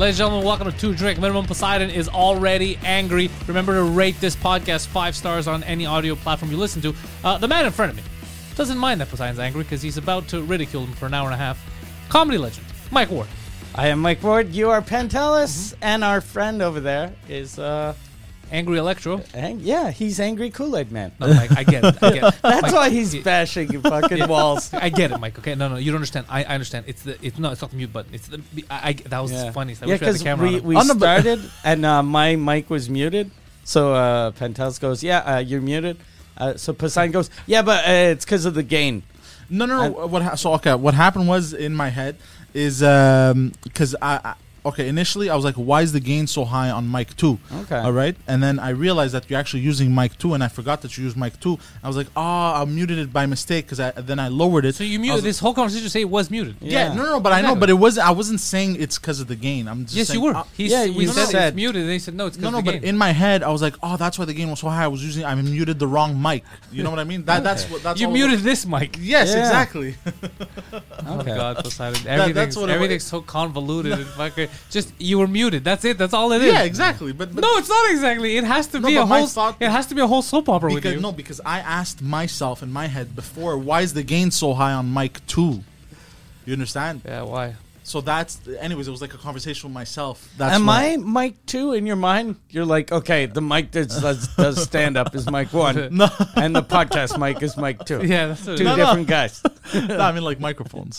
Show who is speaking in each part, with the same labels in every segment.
Speaker 1: Ladies and gentlemen, welcome to Two Drink Minimum. Poseidon is already angry. Remember to rate this podcast five stars on any audio platform you listen to. Uh, the man in front of me doesn't mind that Poseidon's angry because he's about to ridicule him for an hour and a half. Comedy legend, Mike Ward.
Speaker 2: I am Mike Ward. You are Pantelis, and our friend over there is uh,
Speaker 1: Angry Electro.
Speaker 2: ang- yeah, he's angry Kool Aid Man.
Speaker 1: No, Oh, Mike, I get it. I get it.
Speaker 2: That's
Speaker 1: Mike,
Speaker 2: why he's
Speaker 1: y-
Speaker 2: bashing your fucking walls.
Speaker 1: I get it, Mike. Okay, no, no, you don't understand. I, I understand. It's the it's no, it's not the mute button. It's the I, I- that was
Speaker 2: Yeah,
Speaker 1: the funniest. I
Speaker 2: yeah,
Speaker 1: wish we had the
Speaker 2: because
Speaker 1: camera on
Speaker 2: we,
Speaker 1: him.
Speaker 2: we started and uh, my mic was muted. So uh, Pantelis goes, "Yeah, uh, you're muted." Uh, so Poseidon goes, "Yeah, but uh, it's because of the gain."
Speaker 3: No, no, no. what ha- so okay? What happened was in my head is um because I, I okay initially I was like, why is the gain so high on mic two?
Speaker 2: Okay.
Speaker 3: all right, and then I realized that you're actually using mic two, and I forgot that you use mic two. I was like, oh, I muted it by mistake because I then I lowered it.
Speaker 1: so you
Speaker 3: I
Speaker 1: muted
Speaker 3: was
Speaker 1: this whole conversation. to Say it was muted.
Speaker 3: Like, yeah,
Speaker 2: Yeah.
Speaker 3: no, no, but I know,
Speaker 1: Exactly.
Speaker 3: but it was I wasn't saying it's because of the gain. I'm just
Speaker 1: Yes,
Speaker 3: saying,
Speaker 1: you were.
Speaker 3: uh,
Speaker 1: He's,
Speaker 2: Yeah,
Speaker 1: we
Speaker 2: you
Speaker 1: said,
Speaker 2: said-
Speaker 1: it's muted. They said no. It's 'cause
Speaker 3: no,
Speaker 1: of
Speaker 3: no,
Speaker 1: the
Speaker 3: but
Speaker 1: game.
Speaker 3: in my head, I was like, "Oh, that's why the gain was so high. I was using, I muted the wrong mic. You know what I mean? That, that's what that's
Speaker 1: You
Speaker 3: all-
Speaker 1: muted this mic.
Speaker 3: Yes,
Speaker 2: Yeah.
Speaker 3: exactly.
Speaker 2: Okay.
Speaker 1: Oh, God, Poseidon.
Speaker 3: that's
Speaker 1: Everything's,
Speaker 3: what it
Speaker 1: everything's so convoluted and fucking. Just you were muted. That's it. That's all it is.
Speaker 3: yeah, exactly. But, but
Speaker 1: No, it's not exactly. It has to
Speaker 3: No,
Speaker 1: be
Speaker 3: but
Speaker 1: a
Speaker 3: my
Speaker 1: whole.
Speaker 3: thought-
Speaker 1: it has to be a whole soap opera with
Speaker 3: because,
Speaker 1: you.
Speaker 3: No, because I asked myself in my head before, why is the gain so high on mic two? You understand?
Speaker 1: Yeah, why?
Speaker 3: So that's, anyways, it was like a conversation with myself. That's
Speaker 2: Am
Speaker 3: why-
Speaker 2: I Mike two in your mind? You're like, okay, the mic that does, does stand up is Mike one,
Speaker 1: No.
Speaker 2: and the podcast mic is Mike two.
Speaker 1: Yeah, that's what
Speaker 2: two
Speaker 1: it is.
Speaker 2: different guys.
Speaker 3: No, I mean, like microphones.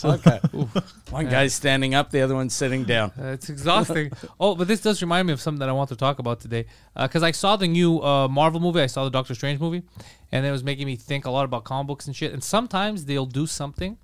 Speaker 3: So.
Speaker 2: Okay. One guy's standing up, the other one's sitting down.
Speaker 1: Uh, it's exhausting. oh, but this does remind me of something that I want to talk about today. Because I saw the new uh, Marvel movie, I saw the Doctor Strange movie, and it was making me think a lot about comic books and shit. And sometimes they'll do something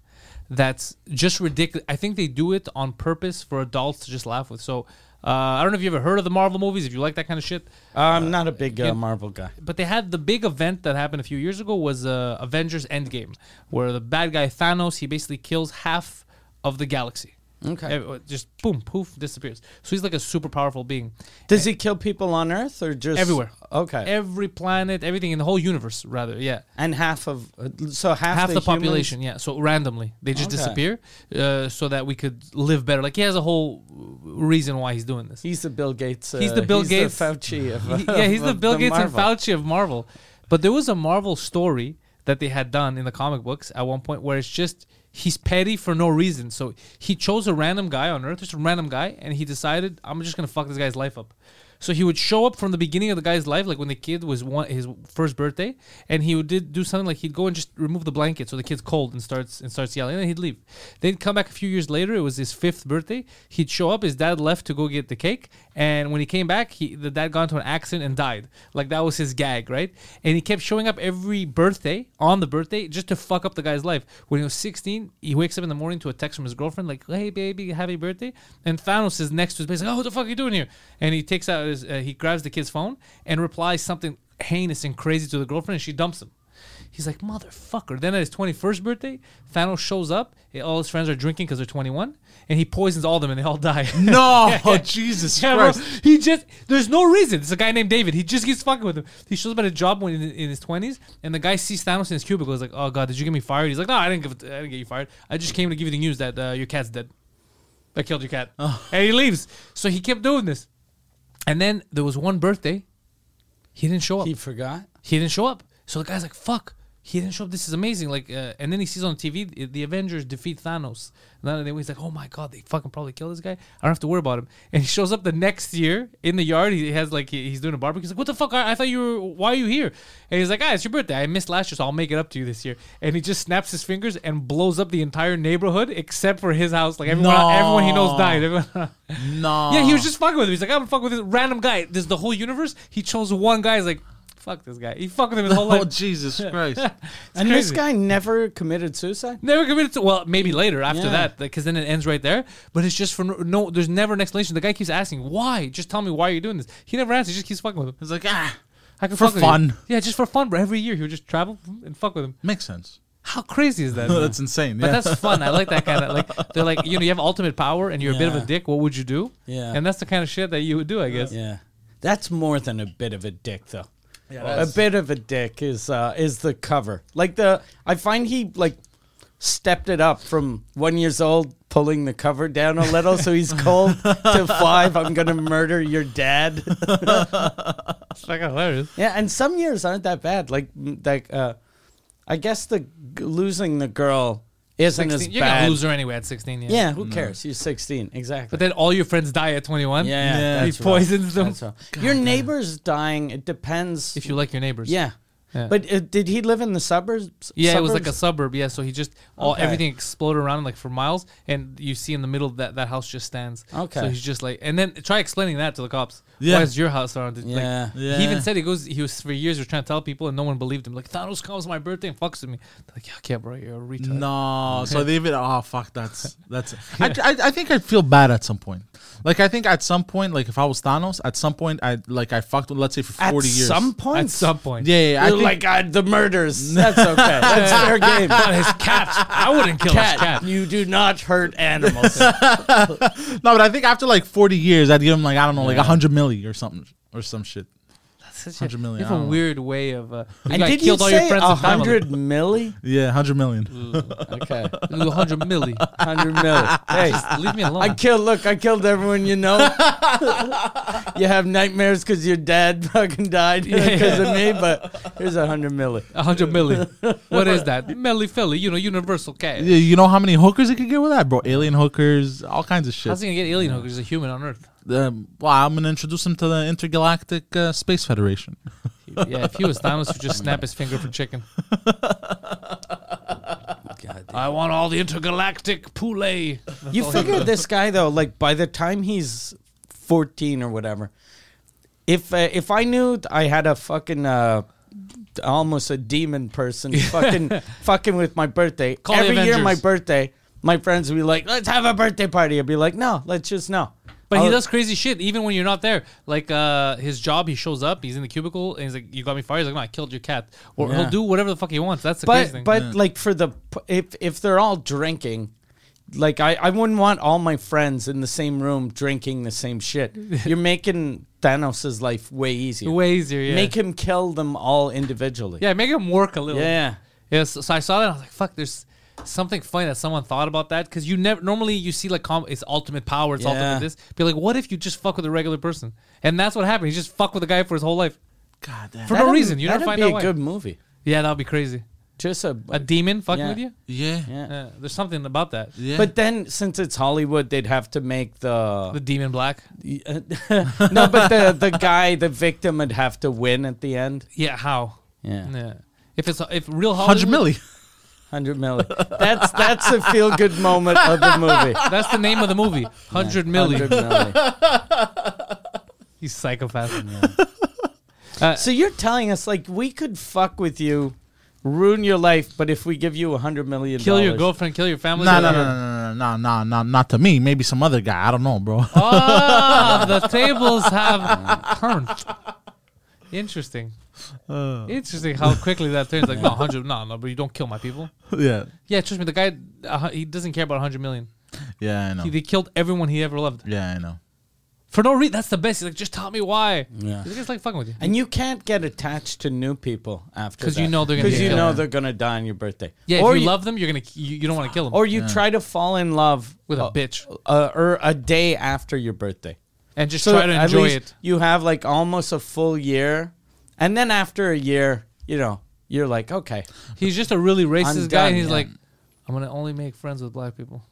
Speaker 1: that's just ridiculous. I think they do it on purpose for adults to just laugh with. So uh, I don't know if you ever heard of the Marvel movies, if you like that kind of shit.
Speaker 2: I'm not a big uh, Marvel guy.
Speaker 1: But they had the big event that happened a few years ago was uh, Avengers Endgame, where the bad guy Thanos he basically kills half of the galaxy.
Speaker 2: Okay.
Speaker 1: Ev- uh, Just boom, poof, disappears. So he's like a super powerful being.
Speaker 2: Does he kill people on Earth or just
Speaker 1: Everywhere.
Speaker 2: Okay.
Speaker 1: Every planet, everything in the whole universe, rather. Yeah.
Speaker 2: and half of uh, so half,
Speaker 1: Half the,
Speaker 2: humans-
Speaker 1: population, yeah. So randomly, they just
Speaker 2: Okay.
Speaker 1: disappear, uh, so that we could live better. Like he has a whole reason why he's doing this.
Speaker 2: He's the Bill Gates. Uh,
Speaker 1: He's the Bill Gates-
Speaker 2: The Fauci. Of,
Speaker 1: yeah, he's the
Speaker 2: of
Speaker 1: Bill Gates
Speaker 2: Marvel.
Speaker 1: and Fauci of Marvel. But there was a Marvel story that they had done in the comic books at one point where it's just he's petty for no reason. So he chose a random guy on Earth, just a random guy, and he decided I'm just gonna fuck this guy's life up. So he would show up from the beginning of the guy's life, like when the kid was one his first birthday, and he would did, do something like he'd go and just remove the blanket so the kid's cold and starts and starts yelling, and he'd leave. Then come back a few years later. It was his fifth birthday. He'd show up. His dad left to go get the cake, and when he came back, he the dad got into an accident and died. Like that was his gag, right? And he kept showing up every birthday on the birthday just to fuck up the guy's life. When he was 16, he wakes up in the morning to a text from his girlfriend, like, "Hey baby, happy birthday." And Thanos is next to his base, like, "Oh, what the fuck are you doing here?" And he takes out his, uh, he grabs the kid's phone and replies something heinous and crazy to the girlfriend, and she dumps him. He's like, motherfucker. Then at his 21st birthday, Thanos shows up. eh, All his friends are drinking because they're 21. And he poisons all of them and they all die.
Speaker 3: No, Jesus
Speaker 1: Yeah, bro.
Speaker 3: Christ.
Speaker 1: He just, there's no reason. It's a guy named David. He just keeps fucking with him. He shows up at a job when in, in his 20s. And the guy sees Thanos in his cubicle. He's like, oh, God, did you get me fired? He's like, no, I didn't, give, I didn't get you fired. I just came to give you the news that uh, your cat's dead. I killed your cat. And he leaves. So he kept doing this. And then there was one birthday. He didn't show up
Speaker 2: He forgot.
Speaker 1: he didn't show up. So the guy's like, fuck. he didn't show up. This is amazing. Like, uh, and then he sees on TV the- the Avengers defeat Thanos. Now that he's like, oh my god, they fucking probably kill this guy. I don't have to worry about him. And he shows up the next year in the yard. He has like he- he's doing a barbecue. He's like, what the fuck? I, I thought you were. Why are you here? And he's like, ah, it's your birthday. I missed last year, so I'll make it up to you this year. And he just snaps his fingers and blows up the entire neighborhood except for his house. Like everyone,
Speaker 3: No.
Speaker 1: everyone he knows died. Everyone-
Speaker 3: No.
Speaker 1: yeah, he was just fucking with him. He's like, I'm fucking with this random guy. This is the whole universe. He chose one guy. He's like, fuck this guy. He fucked with him his whole
Speaker 3: Oh
Speaker 1: life.
Speaker 3: Jesus Christ!
Speaker 2: and this
Speaker 1: crazy.
Speaker 2: guy never committed suicide.
Speaker 1: Never committed to. Well, maybe later after
Speaker 2: Yeah.
Speaker 1: that, because then it ends right there. But it's just for no, no. There's never an explanation. The guy keeps asking why. Just tell me why are you doing this. He never answers. He just keeps fucking with him.
Speaker 3: It's like ah,
Speaker 1: I can
Speaker 3: For
Speaker 1: fuck with you.
Speaker 3: fun.
Speaker 1: Yeah, just for fun. But every year he would just travel and fuck with him.
Speaker 3: makes sense.
Speaker 1: How crazy is that? man?
Speaker 3: That's insane.
Speaker 1: But
Speaker 3: Yeah.
Speaker 1: that's fun. I like that kind of like they're like you know you have ultimate power and you're a bit of
Speaker 2: Yeah.
Speaker 1: a dick. What would you do?
Speaker 2: Yeah.
Speaker 1: and that's the kind of shit that you would do, I guess.
Speaker 2: Yeah, that's more than a bit of a dick, though. a bit of a dick is uh, is the cover. Like the, I find he like stepped it up from one years old, pulling the cover down a little, so he's cold to five. I'm gonna murder your dad.
Speaker 1: It's like hilarious.
Speaker 2: Yeah, and some years aren't that bad. Like m- like, uh, I guess the g- losing the girl isn't
Speaker 1: 16,
Speaker 2: as
Speaker 1: you're
Speaker 2: bad.
Speaker 1: gonna lose her anyway at 16. Yeah.
Speaker 2: Yeah, who cares? You're 16, exactly.
Speaker 1: But then all your friends die at 21.
Speaker 2: yeah,
Speaker 3: Yeah.
Speaker 1: He
Speaker 2: that's rough.
Speaker 1: poisons them.
Speaker 2: That's rough. Your neighbor's dying. It depends.
Speaker 1: If you like your neighbors.
Speaker 2: yeah.
Speaker 1: Yeah.
Speaker 2: But uh, did he live in the suburbs?
Speaker 1: Yeah, it was like a
Speaker 2: suburbs?
Speaker 1: suburb. Yeah, so he just all
Speaker 2: Okay.
Speaker 1: everything exploded around like for miles, and you see in the middle that that house just stands.
Speaker 2: Okay.
Speaker 1: so he's just like, and then try explaining that to the cops.
Speaker 3: Yeah.
Speaker 1: Why is your house surrounded? Like,
Speaker 2: Yeah.
Speaker 1: He
Speaker 3: Yeah.
Speaker 1: even said he goes. He was for years was trying to tell people, and no one believed him. Like Thanos comes my birthday and fucks with me. They're like, yeah, okay, bro, you're a retard.
Speaker 3: No, so they even oh fuck that's that's I, I I think I'd feel bad at some point. Like I think at some point, like if I was Thanos, at some point I like I fucked with let's say for
Speaker 2: At
Speaker 3: forty years.
Speaker 2: some point,
Speaker 1: At some point,
Speaker 3: yeah, yeah, yeah, I
Speaker 2: You're like
Speaker 3: think,
Speaker 2: uh, the murders. That's okay. That's fair game.
Speaker 1: But his cat, I wouldn't kill his cat.
Speaker 2: Cat, you do not hurt animals.
Speaker 3: no, but I think after like forty years, I'd give him like I don't know, like a hundred milli or something or some shit.
Speaker 1: Such
Speaker 3: 100 million,
Speaker 1: you
Speaker 3: I
Speaker 1: have a
Speaker 3: don't know.
Speaker 1: weird way of. Uh, you
Speaker 2: and
Speaker 1: got
Speaker 2: did you
Speaker 1: killed all your
Speaker 2: say
Speaker 1: friends
Speaker 2: a
Speaker 1: and family.
Speaker 2: hundred milli?
Speaker 3: Yeah, hundred million.
Speaker 2: Okay,
Speaker 1: Ooh, 100 milli.
Speaker 2: hundred milli. Hey,
Speaker 1: Ah, Leave me alone.
Speaker 2: I killed. Look, I killed everyone you know. you have nightmares because your dad fucking died because of me. But here's a hundred milli.
Speaker 1: A hundred million. what is that? Melly Philly, you know, universal cat.
Speaker 3: Yeah, you know how many hookers you could get with that, bro? Alien hookers, all kinds of shit.
Speaker 1: How's he gonna get alien hookers? He's a human on Earth.
Speaker 3: Um, well, I'm gonna introduce him to the Intergalactic uh, Space Federation.
Speaker 1: Yeah, if he was Thanos, would just snap his finger for chicken. I want all the intergalactic poulet.
Speaker 2: You figure this guy though, like by the time he's fourteen or whatever, if uh, if I knew th- I had a fucking uh, d- almost a demon person fucking fucking with my birthday
Speaker 1: Call the
Speaker 2: every year,
Speaker 1: Avengers.
Speaker 2: my birthday, my friends would be like, "Let's have a birthday party." I'd be like, "No, let's just no."
Speaker 1: But he
Speaker 2: I'll-
Speaker 1: does crazy shit even when you're not there. Like uh, his job, he shows up, he's in the cubicle, and he's like, "You got me fired." He's like, "No, I killed your cat." Or
Speaker 2: Yeah.
Speaker 1: he'll do whatever the fuck he wants. That's the crazy
Speaker 2: but
Speaker 1: thing.
Speaker 2: but like for the p- if if they're all drinking like I, I wouldn't want all my friends in the same room drinking the same shit. You're making Thanos' life way easier.
Speaker 1: way easier. Yeah,
Speaker 2: Make him kill them all individually.
Speaker 1: yeah, make him work a little.
Speaker 2: Yeah.
Speaker 1: Yeah, so, so I saw that. and I was like, "Fuck!" There's something funny that someone thought about that because you never normally you see like com- it's ultimate power, it's
Speaker 2: Yeah.
Speaker 1: ultimate this. Be like, what if you just fuck with a regular person? And that's what happened. He just fucked with a guy for his whole life
Speaker 3: God damn.
Speaker 1: for no
Speaker 2: That'd-
Speaker 1: reason. You never
Speaker 2: that'd
Speaker 1: find
Speaker 2: be
Speaker 1: out
Speaker 2: a
Speaker 1: why.
Speaker 2: good movie.
Speaker 1: yeah, that would be crazy.
Speaker 2: Just a,
Speaker 1: A demon fucking
Speaker 2: Yeah.
Speaker 1: with you.
Speaker 3: Yeah.
Speaker 2: yeah.
Speaker 1: Yeah, there's something about that.
Speaker 3: Yeah.
Speaker 2: But then since it's Hollywood, they'd have to make
Speaker 1: The
Speaker 2: the
Speaker 1: demon black.
Speaker 2: No, but the the guy, the victim would have to win at the end.
Speaker 1: Yeah, how?
Speaker 2: Yeah.
Speaker 1: Yeah. If it's if real Hollywood,
Speaker 3: hundred milli.
Speaker 2: 100 milli. That's that's a feel good moment of the movie.
Speaker 1: That's the name of the movie. Hundred
Speaker 2: Hundred
Speaker 1: million.
Speaker 2: milli.
Speaker 1: He's psychopath. Uh,
Speaker 2: so you're telling us like we could fuck with you, ruin your life, but if we give you a hundred million,
Speaker 1: Kill your
Speaker 2: dollars-
Speaker 1: girlfriend. Kill your family.
Speaker 3: No, no, no, no, no, no, no, no, not to me. Maybe some other guy. I don't know, bro.
Speaker 1: Ah, the tables have turned. Interesting.
Speaker 2: Uh.
Speaker 1: Interesting how quickly that turns. Like, no, 100, no, no, but you don't kill my people.
Speaker 3: yeah,
Speaker 1: Yeah, trust me, the guy, uh, he doesn't care about 100 million.
Speaker 3: yeah, I know.
Speaker 1: He, they killed everyone he ever loved.
Speaker 3: Yeah, I know.
Speaker 1: For no reason. That's the best. He's like, just tell me why. Yeah. He's like fucking with you.
Speaker 2: And you can't get attached to new people after
Speaker 1: 'Cause you know they're gonna
Speaker 2: because
Speaker 1: be
Speaker 2: you
Speaker 1: killed.
Speaker 2: know they're gonna die on your birthday.
Speaker 1: Yeah,
Speaker 2: or
Speaker 1: if you, love them, you're going to, you, you don't want to kill them.
Speaker 2: or you try to fall in love
Speaker 1: with a
Speaker 2: uh,
Speaker 1: bitch.
Speaker 2: uh, or a day after your birthday.
Speaker 1: And just
Speaker 2: So
Speaker 1: try to
Speaker 2: at
Speaker 1: enjoy
Speaker 2: least
Speaker 1: it.
Speaker 2: You have like almost a full year, and then after a year, you know, you're like, okay,
Speaker 1: He's just a really racist guy,
Speaker 2: I'm done,
Speaker 1: and he's
Speaker 2: yeah.
Speaker 1: like, I'm gonna only make friends with black people.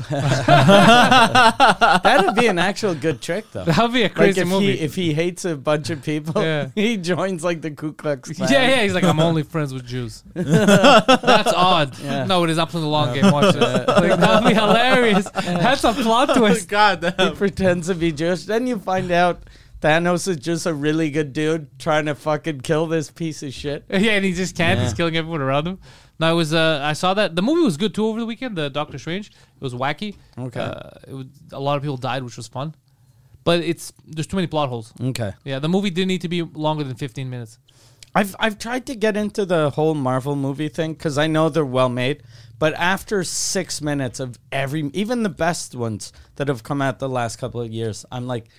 Speaker 2: that'd be an actual good trick though.
Speaker 1: That would be a crazy
Speaker 2: like if
Speaker 1: movie.
Speaker 2: he if he hates a bunch of people,
Speaker 1: Yeah.
Speaker 2: he joins like the Ku Klux Klan.
Speaker 1: yeah, yeah. He's like, I'm only friends with Jews. That's odd. No, it is. I'm playing the long game. Watch this. Like, that'd be hilarious. That's a
Speaker 2: Oh
Speaker 1: plot twist.
Speaker 3: God
Speaker 2: He
Speaker 3: damn.
Speaker 2: pretends to be Jewish. Then you find out Thanos is just a really good dude trying to fucking kill this piece of shit.
Speaker 1: Yeah, and he just can't. He's killing everyone around him. No, it was. Uh, I saw that the movie was good too over the weekend. The Doctor Strange. It was wacky.
Speaker 2: Okay.
Speaker 1: Uh, it was, a lot of people died, which was fun. But it's there's too many plot holes.
Speaker 2: Okay.
Speaker 1: Yeah, the movie didn't need to be longer than 15 minutes.
Speaker 2: I've I've tried to get into the whole Marvel movie thing because I know they're well made, but after six minutes of every, even the best ones that have come out the last couple of years, I'm like,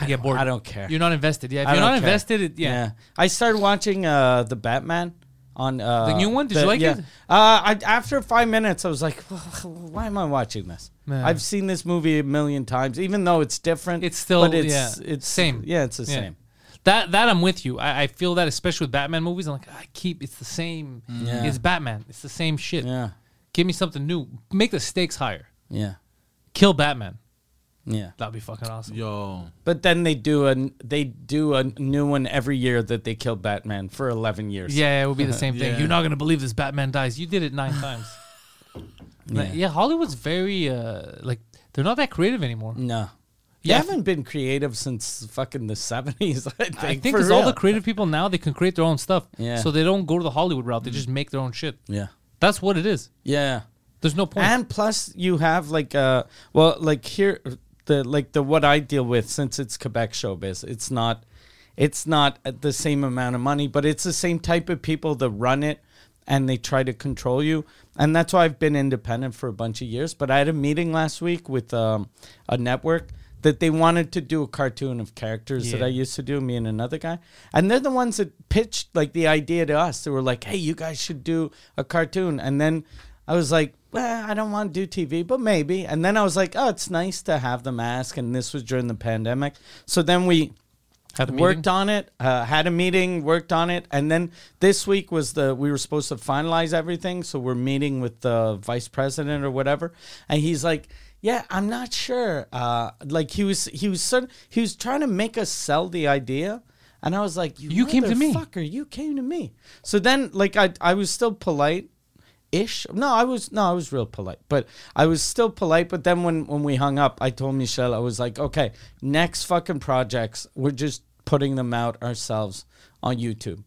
Speaker 2: I,
Speaker 1: get
Speaker 2: don't-
Speaker 1: bored.
Speaker 2: I don't care.
Speaker 1: You're not invested. Yeah, if
Speaker 2: I
Speaker 1: you're
Speaker 2: don't
Speaker 1: not
Speaker 2: care.
Speaker 1: invested, it, yeah.
Speaker 2: I started watching uh the Batman on uh
Speaker 1: The new one? Did you like it?
Speaker 2: Uh, I, after five minutes, I was like, why am I watching this?
Speaker 1: Yeah.
Speaker 2: I've seen this movie a million times, even though it's different.
Speaker 1: It's still
Speaker 2: but it's,
Speaker 1: yeah,
Speaker 2: it's
Speaker 1: same.
Speaker 2: Yeah, it's the
Speaker 1: Yeah.
Speaker 2: same.
Speaker 1: That that I'm with you. I, I feel that especially with Batman movies. I'm like, I keep it's the same.
Speaker 2: Yeah.
Speaker 1: It's Batman. It's the same shit.
Speaker 2: Yeah,
Speaker 1: Give me something new. Make the stakes higher.
Speaker 2: yeah,
Speaker 1: Kill Batman.
Speaker 2: yeah.
Speaker 1: That'd be fucking awesome.
Speaker 3: Yo.
Speaker 2: But then they do a they do a new one every year that they kill Batman for eleven years.
Speaker 1: Yeah, it would be the same thing.
Speaker 3: Yeah.
Speaker 1: You're not gonna believe this Batman dies. You did it nine times. yeah. yeah, Hollywood's very uh like they're not that creative anymore.
Speaker 2: No. They
Speaker 1: Yeah.
Speaker 2: haven't been creative since fucking the seventies. I think,
Speaker 1: I think
Speaker 2: for
Speaker 1: because all the
Speaker 2: real.
Speaker 1: creative people now they can create their own stuff.
Speaker 2: Yeah. Mm.
Speaker 1: So they don't go to the Hollywood route. They just make their own shit.
Speaker 2: yeah,
Speaker 1: That's what it is.
Speaker 2: yeah.
Speaker 1: There's no point.
Speaker 2: And plus, you have like uh, well, like here, the like the what I deal with since it's Quebec showbiz, it's not, it's not at the same amount of money, but it's the same type of people that run it, and they try to control you, and that's why I've been independent for a bunch of years. But I had a meeting last week with um, a network that they wanted to do a cartoon of characters that I used to do, me and another guy. And they're the ones that pitched like the idea to us. They were like, hey, you guys should do a cartoon. And then I was like, well, I don't want to do TV, but maybe. And then I was like, oh, it's nice to have the mask. And this was during the pandemic. So then we
Speaker 1: Had a
Speaker 2: worked
Speaker 1: meeting?
Speaker 2: on it, uh, had a meeting, worked on it. And then this week was the, we were supposed to finalize everything. So we're meeting with the vice president or whatever. And he's like, yeah, I'm not sure. Uh, like he was, he was, sort he was trying to make us sell the idea. And I was like, you,
Speaker 1: You came to me.
Speaker 2: motherfucker, You came to me. So then, like, I, I was still polite ish. No, I was no, I was real polite, but I was still polite. But then when when we hung up, I told Michelle I was like, okay, next fucking projects, we're just putting them out ourselves on YouTube.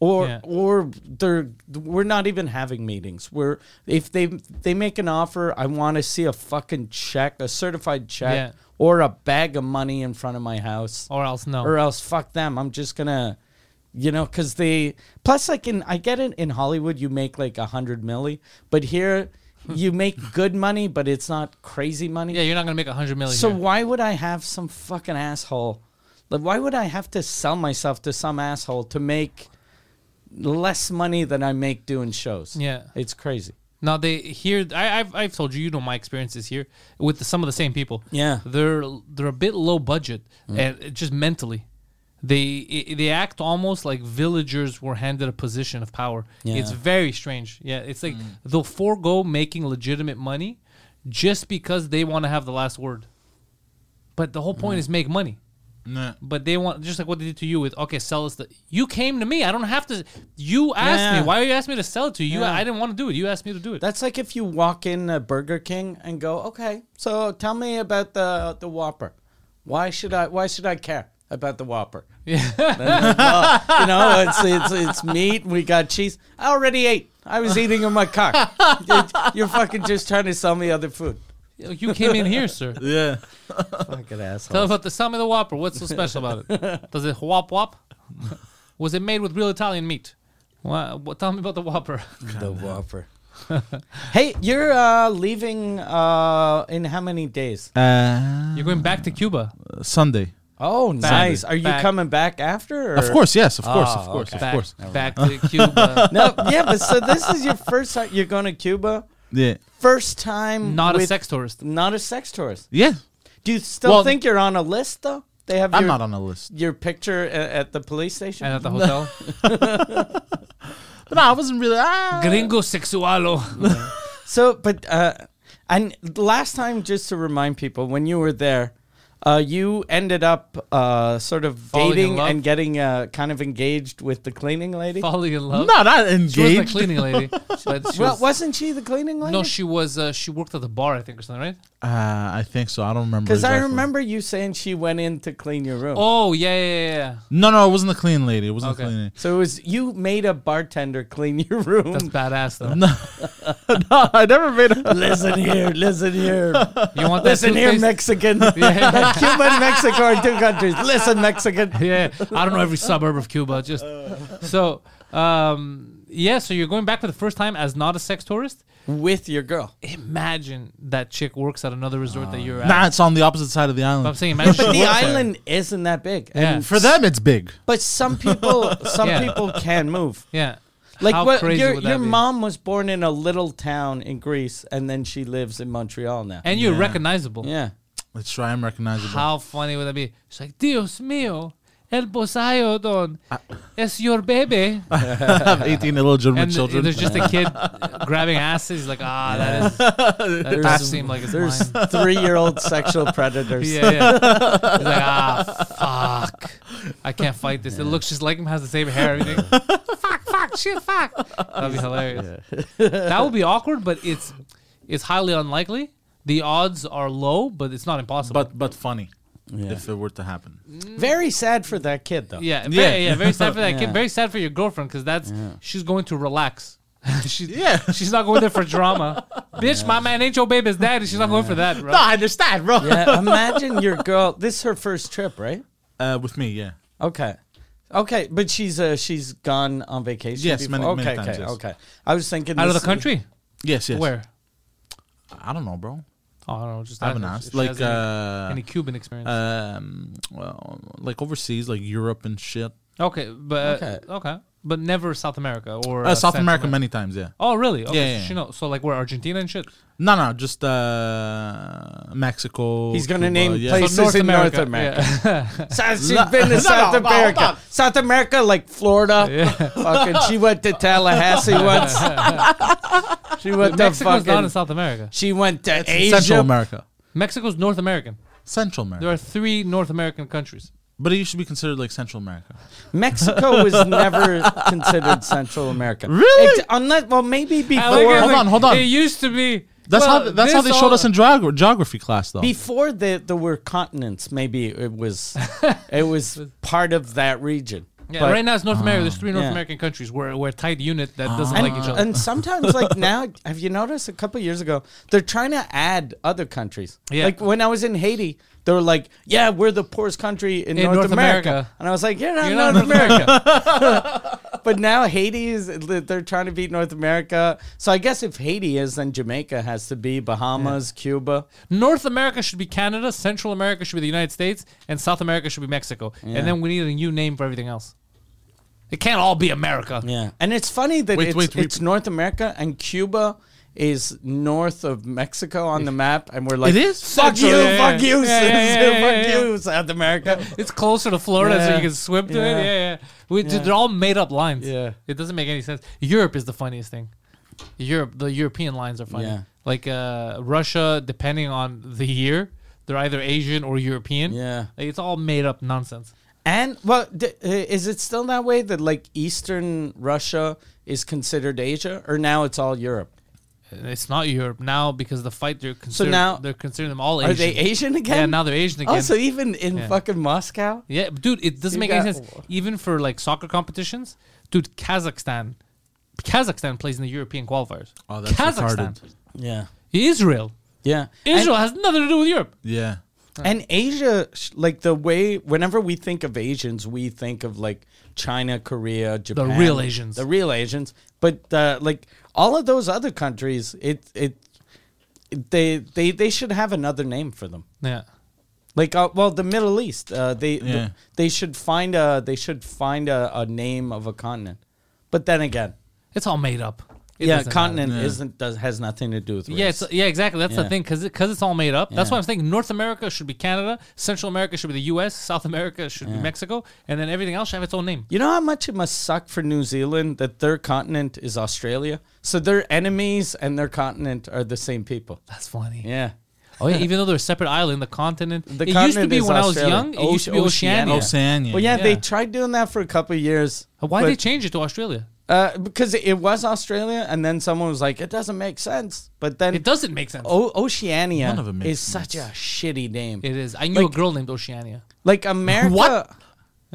Speaker 2: Or,
Speaker 1: Yeah.
Speaker 2: or they're we're not even having meetings. We're if they they make an offer, I want to see a fucking check, a certified check,
Speaker 1: Yeah.
Speaker 2: or a bag of money in front of my house
Speaker 1: or else no.
Speaker 2: or else fuck them. I'm just gonna, you know, because they. Plus, like in, I get it in Hollywood, you make like a hundred milli, but here you make good money, but it's not crazy money.
Speaker 1: yeah, you're not gonna make a hundred million.
Speaker 2: so
Speaker 1: here.
Speaker 2: why would I have some fucking asshole? Like, why would I have to sell myself to some asshole to make less money than I make doing shows?
Speaker 1: Yeah.
Speaker 2: it's crazy.
Speaker 1: Now they here. I, I've I've told you. You know my experiences here with the, some of the same people.
Speaker 2: Yeah. Mm.
Speaker 1: they're they're a bit low budget and it- just mentally, they i they act almost like villagers were handed a position of power. It's
Speaker 2: Yeah.
Speaker 1: very strange. Yeah, it's like they'll forego making legitimate money just because they want to have the last word. But the whole point
Speaker 2: Mm.
Speaker 1: is make money.
Speaker 3: Nah.
Speaker 1: But they want just like what they did to you with okay, sell us the. You came to me. I don't have to. You asked
Speaker 2: Yeah.
Speaker 1: me. Why you asked me to sell it to you?
Speaker 2: Yeah.
Speaker 1: I didn't want to do it. You asked me to do it.
Speaker 2: That's like if you walk in a Burger King and go, "Okay, so tell me about the the Whopper. Why should I why should I care about the Whopper?" Yeah. you know, it's it's it's meat. We got cheese. I already ate. I was eating in my car. It- You're fucking just trying to sell me other food.
Speaker 1: You came in here, sir.
Speaker 3: Yeah.
Speaker 2: Fucking
Speaker 1: Tell
Speaker 2: asshole.
Speaker 1: about the Sum of the Whopper. What's so special about it? Does it whop whop? Was it made with real Italian meat? Wha what, tell me about the Whopper.
Speaker 2: The Whopper. hey, you're uh, leaving uh, in how many days?
Speaker 3: Uh,
Speaker 1: You're going back to Cuba.
Speaker 3: Sunday.
Speaker 2: Oh, nice. Are you
Speaker 1: Back.
Speaker 2: coming back after? Or?
Speaker 3: Of course, yes, of course, of
Speaker 2: Oh,
Speaker 3: course,
Speaker 1: Back,
Speaker 3: of course.
Speaker 1: back to Cuba.
Speaker 2: No, yeah, but so this is your first time you're going to Cuba.
Speaker 3: Yeah.
Speaker 2: First time,
Speaker 1: Not a
Speaker 2: with-
Speaker 1: sex tourist.
Speaker 2: not a sex tourist.
Speaker 3: Yeah.
Speaker 2: Do you still
Speaker 3: Well-
Speaker 2: think you're on a list though? They have.
Speaker 3: I'm
Speaker 2: your,
Speaker 3: not on the list.
Speaker 2: your picture a- at the police station.
Speaker 1: and at the hotel.
Speaker 3: But no, I wasn't really. Ah.
Speaker 1: Gringo sexualo.
Speaker 2: So, but uh, and last time, just to remind people, when you were there, uh, you ended up uh, sort of
Speaker 1: Falling in
Speaker 2: dating
Speaker 1: love?
Speaker 2: and getting uh, kind of engaged with the cleaning lady.
Speaker 1: Falling in love.
Speaker 3: No, not
Speaker 1: she was the
Speaker 3: engaged.
Speaker 1: cleaning lady. But she
Speaker 2: well,
Speaker 1: was,
Speaker 2: wasn't she the cleaning lady?
Speaker 1: no, she was. Uh, she worked at the bar, I think, or something, right?
Speaker 3: Uh, I think so. I don't remember.
Speaker 2: because I
Speaker 3: exactly.
Speaker 2: remember you saying she went in to clean your room.
Speaker 1: Oh yeah, yeah, yeah, yeah.
Speaker 3: No, no, it wasn't the clean lady. It wasn't
Speaker 1: Okay.
Speaker 3: the clean lady.
Speaker 2: So it was you made a bartender clean your room.
Speaker 1: That's badass though.
Speaker 3: no, I never made. A,
Speaker 2: listen here, listen here,
Speaker 1: You want that
Speaker 2: listen here,
Speaker 1: toothpaste?
Speaker 2: Mexican.
Speaker 1: Yeah.
Speaker 2: Cuba and Mexico are two countries. Listen, Mexican.
Speaker 1: yeah, I don't know every suburb of Cuba. Just so, um, yeah. So you're going back for the first time as not a sex tourist.
Speaker 2: With your girl.
Speaker 1: Imagine that chick works at another resort that you're at.
Speaker 3: nah, it's on the opposite side of the
Speaker 1: But I'm
Speaker 3: island.
Speaker 1: saying, imagine she
Speaker 2: But the
Speaker 1: works there.
Speaker 2: island isn't that big.
Speaker 1: Yeah.
Speaker 2: And
Speaker 3: For them, it's big.
Speaker 2: But some people, some
Speaker 1: Yeah.
Speaker 2: people can move.
Speaker 1: Yeah.
Speaker 2: Like
Speaker 1: How
Speaker 2: what,
Speaker 1: crazy
Speaker 2: your
Speaker 1: would that
Speaker 2: your
Speaker 1: be?
Speaker 2: mom was born in a little town in Greece, and then she lives in Montreal now.
Speaker 1: And you're recognizable.
Speaker 2: yeah,
Speaker 3: Let's try and recognize it.
Speaker 1: How funny would that be? She's like, Dios mío, el Poseidon
Speaker 2: Ah.
Speaker 1: es your baby.
Speaker 3: have 18 little German
Speaker 1: And
Speaker 3: children.
Speaker 1: there's just a kid grabbing asses. He's like, ah, that is, that does seem like it's
Speaker 2: there's
Speaker 1: mine.
Speaker 2: three-year-old sexual predators.
Speaker 1: Yeah, yeah. He's like, ah, fuck. I can't fight this. It looks just like him, has the same hair, everything. fuck, fuck, shit, fuck. That'd be hilarious. That would be awkward, but it's it's highly unlikely. The odds are low, but it's not impossible.
Speaker 3: but but funny if it were to happen.
Speaker 2: Very sad for that kid, though.
Speaker 1: yeah,
Speaker 3: Yeah.
Speaker 1: Very, yeah, very sad for that
Speaker 2: Yeah.
Speaker 1: kid. Very sad for your girlfriend because that's she's going to relax. she's,
Speaker 3: Yeah.
Speaker 1: she's not going there for drama. Bitch, my man ain't your baby's daddy. She's not going for that, bro.
Speaker 3: I understand, bro.
Speaker 2: yeah. Imagine your girl. This is her first trip, right?
Speaker 3: Uh, with me, yeah.
Speaker 2: Okay. Okay, but she's uh, she's gone on vacation.
Speaker 3: Yes,
Speaker 2: before?
Speaker 3: many-
Speaker 2: okay,
Speaker 3: many
Speaker 2: okay,
Speaker 3: times, yes.
Speaker 2: okay. I was thinking
Speaker 1: Out of the
Speaker 2: this-
Speaker 1: country?
Speaker 3: Yes, yes.
Speaker 1: Where?
Speaker 3: I don't know, bro.
Speaker 1: Oh, I don't know. Just
Speaker 3: I haven't
Speaker 1: if
Speaker 3: asked.
Speaker 1: she
Speaker 3: Like,
Speaker 1: has any,
Speaker 3: uh,
Speaker 1: any Cuban experience?
Speaker 3: um, well, like overseas, like Europe and shit.
Speaker 1: Okay, but uh,
Speaker 2: Okay.
Speaker 1: okay. but never South America or
Speaker 3: Uh,
Speaker 1: uh,
Speaker 3: South
Speaker 1: Central
Speaker 3: America many times, yeah.
Speaker 1: Oh, really? Okay,
Speaker 3: Yeah,
Speaker 1: so
Speaker 3: yeah,
Speaker 1: she know. So like, we're Argentina and shit.
Speaker 3: No, no, just uh, Mexico.
Speaker 2: He's gonna
Speaker 3: Cuba,
Speaker 2: name
Speaker 3: yeah.
Speaker 2: places
Speaker 1: North
Speaker 2: in
Speaker 1: America,
Speaker 2: North America. So she's
Speaker 3: No,
Speaker 2: been to
Speaker 3: no,
Speaker 2: South
Speaker 3: no, no,
Speaker 2: America.
Speaker 3: hold on.
Speaker 2: South America, like Florida. Fucking, she went to Tallahassee once. she went to
Speaker 1: Mexico's not in
Speaker 2: fucking.
Speaker 1: South America.
Speaker 2: She went to
Speaker 3: It's
Speaker 2: Asia.
Speaker 3: Central America.
Speaker 1: Mexico's North American.
Speaker 3: Central
Speaker 1: There
Speaker 3: America.
Speaker 1: are three North American countries.
Speaker 3: But it should be considered like Central America.
Speaker 2: Mexico was never considered Central America. Really? unless, well, maybe
Speaker 1: I like
Speaker 2: before
Speaker 1: it,
Speaker 3: Hold
Speaker 1: like,
Speaker 3: on, hold on.
Speaker 1: It used to be.
Speaker 3: That's
Speaker 1: well,
Speaker 3: how that's how they
Speaker 1: this
Speaker 3: showed
Speaker 1: all-
Speaker 3: us in geog- geography class, though.
Speaker 2: before the, there were continents. Maybe it was it was part of that region.
Speaker 1: Yeah,
Speaker 2: But-
Speaker 1: right now it's North America. There's three North
Speaker 2: yeah.
Speaker 1: American countries. We're we're a tight unit that doesn't
Speaker 2: and,
Speaker 1: like each other.
Speaker 2: Uh, and sometimes like now have you noticed a couple years ago they're trying to add other countries
Speaker 1: Yeah.
Speaker 2: like when i was in haiti they were like yeah we're the poorest country in,
Speaker 1: In
Speaker 2: north,
Speaker 1: North
Speaker 2: america.
Speaker 1: America.
Speaker 2: and i was like you're not
Speaker 1: You're
Speaker 2: north
Speaker 1: not in North
Speaker 2: america
Speaker 1: America.
Speaker 2: but now haiti is they're trying to beat north america so i guess if haiti is then jamaica has to be bahamas cuba
Speaker 1: North America should be Canada. Central America should be the United States, and South America should be Mexico. And then we need a new name for everything else. It can't all be America.
Speaker 2: yeah and it's funny that
Speaker 3: Wait,
Speaker 2: it's,
Speaker 3: wait, wait.
Speaker 2: it's north america and cuba is north of Mexico on the map, and we're like,
Speaker 3: It is?
Speaker 2: fuck you,
Speaker 1: Central- Yeah, yeah.
Speaker 2: fuck you,
Speaker 1: Yeah, yeah, yeah, yeah,
Speaker 2: fuck
Speaker 1: yeah.
Speaker 2: you, South America.
Speaker 1: It's closer to Florida, so
Speaker 2: Yeah.
Speaker 1: you can swim to
Speaker 2: Yeah.
Speaker 1: it. Yeah, yeah. We, They're all made up lines.
Speaker 2: Yeah.
Speaker 1: it doesn't make any sense. Europe is the funniest thing. Europe, the European lines are funny.
Speaker 2: Yeah.
Speaker 1: Like uh, Russia, depending on the year, they're either Asian or European.
Speaker 2: Yeah.
Speaker 1: like, it's all made up nonsense.
Speaker 2: And well, d- uh, is it still that way that like Eastern Russia is considered Asia, or now it's all Europe?
Speaker 1: It's not Europe now because the fight they're considered.
Speaker 2: now-
Speaker 1: they're considering them all
Speaker 2: Are
Speaker 1: Asian.
Speaker 2: they Asian again?
Speaker 1: Yeah, now they're Asian again.
Speaker 2: Also, even in fucking Moscow.
Speaker 1: yeah, dude, it doesn't
Speaker 2: You
Speaker 1: make any
Speaker 2: got-
Speaker 1: sense. Even for like soccer competitions, dude, Kazakhstan, Kazakhstan plays in the European qualifiers.
Speaker 3: Oh, that's
Speaker 1: Kazakhstan,
Speaker 3: retarded.
Speaker 2: Yeah,
Speaker 1: Israel.
Speaker 2: yeah.
Speaker 1: Israel has nothing to do with Europe.
Speaker 3: yeah.
Speaker 2: and, and Asia, sh- like the way whenever we think of Asians, we think of like China, Korea, Japan,
Speaker 1: real Asians.
Speaker 2: the real Asians. But uh, like all of those other countries, it it they they they should have another name for them.
Speaker 1: Yeah.
Speaker 2: Like uh, well, the Middle East. Uh, they
Speaker 3: Yeah.
Speaker 2: they should find a they should find a, a name of a continent. But then again,
Speaker 1: It's all made up. It
Speaker 2: yeah,
Speaker 1: doesn't
Speaker 2: continent
Speaker 3: matter. Yeah.
Speaker 2: isn't does has nothing to do with race.
Speaker 1: Yeah, it's, yeah, exactly. That's
Speaker 2: Yeah.
Speaker 1: the thing because because it's all made up. That's
Speaker 2: Yeah.
Speaker 1: why I'm saying North America should be Canada, Central America should be the U.S., South America should be Mexico, and then everything else should have its own name.
Speaker 2: You know how much it must suck for New Zealand that their continent is Australia? So their enemies and their continent are the same people.
Speaker 1: That's funny.
Speaker 2: Yeah.
Speaker 1: Oh yeah, even though they're a separate island, the continent.
Speaker 2: The
Speaker 1: it used to
Speaker 2: continent
Speaker 1: be
Speaker 2: is
Speaker 1: when I was
Speaker 2: Australia.
Speaker 1: young. It used to be
Speaker 2: Oce-
Speaker 1: Oceania.
Speaker 2: Oceania.
Speaker 3: Oceania.
Speaker 2: Well, yeah,
Speaker 1: Yeah.
Speaker 2: they tried doing that for a couple of years.
Speaker 1: Why
Speaker 2: but-
Speaker 1: did they change it to Australia?
Speaker 2: Uh, because it was Australia, and then someone was like, "It doesn't make sense." But then
Speaker 1: It doesn't make sense.
Speaker 2: O- Oceania
Speaker 3: None of it makes
Speaker 2: is
Speaker 3: sense.
Speaker 2: such a shitty name.
Speaker 1: It is. I knew a girl named Oceania.
Speaker 2: Like America,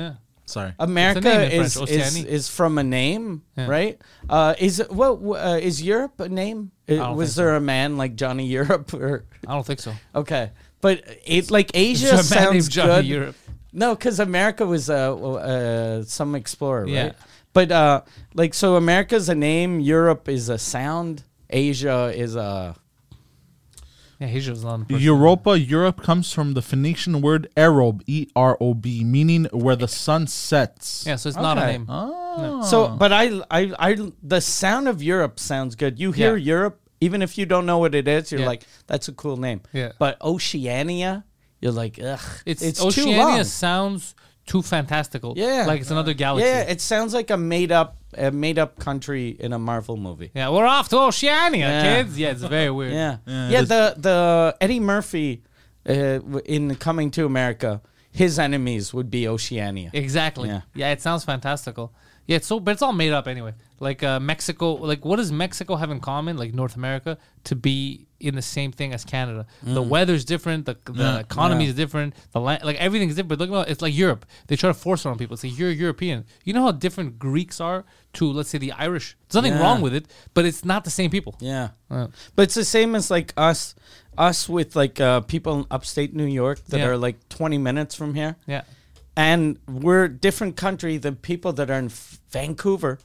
Speaker 1: Yeah.
Speaker 3: Sorry.
Speaker 2: America
Speaker 1: name in
Speaker 2: is,
Speaker 1: French,
Speaker 2: is
Speaker 1: Oceanie.
Speaker 2: is from a name,
Speaker 1: Yeah.
Speaker 2: right? Uh, is it- what uh, is Europe a name? Uh,
Speaker 1: don't
Speaker 2: was
Speaker 1: think so.
Speaker 2: there a man like Johnny Europe or
Speaker 1: I don't think so.
Speaker 2: okay? But it's like Asia
Speaker 1: There's a man named
Speaker 2: sounds
Speaker 1: Johnny
Speaker 2: good.
Speaker 1: Europe.
Speaker 2: No, because America was uh, w- uh, some explorer,
Speaker 1: Yeah.
Speaker 2: right? But uh, like so, America's a name. Europe is a sound. Asia is a
Speaker 1: Yeah, Asia was not. a person.
Speaker 3: Europa, Europe comes from the Phoenician word Erob, E R O B, meaning where the sun sets.
Speaker 1: Yeah, so it's not a
Speaker 2: Okay.
Speaker 1: name.
Speaker 2: So, but I, I, I, the sound of Europe sounds good. You hear
Speaker 1: Yeah.
Speaker 2: Europe, even if you don't know what it is, you're
Speaker 1: Yeah.
Speaker 2: like, that's a cool name.
Speaker 1: Yeah.
Speaker 2: But Oceania, you're like, ugh,
Speaker 1: It's,
Speaker 2: it's,
Speaker 1: Oceania
Speaker 2: too long.
Speaker 1: sounds too fantastical.
Speaker 2: Yeah. Uh,
Speaker 1: Like it's another galaxy.
Speaker 2: Yeah, it sounds like a made up, a made up country in a Marvel movie.
Speaker 1: Yeah, we're off to Oceania,
Speaker 2: Yeah.
Speaker 1: kids. Yeah, it's very weird.
Speaker 2: Yeah, yeah.
Speaker 3: Yeah,
Speaker 2: the the Eddie Murphy uh, w- in Coming to America, his enemies would be Oceania.
Speaker 1: Exactly. Yeah.
Speaker 2: Yeah.
Speaker 1: it sounds fantastical. Yeah, it's so but it's all made up anyway. Like uh, Mexico, like what does Mexico have in common, like North America, to be in the same thing as Canada? The weather's different, the, the economy is different, the la- like everything's different. Look at it's like Europe. They try to force it on people. It's like you're European. You know how different Greeks are to let's say the Irish. There's nothing
Speaker 2: Yeah.
Speaker 1: wrong with it, but it's not the same people.
Speaker 2: Yeah.
Speaker 1: Yeah.
Speaker 2: But it's the same as like us us with like uh, people in upstate New York that
Speaker 1: Yeah.
Speaker 2: are like 20 minutes from here.
Speaker 1: Yeah.
Speaker 2: And we're a different country than people that are in F- Vancouver.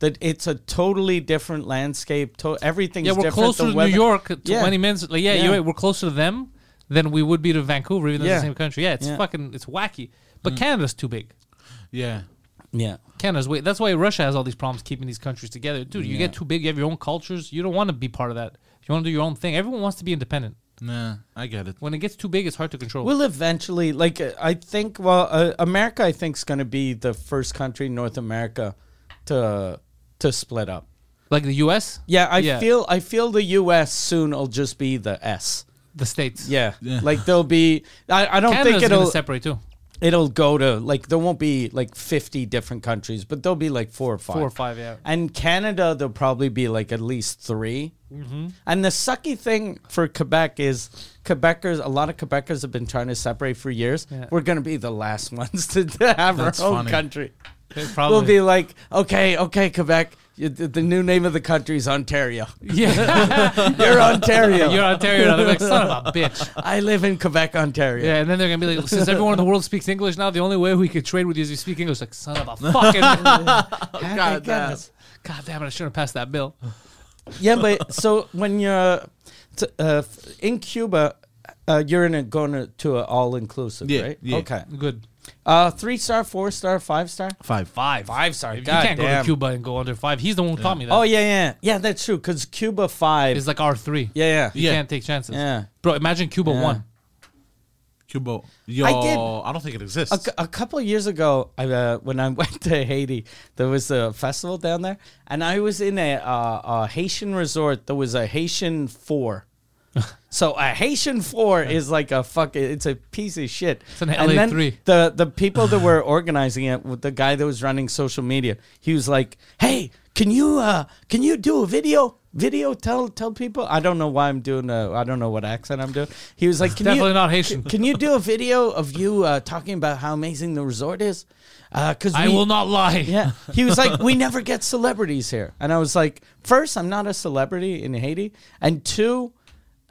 Speaker 2: That it's a totally different landscape. To- everything's
Speaker 1: Yeah, we're
Speaker 2: different.
Speaker 1: closer
Speaker 2: the
Speaker 1: to
Speaker 2: weather-
Speaker 1: New York, twenty
Speaker 2: Yeah.
Speaker 1: minutes. Like, yeah,
Speaker 2: Yeah.
Speaker 1: you're right. We're closer to them than we would be to Vancouver, even though it's
Speaker 2: Yeah.
Speaker 1: the same country. Yeah, it's
Speaker 2: Yeah. Mm.
Speaker 1: fucking, it's wacky. But Canada's too big.
Speaker 3: Yeah.
Speaker 2: Yeah.
Speaker 1: Canada's way. That's why Russia has all these problems keeping these countries together. Dude, you get too big. You have your own cultures. You don't want to be part of that. You want to do your own thing. Everyone wants to be independent.
Speaker 3: Nah, I get it.
Speaker 1: When it gets too big, it's hard to control.
Speaker 2: We'll eventually, like, uh, I think, well, uh, America, I think, is going to be the first country in North America to to split up.
Speaker 1: like the U.S.
Speaker 2: Yeah, I feel, I feel the U.S. soon will just be the S.
Speaker 1: the states.
Speaker 2: Yeah.
Speaker 3: Yeah.
Speaker 2: Like there'll be I, I don't
Speaker 1: Canada's
Speaker 2: think it'll
Speaker 1: gonna separate too.
Speaker 2: it'll go to like there won't be like 50 different countries, but there'll be like four or five.
Speaker 1: Four or five, yeah.
Speaker 2: And Canada there'll probably be like at least 3.
Speaker 1: Mm-hmm.
Speaker 2: And the sucky thing for Quebec is Quebecers a lot of Quebecers have been trying to separate for years.
Speaker 1: Yeah.
Speaker 2: We're going to be the last ones to, to have
Speaker 3: That's
Speaker 2: our own
Speaker 3: funny.
Speaker 2: country.
Speaker 1: They Probably.
Speaker 2: We'll be like, "Okay, okay, Quebec, you, the, the new name of the country is Ontario.
Speaker 1: yeah.
Speaker 2: You're Ontario.
Speaker 1: you're Ontario. now. They're like son of a bitch.
Speaker 2: I live in Quebec, Ontario."
Speaker 1: Yeah, and then they're gonna be like, since everyone in the world speaks English now, the only way we could trade with you is you speak English. Like, son of a fucking god
Speaker 2: Oh,
Speaker 3: God damn.
Speaker 1: damn it, I shouldn't have passed that bill.
Speaker 2: yeah, but so when you're t- uh, f- in Cuba, uh, you're in a, going to, to an all inclusive,
Speaker 3: Yeah,
Speaker 2: right?
Speaker 3: yeah.
Speaker 2: Okay.
Speaker 1: Good.
Speaker 2: Uh, three star, four star, five star.
Speaker 3: Five.
Speaker 1: Five.
Speaker 2: Five star,
Speaker 1: You can't go to
Speaker 2: goddamn.
Speaker 1: Cuba and go under five. He's the one who taught me that.
Speaker 2: Oh yeah, yeah, yeah. That's true. Cause Cuba five.
Speaker 1: It's like R three.
Speaker 2: yeah,
Speaker 1: You
Speaker 2: yeah.
Speaker 3: Yeah.
Speaker 1: can't take chances.
Speaker 2: Yeah.
Speaker 1: Bro, imagine Cuba
Speaker 2: Yeah.
Speaker 1: one.
Speaker 3: Cuba. Yo,
Speaker 2: I did-
Speaker 3: I don't think it exists.
Speaker 2: A, cou- a couple of years ago, I, uh, when I went to Haiti, there was a festival down there, and I was in a, uh, a Haitian resort. There was a Haitian four. So a Haitian four is like a fuck. It's a piece of shit. It's
Speaker 1: an
Speaker 2: and
Speaker 1: LA
Speaker 2: then
Speaker 1: three.
Speaker 2: The the people that were organizing it, with the guy that was running social media, he was like, "Hey, can you uh can you do a video? Video? Tell tell people. I don't know why I'm doing. A, I don't know what accent I'm doing. He was like, can
Speaker 1: Definitely
Speaker 2: you,
Speaker 1: not Haitian.
Speaker 2: Can, can you do a video of you uh, talking about how amazing the resort is? Because
Speaker 1: I will not lie.
Speaker 2: yeah. He was like, we never get celebrities here. And I was like, first, I'm not a celebrity in Haiti. And two,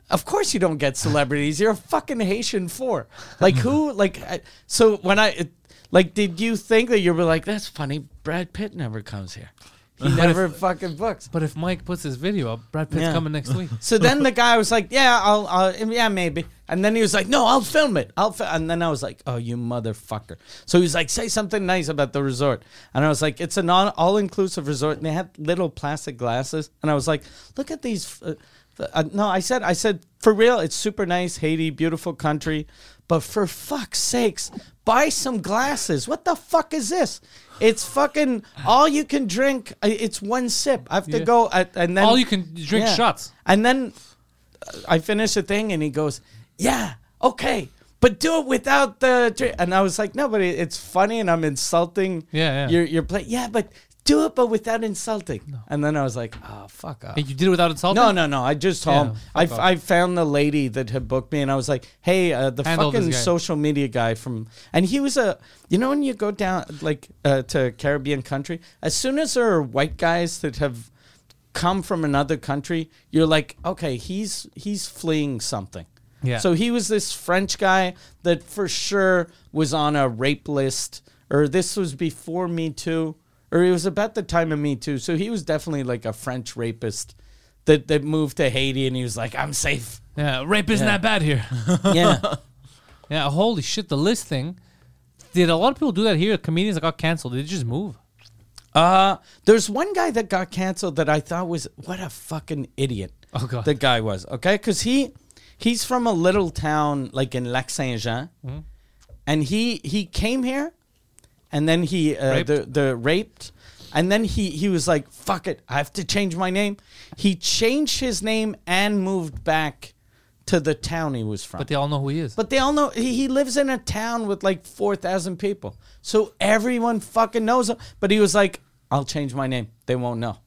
Speaker 2: of course you don't get celebrities. You're a fucking Haitian four. Like, who, like, I, so when I, it, like, did you think that you were like, that's funny, Brad Pitt never comes here? He never fucking books.
Speaker 1: But if Mike puts his video up, Brad Pitt's
Speaker 2: Yeah.
Speaker 1: coming next week.
Speaker 2: So then the guy was like, "Yeah, I'll, I'll, yeah, maybe." And then he was like, "No, I'll film it. I'll." Fi-. And then I was like, "Oh, you motherfucker!" So he was like, "Say something nice about the resort." And I was like, "It's an all- all-inclusive resort, and they had little plastic glasses." And I was like, "Look at these." Uh, uh, no, I said, I said, for real, it's super nice, Haiti, beautiful country, but for fuck's sakes, buy some glasses. What the fuck is this? It's fucking all you can drink. I- It's one sip. I have to
Speaker 1: Yeah.
Speaker 2: go, uh, and then
Speaker 1: All you can drink shots.
Speaker 2: and then uh, I finish the thing, and he goes, "Yeah, okay, but do it without the." Drink. And I was like, "No, but it, it's funny, and I'm insulting."
Speaker 1: Yeah, yeah.
Speaker 2: Your your play. Yeah, but do it, but without insulting. And then I was like, "Oh, fuck off."
Speaker 1: Hey, you did it without insulting.
Speaker 2: No, no, no. I just
Speaker 1: Yeah,
Speaker 2: home.
Speaker 1: fuck
Speaker 2: I,
Speaker 1: off.
Speaker 2: I found the lady that had booked me, and I was like, "Hey, uh, the
Speaker 1: Handle this
Speaker 2: fucking
Speaker 1: guy.
Speaker 2: social media guy from." And he was a, you know, when you go down like uh, to Caribbean country, as soon as there are white guys that have come from another country, you're like, okay, he's he's fleeing something.
Speaker 1: Yeah.
Speaker 2: So he was this French guy that for sure was on a rape list, or this was before Me Too, or it was about the time of Me Too. So he was definitely like a French rapist that, that moved to Haiti and he was like, I'm safe.
Speaker 1: Yeah, rape isn't that bad here.
Speaker 2: Yeah.
Speaker 1: yeah, holy shit, the list thing. Did a lot of people do that here? Comedians that got canceled, they just move.
Speaker 2: uh, there's one guy that got canceled that I thought was what a fucking idiot.
Speaker 1: Oh, God.
Speaker 2: The guy was, okay? Because he, he's from a little town like in Lac Saint Jean.
Speaker 1: Mm-hmm.
Speaker 2: And he, he came here and then he uh,
Speaker 1: Raped?
Speaker 2: The, the raped and then he he was like fuck it i have to change my name he changed his name and moved back to the town he was from
Speaker 1: But they all know who he is.
Speaker 2: but they all know he, he lives in a town with like 4,000 people. So everyone fucking knows him. But he was like, I'll change my name. They won't know.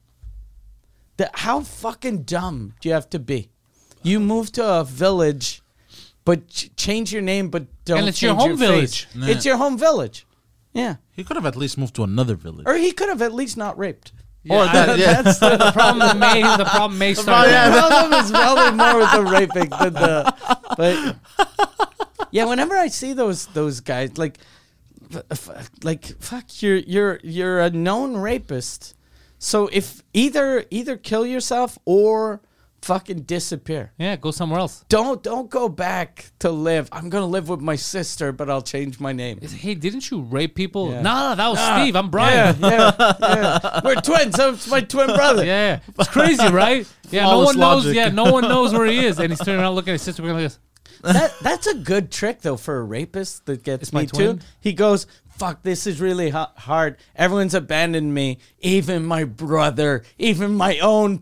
Speaker 2: The, how fucking dumb do you have to be? You move to a village, but ch- change your name, but don't.
Speaker 1: it's your
Speaker 2: change
Speaker 1: home
Speaker 2: face.
Speaker 1: village.
Speaker 2: It's your home village. Yeah.
Speaker 3: He could have at least moved to another village.
Speaker 2: Or he could have at least not raped.
Speaker 1: yeah,
Speaker 3: or that,
Speaker 1: I-
Speaker 3: yeah.
Speaker 1: That's the, the problem. May the problem may start.
Speaker 2: The problem is probably more with the raping than the. But yeah, whenever I see those those guys, like, f- f- like fuck, you're you're you're a known rapist. So if either either kill yourself or fucking disappear.
Speaker 1: Yeah, go somewhere else.
Speaker 2: Don't don't go back to live. I'm gonna live with my sister, but I'll change my name.
Speaker 1: It's, hey, didn't you rape people?
Speaker 2: Yeah.
Speaker 1: Nah, that was Steve. I'm
Speaker 2: Yeah,
Speaker 1: Brian. Yeah,
Speaker 2: yeah, yeah. We're twins. I'm my twin brother.
Speaker 1: yeah. It's crazy, right? Yeah, no
Speaker 3: Flawless
Speaker 1: one knows.
Speaker 3: logic.
Speaker 1: Yeah, no one knows where he is, and he's turning around looking at his sister, being like this.
Speaker 2: that that's a good trick though for a rapist that gets
Speaker 1: It's my
Speaker 2: me too.
Speaker 1: twin?
Speaker 2: He goes, "Fuck, this is really ha- hard. Everyone's abandoned me. Even my brother, even my own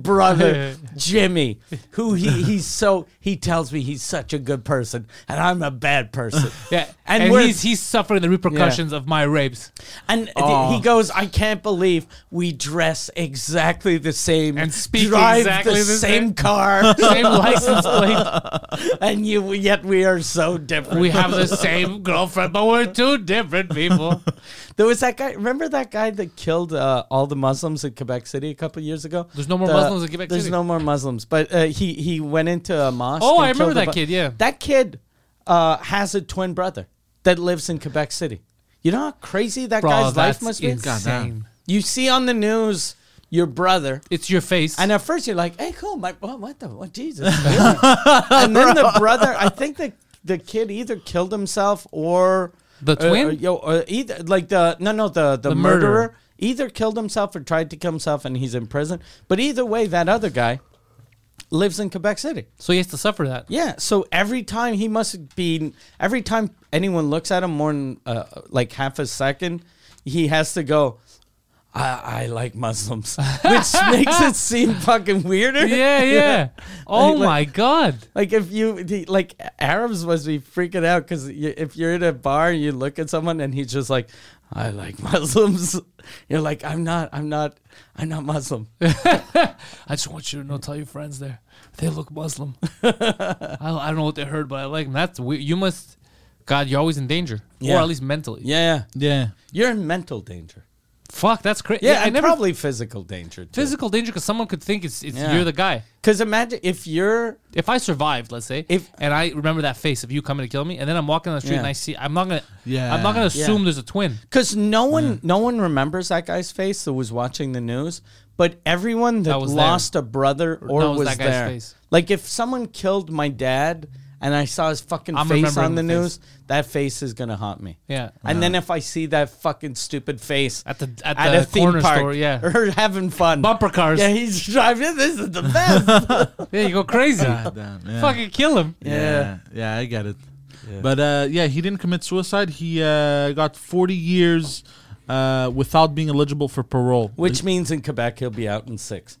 Speaker 2: brother, Jimmy, who he, he's so he tells me he's such a good person, and I'm a bad person.
Speaker 1: Yeah,
Speaker 2: and,
Speaker 1: and,
Speaker 2: we're,
Speaker 1: he's he's suffering the repercussions of my rapes.
Speaker 2: and th- he goes, I can't believe we dress exactly the same
Speaker 1: And speak
Speaker 2: drive
Speaker 1: exactly
Speaker 2: the,
Speaker 1: the
Speaker 2: same,
Speaker 1: same."
Speaker 2: car,
Speaker 1: Same license plate.
Speaker 2: and you yet we are so different.
Speaker 1: We have the same girlfriend, but we're two different people.
Speaker 2: There was that guy. Remember that guy that killed uh, all the Muslims in Quebec City a couple years ago?
Speaker 1: There's no more
Speaker 2: The-
Speaker 1: Muslims in Quebec
Speaker 2: there's
Speaker 1: City.
Speaker 2: no more Muslims, but uh, he he went into a mosque.
Speaker 1: Oh,
Speaker 2: and
Speaker 1: I remember
Speaker 2: killed a
Speaker 1: that
Speaker 2: bu-
Speaker 1: kid, yeah.
Speaker 2: that kid uh, has a twin brother that lives in Quebec City. You know how crazy that
Speaker 1: Bro,
Speaker 2: guy's life
Speaker 1: that's
Speaker 2: must be.
Speaker 1: insane.
Speaker 2: You see on the news your brother.
Speaker 1: It's your face.
Speaker 2: And at first you're like, "Hey, cool, my what, what the what Jesus?" really? and then the brother, I think the the kid either killed himself or
Speaker 1: The
Speaker 2: or-
Speaker 1: twin?
Speaker 2: or, yo, or either like the no, no, the the,
Speaker 1: The
Speaker 2: murderer.
Speaker 1: murderer.
Speaker 2: either killed himself or tried to kill himself, and he's in prison. But either way, that other guy lives in Quebec City.
Speaker 1: so he has to suffer that.
Speaker 2: Yeah, so every time he must be every time anyone looks at him more than uh, like half a second, he has to go. I, I like Muslims, which makes it seem fucking weirder.
Speaker 1: Yeah, yeah. Oh
Speaker 2: Like-
Speaker 1: my god.
Speaker 2: Like if you the- like Arabs must be freaking out because you, if you're in a bar and you look at someone and he's just like, I like Muslims. You're like, I'm not, I'm not, I'm not Muslim.
Speaker 1: I just want you to know, tell your friends there. They look Muslim. I, I don't know what they heard, but I like them. That's weird. You must, God, you're always in danger,
Speaker 2: Yeah.
Speaker 1: or at least mentally.
Speaker 2: Yeah,
Speaker 3: Yeah.
Speaker 2: you're in mental danger.
Speaker 1: Fuck, that's crazy.
Speaker 2: Yeah, and probably physical danger. Too.
Speaker 1: physical danger because someone could think it's, it's
Speaker 2: Yeah.
Speaker 1: you're the guy.
Speaker 2: Because imagine if you're
Speaker 1: If I survived, let's say,
Speaker 2: If-
Speaker 1: and I remember that face of you coming to kill me, and then I'm walking down the street
Speaker 2: Yeah.
Speaker 1: and I see, I'm not gonna,
Speaker 3: Yeah.
Speaker 1: I'm not gonna
Speaker 2: Yeah.
Speaker 1: assume there's a twin.
Speaker 2: Because no one, no one remembers that guy's face that was watching the news, but everyone that,
Speaker 1: That was
Speaker 2: lost a brother or
Speaker 1: that
Speaker 2: was,
Speaker 1: was that guy's
Speaker 2: there.
Speaker 1: face.
Speaker 2: Like if someone killed my dad and I saw his fucking
Speaker 1: I'm
Speaker 2: face
Speaker 1: remembering
Speaker 2: on the,
Speaker 1: the
Speaker 2: news, that face is gonna haunt me.
Speaker 1: Yeah.
Speaker 2: And then if I see that fucking stupid face
Speaker 1: At the- at the corner store, yeah.
Speaker 2: or having fun,
Speaker 1: Bumper cars.
Speaker 2: yeah, he's driving. This is the best.
Speaker 1: Yeah, you go crazy.
Speaker 2: Oh.
Speaker 3: God damn, yeah.
Speaker 1: Fucking kill him.
Speaker 3: Yeah, yeah, I get it. But uh, yeah, he didn't commit suicide. He uh, got 40 years uh, without being eligible for parole.
Speaker 2: Which means in Quebec he'll be out in six.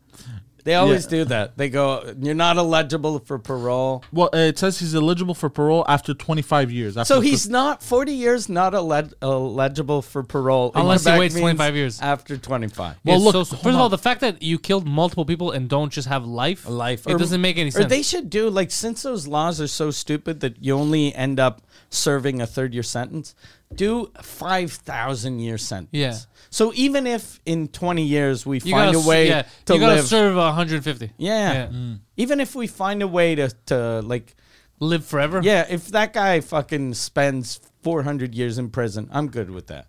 Speaker 2: They always do that. They go, you're not eligible for parole.
Speaker 3: well, uh, it says he's eligible for parole after 25 years. After
Speaker 2: So
Speaker 3: the
Speaker 2: he's not 40 years not ele- eligible for parole in
Speaker 1: Unless he
Speaker 2: Quebec
Speaker 1: waits
Speaker 2: means
Speaker 1: 25 years.
Speaker 2: after 25.
Speaker 3: Well,
Speaker 1: It's
Speaker 3: look,
Speaker 1: so- first
Speaker 3: hold
Speaker 1: of all,
Speaker 3: on.
Speaker 1: the fact that you killed multiple people and don't just have life,
Speaker 2: Life.
Speaker 1: it
Speaker 2: Or-
Speaker 1: doesn't make any
Speaker 2: Or
Speaker 1: sense.
Speaker 2: they should do like since those laws are so stupid that you only end up serving a third year sentence, do a 5,000 year sentence.
Speaker 1: Yeah.
Speaker 2: So even if in 20 years we
Speaker 1: you
Speaker 2: find
Speaker 1: gotta,
Speaker 2: a
Speaker 1: s-
Speaker 2: way
Speaker 1: yeah,
Speaker 2: to
Speaker 1: you gotta
Speaker 2: live
Speaker 1: serve 150.
Speaker 2: yeah. Mm.
Speaker 1: Mm.
Speaker 2: Even if we find a way to to like
Speaker 1: live forever.
Speaker 2: yeah, if that guy fucking spends 400 years in prison, I'm good with that.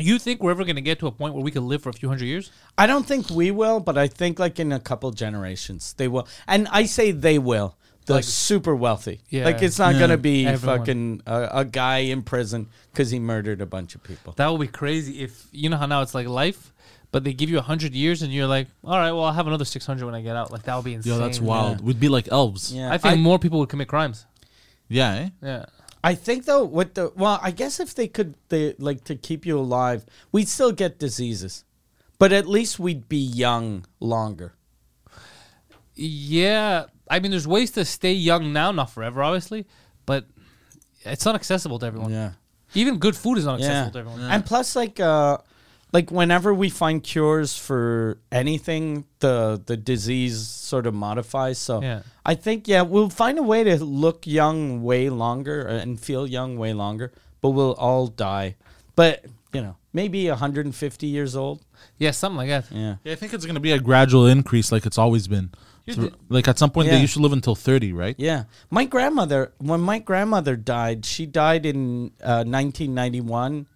Speaker 1: you think we're ever gonna get to a point where we can live for a few hundred years?
Speaker 2: I don't think we will, but I think like in a couple generations they will. And I say they will. The super wealthy.
Speaker 1: Yeah.
Speaker 2: Like it's not going to be
Speaker 1: Everyone.
Speaker 2: fucking a, a guy in prison cuz he murdered a bunch of people.
Speaker 1: That would be crazy. If you know how now it's like life, but they give you 100 years and you're like, all right, well, I'll have another 600 when I get out. Like that would be insane.
Speaker 3: Yo, that's wild. We'd be like elves.
Speaker 2: Yeah.
Speaker 1: I think more people would commit crimes.
Speaker 3: Yeah. eh?
Speaker 1: Yeah.
Speaker 2: I think though with the well, I guess if they could they like to keep you alive, we'd still get diseases. But at least we'd be young longer.
Speaker 1: Yeah. I mean, there's ways to stay young now, not forever, obviously, but it's not accessible to everyone.
Speaker 2: Yeah.
Speaker 1: Even good food is not accessible
Speaker 2: yeah.
Speaker 1: to everyone.
Speaker 2: And plus, like, uh, like whenever we find cures for anything, the the disease sort of modifies. So
Speaker 1: Yeah.
Speaker 2: I think yeah, we'll find a way to look young way longer uh, and feel young way longer, but we'll all die. But you know, maybe 150 years old.
Speaker 1: Yeah, something like that.
Speaker 2: Yeah.
Speaker 3: Yeah, I think it's gonna be a gradual increase, like it's always been. Thr- like at some point,
Speaker 2: Yeah.
Speaker 3: they used to live until 30, right?
Speaker 2: Yeah, my grandmother. When my grandmother died, she died in uh, 1991,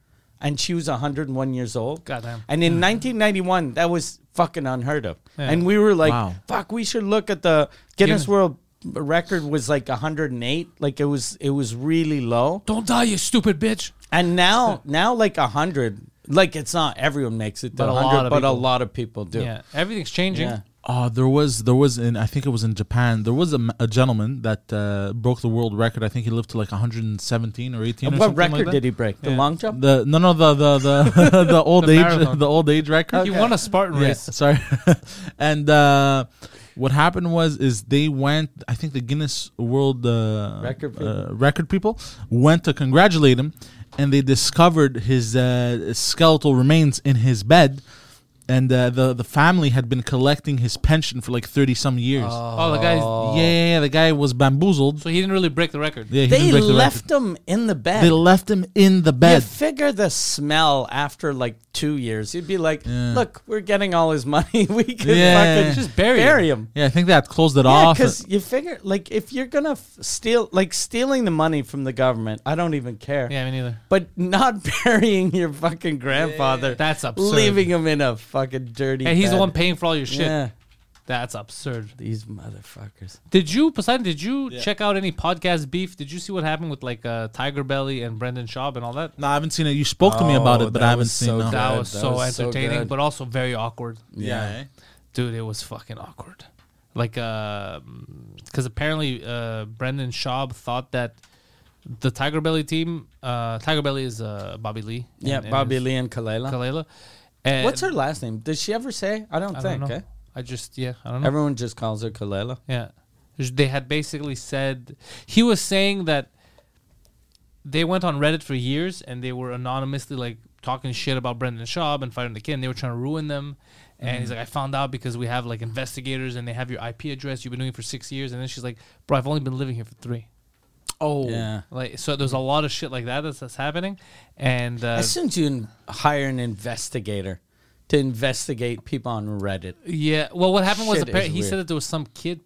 Speaker 2: and she was 101 years old.
Speaker 1: Goddamn.
Speaker 2: And
Speaker 3: Hmm.
Speaker 2: in 1991, that was fucking unheard of. And we were like,
Speaker 3: Wow.
Speaker 2: "Fuck, we should look at the Guinness
Speaker 1: Yeah.
Speaker 2: World Record was like 108. Like it was, it was really low.
Speaker 1: Don't die, you stupid bitch.
Speaker 2: And now, now like 100. Like it's not everyone makes it to
Speaker 1: But a
Speaker 2: 100,
Speaker 1: lot of
Speaker 2: but a
Speaker 1: people.
Speaker 2: lot of people do.
Speaker 1: Yeah. Everything's changing.
Speaker 2: Yeah.
Speaker 3: Uh, there was there was in I think it was in Japan. There was a, m- a gentleman that uh, broke the world record. I think he lived to like 117 or 18. or
Speaker 2: What
Speaker 3: something like
Speaker 2: record
Speaker 3: that.
Speaker 2: did he break? The long jump.
Speaker 3: The no no the the the, the old
Speaker 1: The
Speaker 3: age
Speaker 1: marathon.
Speaker 3: the old age record.
Speaker 1: You won a Spartan
Speaker 3: Yeah,
Speaker 1: race.
Speaker 3: sorry. and uh, what happened was is they went. I think the Guinness World uh,
Speaker 2: Record people.
Speaker 3: uh, record people went to congratulate him, and they discovered his uh, skeletal remains in his bed. And uh, the the family had been collecting his pension for like thirty some years.
Speaker 1: Oh, the guy.
Speaker 3: Yeah, yeah, yeah, the guy was bamboozled.
Speaker 1: So he didn't really break the record.
Speaker 3: yeah, he
Speaker 2: They
Speaker 3: didn't break the
Speaker 2: left
Speaker 3: record.
Speaker 2: them in the bed.
Speaker 3: They left him in the
Speaker 2: You
Speaker 3: bed.
Speaker 2: figure the smell after like two years. You'd be like, look, we're getting all his money. We could
Speaker 3: Yeah.
Speaker 2: fucking
Speaker 1: Just bury him.
Speaker 2: him.
Speaker 3: yeah, I think that closed it
Speaker 2: Yeah,
Speaker 3: off.
Speaker 2: because you figure like if you're gonna f- steal, like stealing the money from the government, I don't even care.
Speaker 1: Yeah, me neither.
Speaker 2: But not burying your fucking grandfather.
Speaker 1: That's absurd.
Speaker 2: Leaving him in a fucking dirty.
Speaker 1: And he's the
Speaker 2: bed.
Speaker 1: one paying for all your shit.
Speaker 2: Yeah.
Speaker 1: That's absurd.
Speaker 2: These motherfuckers.
Speaker 1: Did you, Poseidon? Did you check out any podcast beef? Did you see what happened with like uh, Tiger Belly and Brendan Schaub and all that?
Speaker 3: no, I haven't seen it. You spoke to me about
Speaker 2: Oh,
Speaker 3: it, but
Speaker 2: that
Speaker 3: I
Speaker 2: was
Speaker 3: haven't seen
Speaker 2: so
Speaker 3: it. no.
Speaker 2: good.
Speaker 1: That was
Speaker 2: that
Speaker 1: so
Speaker 2: was so
Speaker 1: entertaining,
Speaker 2: good.
Speaker 1: but also very awkward.
Speaker 3: Yeah. eh?
Speaker 1: dude, it was fucking awkward. Like, uh, because apparently uh, Brendan Schaub thought that the Tiger Belly team, uh, Tiger Belly is uh, Bobby Lee.
Speaker 2: Yeah,
Speaker 1: and- and
Speaker 2: Bobby
Speaker 1: his-
Speaker 2: Lee and Kalela.
Speaker 1: Kalela. And
Speaker 2: What's her last name? Did she ever say? I don't
Speaker 1: I
Speaker 2: think.
Speaker 1: don't know.
Speaker 2: eh?
Speaker 1: I just yeah, I don't know.
Speaker 2: Everyone just calls her Kalela.
Speaker 1: Yeah. They had basically said he was saying that they went on Reddit for years and they were anonymously like talking shit about Brendan Schaub and fighting the kid and they were trying to ruin them.
Speaker 2: Mm-hmm.
Speaker 1: And he's like, I found out because we have like investigators and they have your IP address. You've been doing it for six years. And then she's like, Bro, I've only been living here for three.
Speaker 3: Oh.
Speaker 2: Yeah.
Speaker 1: Like, so there's a lot of shit like that that's, that's happening. And uh,
Speaker 2: As soon as you n- hire an investigator, to investigate people on Reddit.
Speaker 1: Yeah. Well, what happened was
Speaker 2: Shit
Speaker 1: apparently
Speaker 2: is
Speaker 1: he said
Speaker 2: weird.
Speaker 1: that there was some kid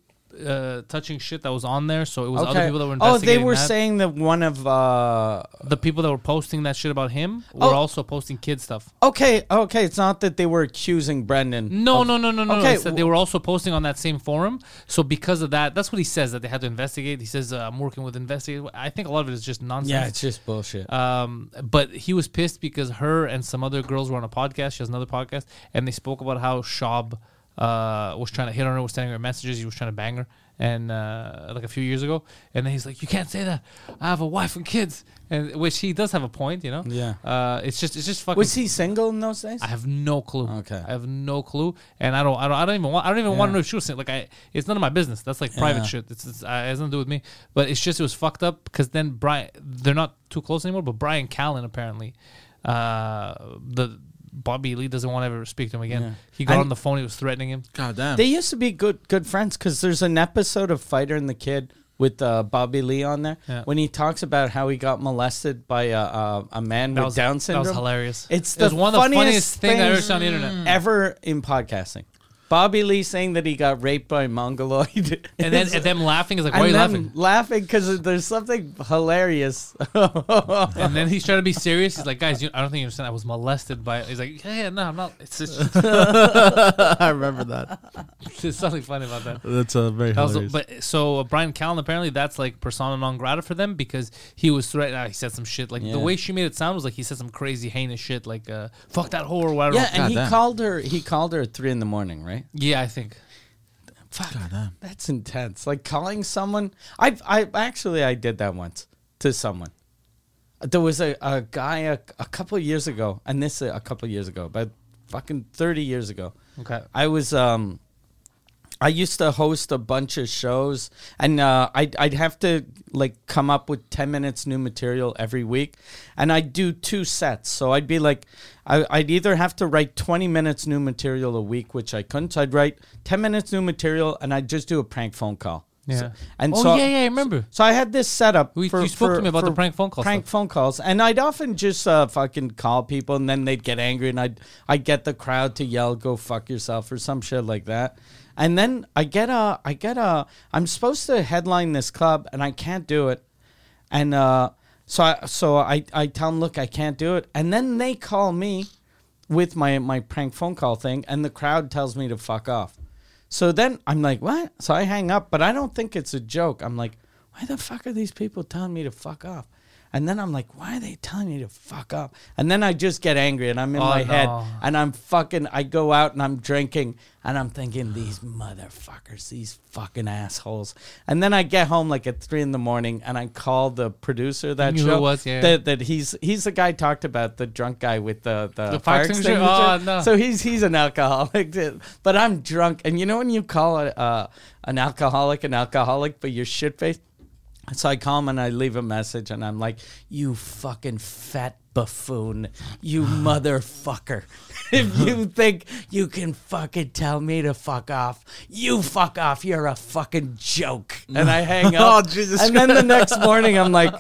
Speaker 1: uh, touching shit that was on there, so it was
Speaker 2: Okay.
Speaker 1: other people that were
Speaker 2: oh, they
Speaker 1: investigating.
Speaker 2: were
Speaker 1: that.
Speaker 2: saying that one of uh
Speaker 1: the people that were posting that shit about him
Speaker 2: Oh.
Speaker 1: were also posting kid stuff.
Speaker 2: okay, okay, it's not that they were accusing Brendan.
Speaker 1: No,
Speaker 2: of-
Speaker 1: no, no, no, no.
Speaker 2: Oh. Okay,
Speaker 1: Okay. Said they were also posting on that same forum. So because of that, that's what he says that they had to investigate. He says uh, I'm working with investigators. I think a lot of it is just nonsense.
Speaker 2: Yeah, it's just bullshit.
Speaker 1: Um, but he was pissed because her and some other girls were on a podcast. She has another podcast, and they spoke about how Shab uh, was trying to hit on her, was sending her messages, he was trying to bang her, and uh, like a few years ago. And then he's like, "You can't say that. I have a wife and kids," and which he does have a point, you know.
Speaker 2: Yeah.
Speaker 1: Uh, it's just, it's just fucking.
Speaker 2: was he single in those days?
Speaker 1: I have no clue.
Speaker 2: Okay.
Speaker 1: I have no clue, and I don't. I don't. I don't even want. I don't even want to know if she was single. Like I, it's none of my business. That's like private
Speaker 2: Yeah.
Speaker 1: shit. It's, it's uh, it has nothing to do with me. But it's just it was fucked up because then Brian, they're not too close anymore. But Brian Callen apparently, uh, the Bobby Lee doesn't want to ever speak to him again. He got
Speaker 2: And-
Speaker 1: on the phone. He was threatening him.
Speaker 3: God damn.
Speaker 2: They used to be good good friends because there's an episode of Fighter and the Kid with uh, Bobby Lee on there
Speaker 1: Yeah.
Speaker 2: when he talks about how he got molested by a, a, a man
Speaker 1: That
Speaker 2: with
Speaker 1: was-
Speaker 2: Down
Speaker 1: that was
Speaker 2: syndrome.
Speaker 1: hilarious.
Speaker 2: It's
Speaker 1: It was
Speaker 2: the
Speaker 1: one of the funniest
Speaker 2: funniest,
Speaker 1: thing I ever
Speaker 2: things
Speaker 1: saw on the internet. Mm.
Speaker 2: ever in podcasting. Bobby Lee saying that he got raped by a mongoloid,
Speaker 1: And then and them laughing is like, why
Speaker 2: And
Speaker 1: are you
Speaker 2: them
Speaker 1: laughing?
Speaker 2: Laughing because there's something hilarious.
Speaker 1: And then he's trying to be serious. He's like, guys, you, I don't think you understand. I was molested by. He's like, yeah, yeah no, I'm not. It's just
Speaker 3: I remember that.
Speaker 1: there's nothing funny about that.
Speaker 3: That's a very
Speaker 1: That was-
Speaker 3: hilarious.
Speaker 1: but so uh, Brian Callen apparently that's like persona non grata for them because he was threatened. Uh, he said some shit like
Speaker 2: Yeah.
Speaker 1: the way she made it sound was like he said some crazy heinous shit like uh, "fuck that whore." Whatever.
Speaker 2: yeah, and he
Speaker 3: Goddamn.
Speaker 2: called her. He called her at three in the morning, right?
Speaker 1: yeah, I think
Speaker 2: Fuck, that's intense. Like calling someone. I I actually I did that once to someone. There was a, a guy a, a couple years ago, and this a couple years ago, about fucking thirty years ago.
Speaker 1: Okay.
Speaker 2: I was um, I used to host a bunch of shows, and uh, I'd I'd have to like come up with ten minutes new material every week, and I'd do two sets. So I'd be like, I, I'd either have to write twenty minutes new material a week, which I couldn't. So I'd write ten minutes new material, and I'd just do a prank phone call.
Speaker 1: Yeah.
Speaker 2: So- and
Speaker 1: Oh,
Speaker 2: so
Speaker 1: yeah, yeah, I remember.
Speaker 2: So I had this setup.
Speaker 1: We- you spoke to me about the prank phone call
Speaker 2: Prank
Speaker 1: stuff.
Speaker 2: phone calls, and I'd often just uh, fucking call people, and then they'd get angry, and I'd I'd get the crowd to yell "Go fuck yourself" or some shit like that. And then I get a I get a I'm supposed to headline this club, and I can't do it. And uh, so I so I I tell them, look, I can't do it. And then they call me with my my prank phone call thing, and the crowd tells me to fuck off. So then I'm like, what? So I hang up, but I don't think it's a joke. I'm like, why the fuck are these people telling me to fuck off? And then I'm like, why are they telling me to fuck off? And then I just get angry and I'm in
Speaker 1: Oh,
Speaker 2: my head
Speaker 1: no.
Speaker 2: and I'm fucking, I go out and I'm drinking and I'm thinking, these motherfuckers, these fucking assholes. And then I get home like at three in the morning and I call the producer of that
Speaker 1: You knew who
Speaker 2: show.
Speaker 1: it was, yeah.
Speaker 2: That, that he's, he's the guy talked about, the drunk guy with the, the,
Speaker 1: The fire extinguisher? Oh, no.
Speaker 2: So he's he's an alcoholic, too. but I'm drunk. And you know when you call a, uh, an alcoholic an alcoholic, but you're shit faced. So I call him and I leave a message, and I'm like, "You fucking fat buffoon, you motherfucker! if you think you can fucking tell me to fuck off, you fuck off. You're a fucking joke." And I hang up.
Speaker 3: Oh, Jesus
Speaker 2: And then the next morning, I'm like,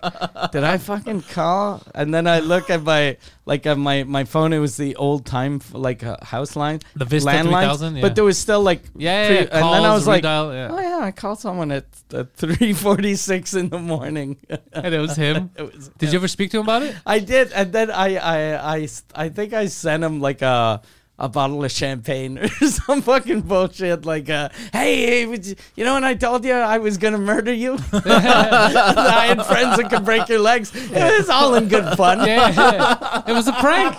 Speaker 2: "Did I fucking call?" And then I look at my like at my my phone. It was the old time like uh, house line,
Speaker 1: The Vista
Speaker 2: landlines,
Speaker 1: 3000, yeah.
Speaker 2: But there was still like
Speaker 1: Yeah, yeah, yeah,
Speaker 2: and then I
Speaker 1: calls,
Speaker 2: was like,
Speaker 1: redial, yeah.
Speaker 2: "Oh yeah, I called someone at, at three forty six in the morning."
Speaker 1: and it was him.
Speaker 2: was
Speaker 1: Did you ever speak to him about it?
Speaker 2: I did, and then I, I, I, I think I sent him like a a bottle of champagne or some fucking bullshit. Like, uh, hey, hey, would you, you know when I told you I was gonna murder you? I had friends that could break your legs. It was all in good fun.
Speaker 1: Yeah, yeah. it was a prank.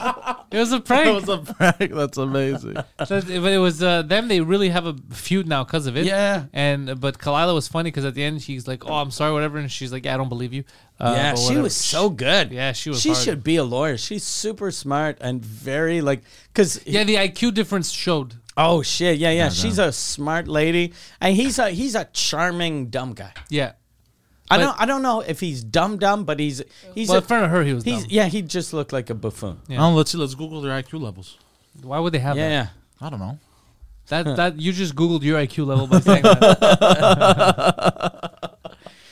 Speaker 1: It was a
Speaker 3: that
Speaker 1: prank.
Speaker 3: was a prank. That's amazing.
Speaker 1: That- but it was uh, them. They really have a feud now because of it.
Speaker 2: Yeah.
Speaker 1: And but Kalila was funny because at the end she's like, "Oh, I'm sorry, whatever," and she's like, "Yeah, I don't believe you." Uh,
Speaker 2: yeah,
Speaker 1: but
Speaker 2: she
Speaker 1: whatever.
Speaker 2: was so good.
Speaker 1: Yeah, she was
Speaker 2: She
Speaker 1: hard.
Speaker 2: should be a lawyer. She's super smart and very like, cause
Speaker 1: Yeah, the IQ difference showed.
Speaker 2: oh shit, yeah, yeah. She's a smart lady, and he's a he's a charming dumb guy.
Speaker 1: Yeah.
Speaker 2: I
Speaker 1: But-
Speaker 2: don't I don't know if he's dumb dumb, but he's he's
Speaker 1: Well,
Speaker 2: a,
Speaker 1: in front of her, he was
Speaker 2: he's
Speaker 1: dumb.
Speaker 2: yeah he just looked like a buffoon. Yeah,
Speaker 1: Yeah.
Speaker 3: Oh, let's see. Let's Google their IQ levels.
Speaker 1: Why would they have
Speaker 2: yeah.
Speaker 1: that?
Speaker 3: I don't know.
Speaker 1: That that you just googled your IQ level by saying that.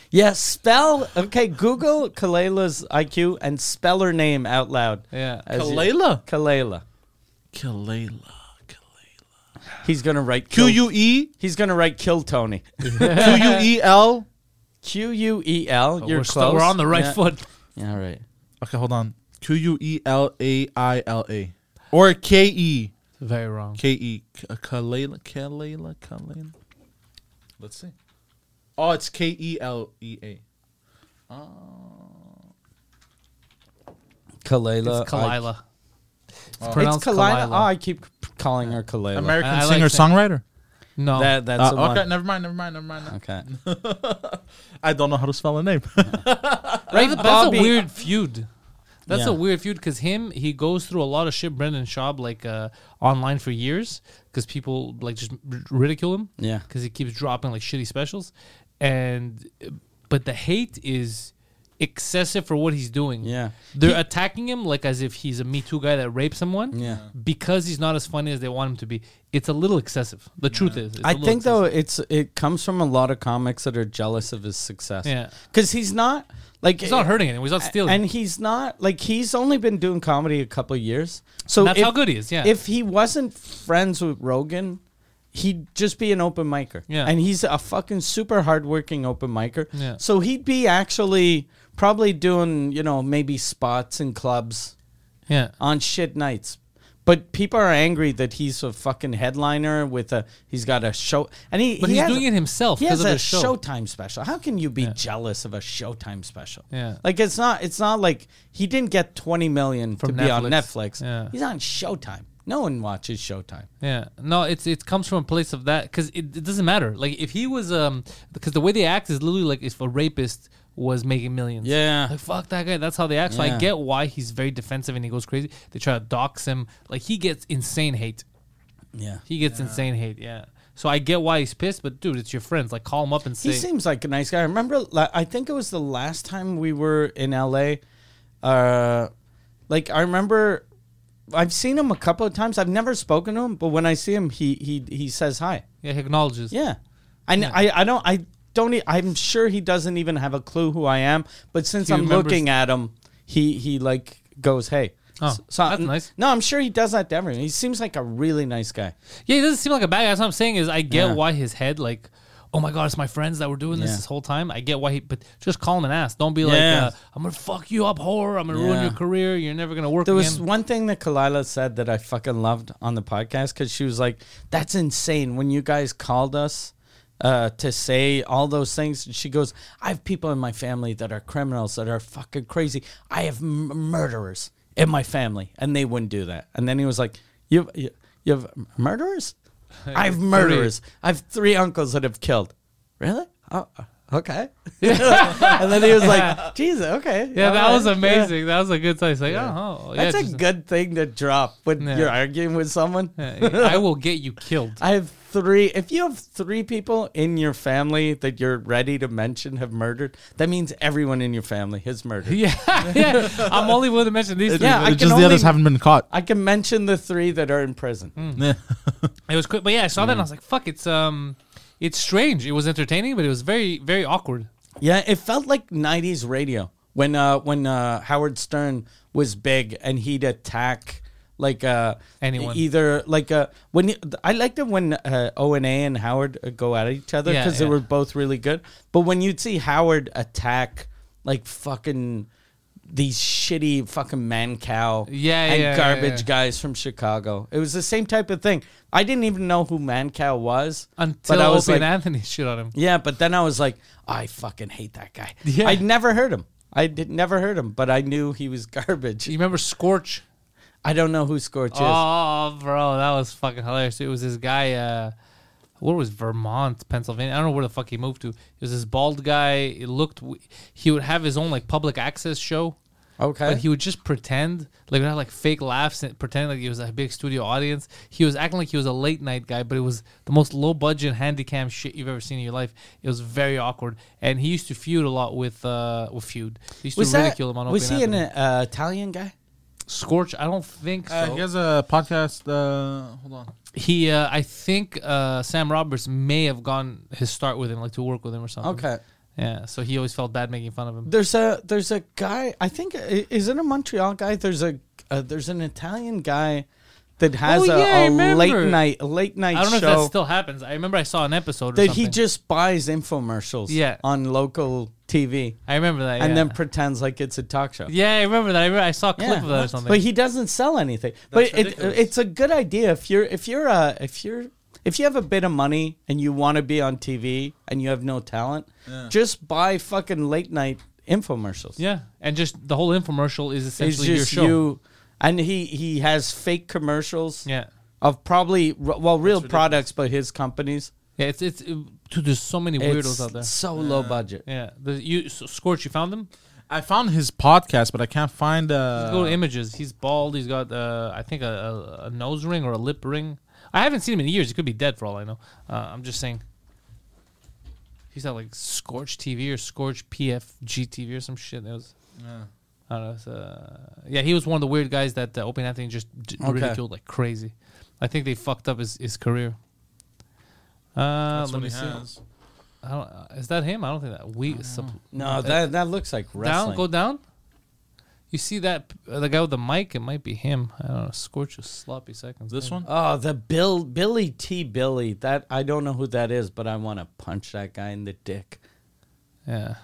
Speaker 2: Yeah, spell okay. Google Kalela's IQ and spell her name out loud.
Speaker 1: Yeah.
Speaker 2: as you-
Speaker 3: Kalela?
Speaker 2: Kalela.
Speaker 3: Kalela.
Speaker 2: He's gonna write
Speaker 3: Q
Speaker 2: kill-
Speaker 3: U E
Speaker 2: He's gonna write kill Tony.
Speaker 3: Q U E L.
Speaker 2: Q U E L. You're
Speaker 1: Oh, we're,
Speaker 2: close.
Speaker 1: still- we're on the right
Speaker 2: Yeah.
Speaker 1: foot.
Speaker 2: Yeah, all right.
Speaker 3: Okay, hold on. Q U E L A I L A or K E
Speaker 1: Very wrong.
Speaker 3: K E Kalela Kalela Kalela. Let's see. Oh, it's K E L E A.
Speaker 2: Kalela.
Speaker 1: It's Kalila. It's
Speaker 2: I,
Speaker 1: pronounced
Speaker 2: it's Kalila.
Speaker 1: Kalila.
Speaker 2: Oh, I keep calling her Kalela.
Speaker 3: American
Speaker 1: I like
Speaker 3: singer songwriter.
Speaker 1: no.
Speaker 2: That that's the
Speaker 3: Uh, okay,
Speaker 2: one.
Speaker 3: never mind, never mind, never mind. never mind.
Speaker 2: Okay.
Speaker 3: I don't know how to spell a name.
Speaker 1: That's, that's
Speaker 2: Bobby-
Speaker 1: a weird feud. That's
Speaker 2: Yeah.
Speaker 1: a weird feud because him he goes through a lot of shit. Brendan Schaub like uh, online for years because people like just r- ridicule him.
Speaker 2: Yeah.
Speaker 1: because he keeps dropping like shitty specials, and but the hate is excessive for what he's doing.
Speaker 2: Yeah.
Speaker 1: they're attacking him like as if he's a Me Too guy that raped someone.
Speaker 2: Yeah.
Speaker 1: because he's not as funny as they want him to be. It's a little excessive. The truth is, it's a
Speaker 2: I
Speaker 1: little
Speaker 2: think though
Speaker 1: excessive.
Speaker 2: it's it comes from a lot of comics that are jealous of his success.
Speaker 1: Yeah.
Speaker 2: because he's not like
Speaker 1: he's not hurting anyone. He's not stealing.
Speaker 2: and he's not like he's only been doing comedy a couple of years. So
Speaker 1: That's
Speaker 2: if-
Speaker 1: how good he is, yeah.
Speaker 2: if he wasn't friends with Rogan, he'd just be an open micer.
Speaker 1: Yeah.
Speaker 2: and he's a fucking super hardworking open micer.
Speaker 1: Yeah.
Speaker 2: so he'd be actually probably doing you know maybe spots in clubs
Speaker 1: yeah,
Speaker 2: on shit nights. But people are angry that he's a fucking headliner with a he's got a show and he
Speaker 1: But
Speaker 2: he
Speaker 1: he's
Speaker 2: has-
Speaker 1: doing it himself
Speaker 2: He
Speaker 1: 'cause
Speaker 2: has
Speaker 1: of
Speaker 2: a
Speaker 1: his show.
Speaker 2: Showtime special. How can you be jealous of a Showtime special?
Speaker 1: Yeah.
Speaker 2: like it's not it's not like he didn't get twenty million
Speaker 1: From
Speaker 2: to be on
Speaker 1: Netflix.
Speaker 2: Netflix.
Speaker 1: Yeah.
Speaker 2: He's on Showtime. No one watches Showtime.
Speaker 1: Yeah, no, it's it comes from a place of that because it, it doesn't matter. Like if he was um, because the way they act is literally like if a rapist was making millions.
Speaker 2: Yeah.
Speaker 1: like fuck that guy. That's how they act. So I
Speaker 2: Yeah.
Speaker 1: get why he's very defensive and he goes crazy. They try to dox him. Like he gets insane hate.
Speaker 2: Yeah,
Speaker 1: He gets insane hate. Yeah. So I get why he's pissed, but dude, it's your friends. Like call him up and say.
Speaker 2: he seems like a nice guy. I remember, la- I think it was the last time we were in LA. Uh, like I remember, I've seen him a couple of times. I've never spoken to him, but when I see him, he he he says hi.
Speaker 1: yeah, he acknowledges.
Speaker 2: Yeah, and I I don't I don't e- I'm sure he doesn't even have a clue who I am. But since
Speaker 1: He
Speaker 2: I'm
Speaker 1: remembers-
Speaker 2: looking at him, he he like goes hey.
Speaker 1: Oh,
Speaker 2: S-
Speaker 1: that's nice.
Speaker 2: No, I'm sure he does that to everyone. He seems like a really nice guy.
Speaker 1: Yeah, he doesn't seem like a bad guy. That's what I'm saying is I get
Speaker 2: Yeah.
Speaker 1: why his head like, oh my god, it's my friends that were doing this
Speaker 2: Yeah.
Speaker 1: this whole time. I get why he, but just call him an ass. Don't be
Speaker 2: Yeah.
Speaker 1: like, uh, I'm gonna fuck you up, whore. I'm gonna ruin
Speaker 2: Yeah.
Speaker 1: your career. You're never gonna work
Speaker 2: There
Speaker 1: again.
Speaker 2: was one thing that Kalila said that I fucking loved on the podcast because she was like, "That's insane." When you guys called us uh, to say all those things, and she goes, "I have people in my family that are criminals that are fucking crazy. I have m- murderers in my family, and they wouldn't do that." And then he was like, "You, you, you have murderers? I have murderers. I have three uncles that have killed. Really? Oh, okay." and then he was like, "Jesus, okay."
Speaker 1: yeah,
Speaker 2: all
Speaker 1: that
Speaker 2: right,
Speaker 1: was
Speaker 2: yeah."
Speaker 1: amazing. That was a good time. It's like, oh, yeah,
Speaker 2: That's a
Speaker 1: just-
Speaker 2: good thing to drop when
Speaker 1: Yeah.
Speaker 2: you're arguing with someone.
Speaker 1: I will get you killed.
Speaker 2: I have three. If you have three people in your family that you're ready to mention have murdered, that means everyone in your family has murdered.
Speaker 1: yeah, yeah. I'm only willing to mention these.
Speaker 2: Yeah,
Speaker 1: three,
Speaker 2: I
Speaker 1: but
Speaker 2: can
Speaker 3: It's just the
Speaker 2: only-
Speaker 3: others haven't been caught.
Speaker 2: I can mention the three that are in prison.
Speaker 1: Hmm.
Speaker 3: Yeah.
Speaker 1: It was quick, but yeah, I saw that
Speaker 2: Mm.
Speaker 1: and I was like, "Fuck!" It's um, it's strange. It was entertaining, but it was very, very awkward.
Speaker 2: Yeah, it felt like '90s radio when uh, when uh, Howard Stern was big and he'd attack like uh,
Speaker 1: Anyone.
Speaker 2: either like uh, when he- I liked it when uh, O and A and Howard uh, go at each other
Speaker 1: Yeah,
Speaker 2: because
Speaker 1: yeah.
Speaker 2: they were both really good. But when you'd see Howard attack like fucking these shitty fucking man cow
Speaker 1: Yeah,
Speaker 2: and
Speaker 1: yeah, yeah,
Speaker 2: garbage
Speaker 1: yeah.
Speaker 2: guys from Chicago, it was the same type of thing. I didn't even know who man cow was
Speaker 1: Until
Speaker 2: I
Speaker 1: Opie
Speaker 2: was
Speaker 1: and Anthony shit on him.
Speaker 2: yeah, but then I was like, "Oh, I fucking hate that guy.
Speaker 1: Yeah.
Speaker 2: I'd never heard him. I did never heard him, but I knew he was
Speaker 1: You
Speaker 2: garbage.
Speaker 1: remember Scorch?
Speaker 2: I don't know who Scorch is.
Speaker 1: Oh, bro, that was fucking hilarious. It was this guy. Uh, where was Vermont, Pennsylvania? I don't know where the fuck he moved to. It was this bald guy. It looked. w- He would have his own like public access show.
Speaker 2: Okay.
Speaker 1: But he would just pretend like would have like fake laughs and pretend like he was a big studio audience. He was acting like he was a late night guy, but it was the most low budget handy cam shit you've ever seen in your life. It was very awkward, and he used to feud a lot with uh with feud. He used
Speaker 2: was
Speaker 1: to
Speaker 2: that,
Speaker 1: ridicule him on.
Speaker 2: was
Speaker 1: Opie
Speaker 2: he
Speaker 1: and
Speaker 2: an
Speaker 1: Anthony.
Speaker 2: uh, Italian guy?
Speaker 1: Scorch? I don't think so.
Speaker 3: Uh, he has a podcast. Uh, hold on.
Speaker 1: He, uh, I think uh, Sam Roberts may have gone his start with him, like to work with him or something.
Speaker 2: Okay.
Speaker 1: Yeah, so he always felt bad making fun of him.
Speaker 2: There's a there's a guy. I think i- is it a Montreal guy? There's a uh, there's an uh, Italian guy that has
Speaker 1: Oh,
Speaker 2: a-
Speaker 1: yeah, I
Speaker 2: a, late
Speaker 1: remember.
Speaker 2: night late night
Speaker 1: I don't know
Speaker 2: show
Speaker 1: if that still happens. I remember I saw an episode. Or
Speaker 2: that
Speaker 1: something.
Speaker 2: he just buys infomercials
Speaker 1: Yeah.
Speaker 2: on local TV
Speaker 1: I remember that.
Speaker 2: and
Speaker 1: yeah.
Speaker 2: then pretends like it's a talk show.
Speaker 1: yeah, I remember that. I, remember I saw a clip of that or
Speaker 2: What?
Speaker 1: something.
Speaker 2: But he doesn't sell anything. but it,
Speaker 3: ridiculous.
Speaker 2: it's a good idea if you're if you're uh, if you're if you have a bit of money and you want to be on TV and you have no talent, just buy fucking late night infomercials.
Speaker 1: yeah, and just the whole infomercial is
Speaker 2: it's
Speaker 1: essentially your
Speaker 2: just
Speaker 1: show.
Speaker 2: you. And he he has fake commercials.
Speaker 1: Yeah.
Speaker 2: Of probably r- well real products, but his companies.
Speaker 1: Yeah, it's it's it, dude. There's so many weirdos
Speaker 2: It's
Speaker 1: out there.
Speaker 2: So low budget.
Speaker 1: Yeah, the, you S- Scorch. You found him?
Speaker 3: I found his podcast, but I can't find. Uh,
Speaker 1: Go to images. He's bald. He's got uh, I think a, a, a nose ring or a lip ring. I haven't seen him in years. He could be dead for all I know. Uh, I'm just saying. He's at like Scorch TV or Scorch PFG TV or some shit. It was. I don't know. It's, uh, yeah, he was one of the weird guys that uh, Opie and Anthony just d-
Speaker 2: Okay.
Speaker 1: ridiculed like crazy. I think they fucked up his, his career. Uh,
Speaker 3: That's
Speaker 1: let
Speaker 3: what
Speaker 1: me
Speaker 3: he
Speaker 1: see.
Speaker 3: has.
Speaker 1: I don't, uh, is that him? I don't think that we. supp-
Speaker 2: No, that that looks like wrestling.
Speaker 1: down, go down. You see that p- uh, the guy with the mic? It might be him. I don't know. Scorch is sloppy seconds.
Speaker 3: This
Speaker 1: maybe.
Speaker 3: one?
Speaker 2: Oh, the Bill Billy T Billy. That I don't know who that is, but I want to punch that guy in the dick.
Speaker 1: Yeah.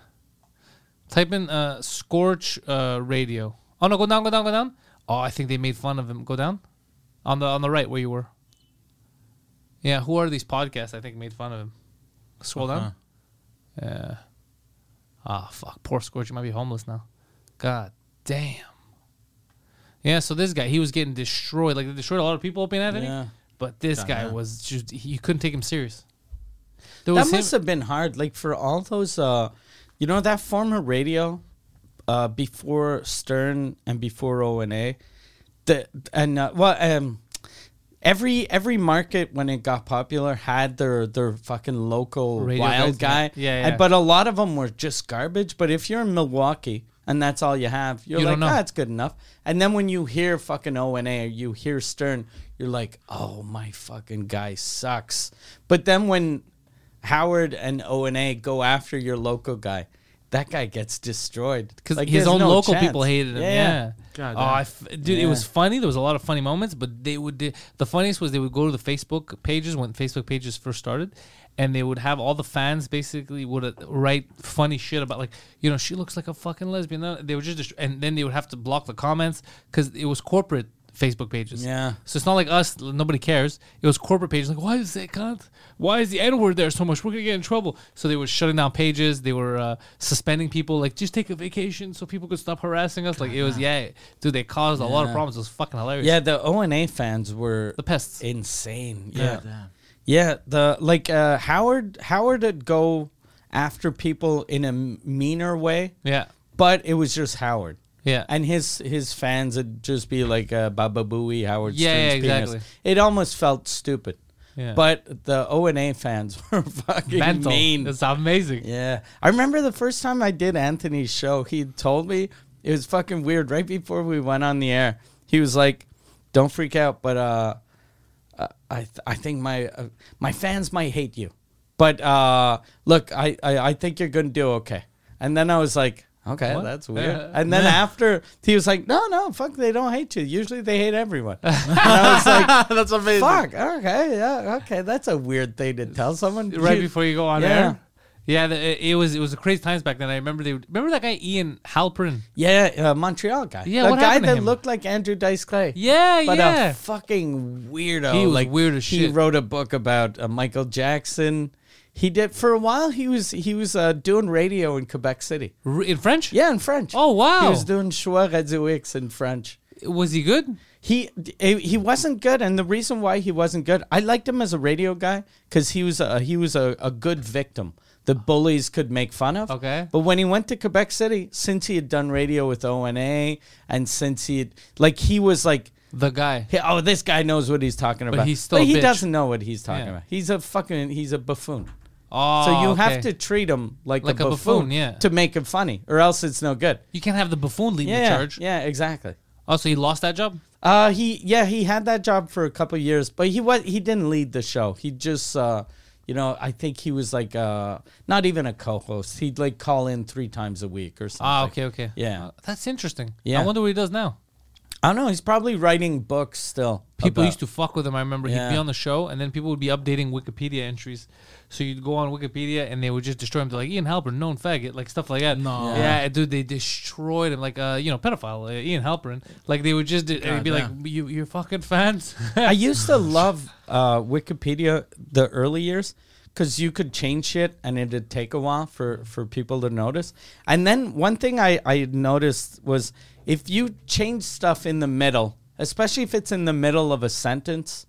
Speaker 1: Type in uh, Scorch uh, radio. Oh no, go down, go down, go down. Oh, I think they made fun of him. Go down, on the on the right where you were. Yeah, who are these podcasts? I think made fun of him. Scroll down.
Speaker 2: Uh-huh.
Speaker 1: Yeah. Ah, fuck. Poor Scorch. You might be homeless now. God damn. Yeah. So this guy, he was getting destroyed. Like they destroyed a lot of people opening at
Speaker 2: Yeah.
Speaker 1: him. But this guy was just he- you couldn't take him serious. There
Speaker 2: That
Speaker 1: him-
Speaker 2: must have been hard. Like for all those, uh, you know, that former radio uh, before Stern and before O and A, the and uh, well, um, every every market when it got popular had their their fucking local
Speaker 1: Radio guys,
Speaker 2: wild guy.
Speaker 1: yeah. Yeah, yeah.
Speaker 2: And- but a lot of them were just garbage. But if you're in Milwaukee and that's all you have, you're
Speaker 1: You
Speaker 2: like,
Speaker 1: don't know.
Speaker 2: ah, it's good enough. And then when you hear fucking O and A or you hear Stern, you're like, oh my fucking guy sucks. But then when Howard and O and A go after your local guy. That guy gets destroyed
Speaker 1: because
Speaker 2: Like,
Speaker 1: his
Speaker 2: there's
Speaker 1: own
Speaker 2: no
Speaker 1: local
Speaker 2: chance.
Speaker 1: people hated him. Yeah.
Speaker 3: God
Speaker 1: oh,
Speaker 3: damn.
Speaker 1: I f- dude, it was
Speaker 2: Yeah.
Speaker 1: funny. There was a lot of funny moments, but they would. do- The funniest was they would go to the Facebook pages when Facebook pages first started, and they would have all the fans basically would uh, write funny shit about like you know she looks like a fucking lesbian. No, They would just dist- and then they would have to block the comments because it was corporate Facebook pages.
Speaker 2: Yeah.
Speaker 1: So it's not like us. l- Nobody cares. It was corporate pages. Like, why is that cunt? Why is the N word there so much? We're gonna get in trouble. So they were shutting down pages. They were uh, suspending people. Like, just take a vacation so people could stop harassing us. Like, it was yeah, dude. They caused a lot of problems. It was fucking hilarious.
Speaker 2: Uh-huh. Yeah, the O and A fans were
Speaker 1: The pests.
Speaker 2: insane. Yeah, yeah, the like uh, Howard Howard would go after people in a m- meaner way.
Speaker 1: Yeah.
Speaker 2: but it was just Howard.
Speaker 1: Yeah.
Speaker 2: and his his fans would just be like uh, Baba Booey, Howard.
Speaker 1: Yeah,
Speaker 2: Stern's
Speaker 1: yeah,
Speaker 2: penis.
Speaker 1: exactly.
Speaker 2: It almost felt stupid.
Speaker 1: Yeah.
Speaker 2: But the O and A fans were fucking
Speaker 1: Mental.
Speaker 2: mean.
Speaker 1: It's amazing.
Speaker 2: Yeah. I remember the first time I did Anthony's show, he told me it was fucking weird. Right before we went on the air, he was like, "Don't freak out, but uh, uh, I th- I think my uh, my fans might hate you, but uh, look, I, I I think you're gonna do okay." And then I was like. Okay,
Speaker 1: What? Uh,
Speaker 2: that's weird.
Speaker 1: Yeah.
Speaker 2: And then after he was like, "No, no, fuck, they don't hate you. Usually they hate everyone." and I was like,
Speaker 3: That's amazing.
Speaker 2: "Fuck, okay, yeah, okay, that's a weird thing to tell someone
Speaker 1: right before you go on
Speaker 2: yeah.
Speaker 1: air. Yeah, the, it- it was it was crazy times back then. I remember they would- remember that guy Ian Halperin.
Speaker 2: Yeah, uh, Montreal guy.
Speaker 1: Yeah,
Speaker 2: the
Speaker 1: what
Speaker 2: guy
Speaker 1: happened to
Speaker 2: that
Speaker 1: him?
Speaker 2: looked like Andrew Dice Clay.
Speaker 1: Yeah,
Speaker 2: but uh,
Speaker 1: yeah.
Speaker 2: a fucking weirdo.
Speaker 1: He was
Speaker 2: like,
Speaker 1: weird as
Speaker 2: He
Speaker 1: shit.
Speaker 2: wrote a book about uh, Michael Jackson. He did for a while. He was he was uh, doing radio in Quebec City.
Speaker 1: R- in French.
Speaker 2: Yeah, in French.
Speaker 1: Oh, wow.
Speaker 2: He was doing Choix Radio X in French.
Speaker 1: Was he good?
Speaker 2: He he wasn't good, and the reason why he wasn't good, I liked him as a radio guy because he was a he was a, a good victim. The bullies could make fun of.
Speaker 1: Okay.
Speaker 2: but when he went to Quebec City, since he had done radio with ONA, and since he had, like he was like,
Speaker 1: The guy.
Speaker 2: hey, oh, this guy knows what he's talking about.
Speaker 1: he's still a
Speaker 2: but he
Speaker 1: bitch.
Speaker 2: doesn't know what he's talking
Speaker 1: Yeah.
Speaker 2: about. He's a fucking he's a buffoon.
Speaker 1: Oh,
Speaker 2: So you
Speaker 1: okay.
Speaker 2: have to treat him like,
Speaker 1: Like
Speaker 2: a,
Speaker 1: a
Speaker 2: buffoon,
Speaker 1: buffoon, yeah.
Speaker 2: to make him funny, or else it's no good.
Speaker 1: You can't have the buffoon lead the
Speaker 2: Yeah,
Speaker 1: charge.
Speaker 2: yeah, exactly.
Speaker 1: Oh, so he lost that job?
Speaker 2: Uh, he yeah, he had that job for a couple years, but he was he didn't lead the show. He just uh, you know, I think he was like uh, not even a co-host. He'd like call in three times a week or something.
Speaker 1: Ah, okay, okay.
Speaker 2: Yeah.
Speaker 1: Uh, that's interesting.
Speaker 2: Yeah.
Speaker 1: I wonder what he does now.
Speaker 2: I don't know. He's probably writing books still.
Speaker 1: People
Speaker 2: about-
Speaker 1: used to fuck with him. I remember
Speaker 2: Yeah.
Speaker 1: he'd be on the show, and then people would be updating Wikipedia entries. So you'd go on Wikipedia, and they would just destroy him. They're like Ian Halperin, known faggot, like stuff like that.
Speaker 3: No.
Speaker 1: yeah, dude, they destroyed him. Like, uh, you know, pedophile uh, Ian Halperin. Like they would just, and it'd be
Speaker 3: Goddamn.
Speaker 1: like, you, you're fucking fans.
Speaker 2: I used to love uh, Wikipedia the early years because you could change shit and it'd take a while for, for people to notice. And then one thing I, I had noticed was if you change stuff in the middle, especially if it's in the middle of a sentence,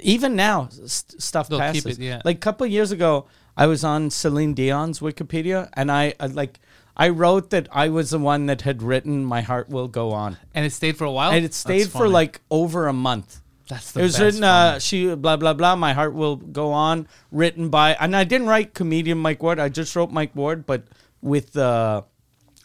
Speaker 2: even now st- stuff
Speaker 1: They'll keep it,
Speaker 2: passes.
Speaker 1: yeah.
Speaker 2: Like a couple years ago, I was on Celine Dion's Wikipedia and I, I like I wrote that I was the one that had written "My Heart Will Go On."
Speaker 1: and it stayed for a while.
Speaker 2: and it stayed for
Speaker 3: funny.
Speaker 2: like over a month.
Speaker 1: That's the
Speaker 2: It was
Speaker 1: best
Speaker 2: written, uh, she blah blah blah. My heart will go on. Written by, and I didn't write comedian Mike Ward. I just wrote Mike Ward, but with uh,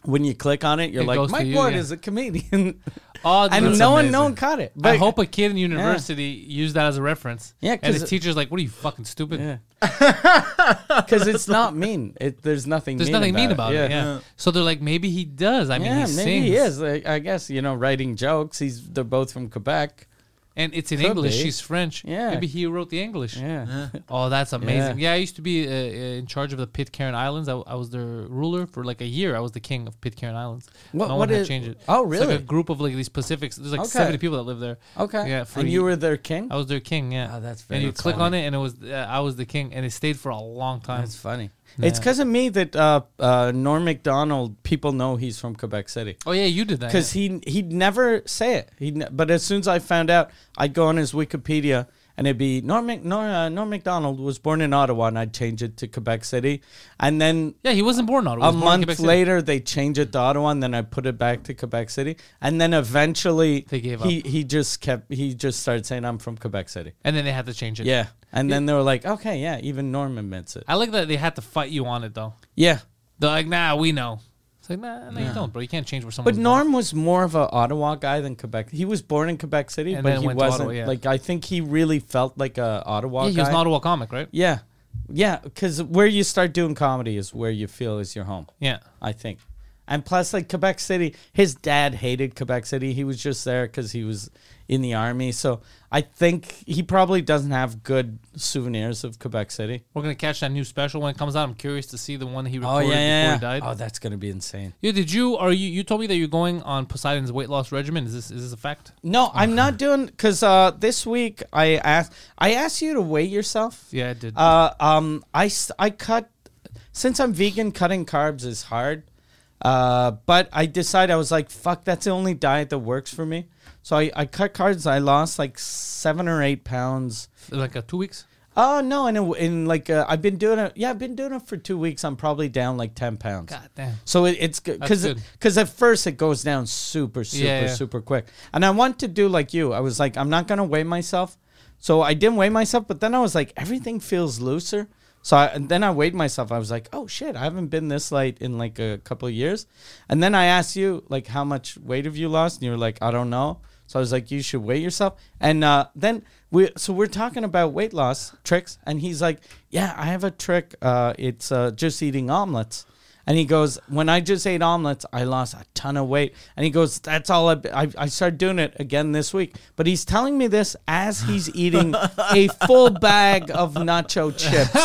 Speaker 2: when you click on it, you're
Speaker 1: It goes
Speaker 2: like
Speaker 1: to
Speaker 2: Mike
Speaker 1: you,
Speaker 2: Ward
Speaker 1: yeah.
Speaker 2: is a comedian,
Speaker 1: Oh,
Speaker 2: and
Speaker 1: that's
Speaker 2: no one,
Speaker 3: amazing.
Speaker 2: no one caught it.
Speaker 1: I hope a kid in university used that as a reference.
Speaker 2: Yeah,
Speaker 1: and
Speaker 2: 'cause
Speaker 1: his teacher's like, "What are you fucking stupid?"
Speaker 2: because it's not mean. It, there's nothing.
Speaker 1: There's
Speaker 2: mean
Speaker 1: nothing
Speaker 2: about
Speaker 1: mean about
Speaker 2: it.
Speaker 1: it. Yeah. So they're like, maybe he does. I mean,
Speaker 2: Yeah,
Speaker 1: he
Speaker 2: maybe
Speaker 1: sings.
Speaker 2: he is. Like, I guess you know, writing jokes. He's they're both from Quebec.
Speaker 1: And it's in
Speaker 2: Could
Speaker 1: English.
Speaker 2: be.
Speaker 1: She's French.
Speaker 2: Yeah.
Speaker 1: Maybe he wrote the English.
Speaker 2: Yeah,
Speaker 1: Oh, that's amazing.
Speaker 2: Yeah.
Speaker 1: Yeah, I used to be uh, uh, in charge of the Pitcairn Islands. I, I was the ruler for like a year. I was the king of Pitcairn Islands.
Speaker 2: What-
Speaker 1: no
Speaker 2: what
Speaker 1: one had
Speaker 2: is-
Speaker 1: changed it.
Speaker 2: Oh,
Speaker 1: It's like
Speaker 2: really?
Speaker 1: a group of like these Pacifics. There's like
Speaker 2: Okay.
Speaker 1: 70 people that live there.
Speaker 2: okay.
Speaker 1: Yeah. For
Speaker 2: and
Speaker 1: a
Speaker 2: you
Speaker 1: ye-
Speaker 2: were their king.
Speaker 1: I was their king. Yeah.
Speaker 2: Oh, that's
Speaker 1: And
Speaker 2: very
Speaker 1: you click on it, and it was uh, I was the king, and it stayed for a long time.
Speaker 2: That's funny. It's because of me that uh, uh, Norm Macdonald. People know he's from Quebec City
Speaker 1: oh yeah, you did that.
Speaker 2: because he he'd never say it. He but as soon as I found out, I'd go on his Wikipedia and it'd be Norm Mac, Norm, uh, Norm Macdonald was born in Ottawa, and I'd change it to Quebec City, and then.
Speaker 1: yeah. yeah, he wasn't born in Ottawa. He
Speaker 2: A
Speaker 1: was born in Quebec
Speaker 2: month
Speaker 1: City.
Speaker 2: later, they change it to Ottawa, and then I put it back to Quebec City, and then eventually
Speaker 1: They gave
Speaker 2: he
Speaker 1: up.
Speaker 2: he just kept he just started saying I'm from Quebec City.
Speaker 1: and then they had to change it.
Speaker 2: Yeah, and then they were like, okay, yeah, even Norm admits it.
Speaker 1: I like that they had to fight you on it though.
Speaker 2: Yeah,
Speaker 1: They're like, nah, we know. It's like, nah, no, you don't, bro. You can't change where someone.
Speaker 2: But Norm was more of an Ottawa guy than Quebec. He was born in Quebec City,
Speaker 1: And
Speaker 2: but
Speaker 1: then
Speaker 2: he
Speaker 1: went to Ottawa,
Speaker 2: wasn't.
Speaker 1: yeah.
Speaker 2: Like I think he really felt like a Ottawa
Speaker 1: yeah,
Speaker 2: guy.
Speaker 1: he was an Ottawa comic, right?
Speaker 2: Yeah, yeah, because where you start doing comedy is where you feel is your home.
Speaker 1: Yeah.
Speaker 2: I think. And plus, like Quebec City, his dad hated Quebec City. He was just there because he was in the army. So I think he probably doesn't have good souvenirs of Quebec City.
Speaker 1: We're gonna catch that new special when it comes out. I'm curious to see the one he
Speaker 2: Oh
Speaker 1: recorded
Speaker 2: yeah,
Speaker 1: before
Speaker 2: yeah.
Speaker 1: he died.
Speaker 2: Oh, that's gonna be insane.
Speaker 1: yeah, did you? Are you? You told me that you're going on Poseidon's weight loss regimen. Is this is this a fact?
Speaker 2: No,
Speaker 1: Oh.
Speaker 2: I'm not doing because uh, this week I asked I asked you to weigh yourself.
Speaker 1: Yeah, I did.
Speaker 2: Uh, um, I s- I cut since I'm vegan, cutting carbs is hard. Uh, but I decided I was like, fuck, that's the only diet that works for me. So I, I cut carbs. I lost like seven or eight pounds.
Speaker 1: like uh, two weeks.
Speaker 2: Oh no! In a, in like uh, I've been doing it. Yeah, I've been doing it for two weeks. I'm probably down like ten pounds.
Speaker 1: God damn.
Speaker 2: So it, it's good because
Speaker 1: good.
Speaker 2: because at first it goes down super super
Speaker 1: Yeah, yeah.
Speaker 2: super quick. And I want to do like you. I was like, I'm not gonna weigh myself. So I didn't weigh myself, but then I was like, everything feels looser. So I, and then I weighed myself. I was like, oh shit, I haven't been this light in like a couple of years. And then I asked you like, how much weight have you lost? And you were like, I don't know. So I was like, you should weigh yourself. And uh, then we, so we're talking about weight loss tricks, and he's like, yeah, I have a trick. Uh, it's uh, just eating omelets. And he goes, when I just ate omelets, I lost a ton of weight. And he goes, that's all I, I, I started doing it again this week. But he's telling me this as he's eating a full bag of nacho chips.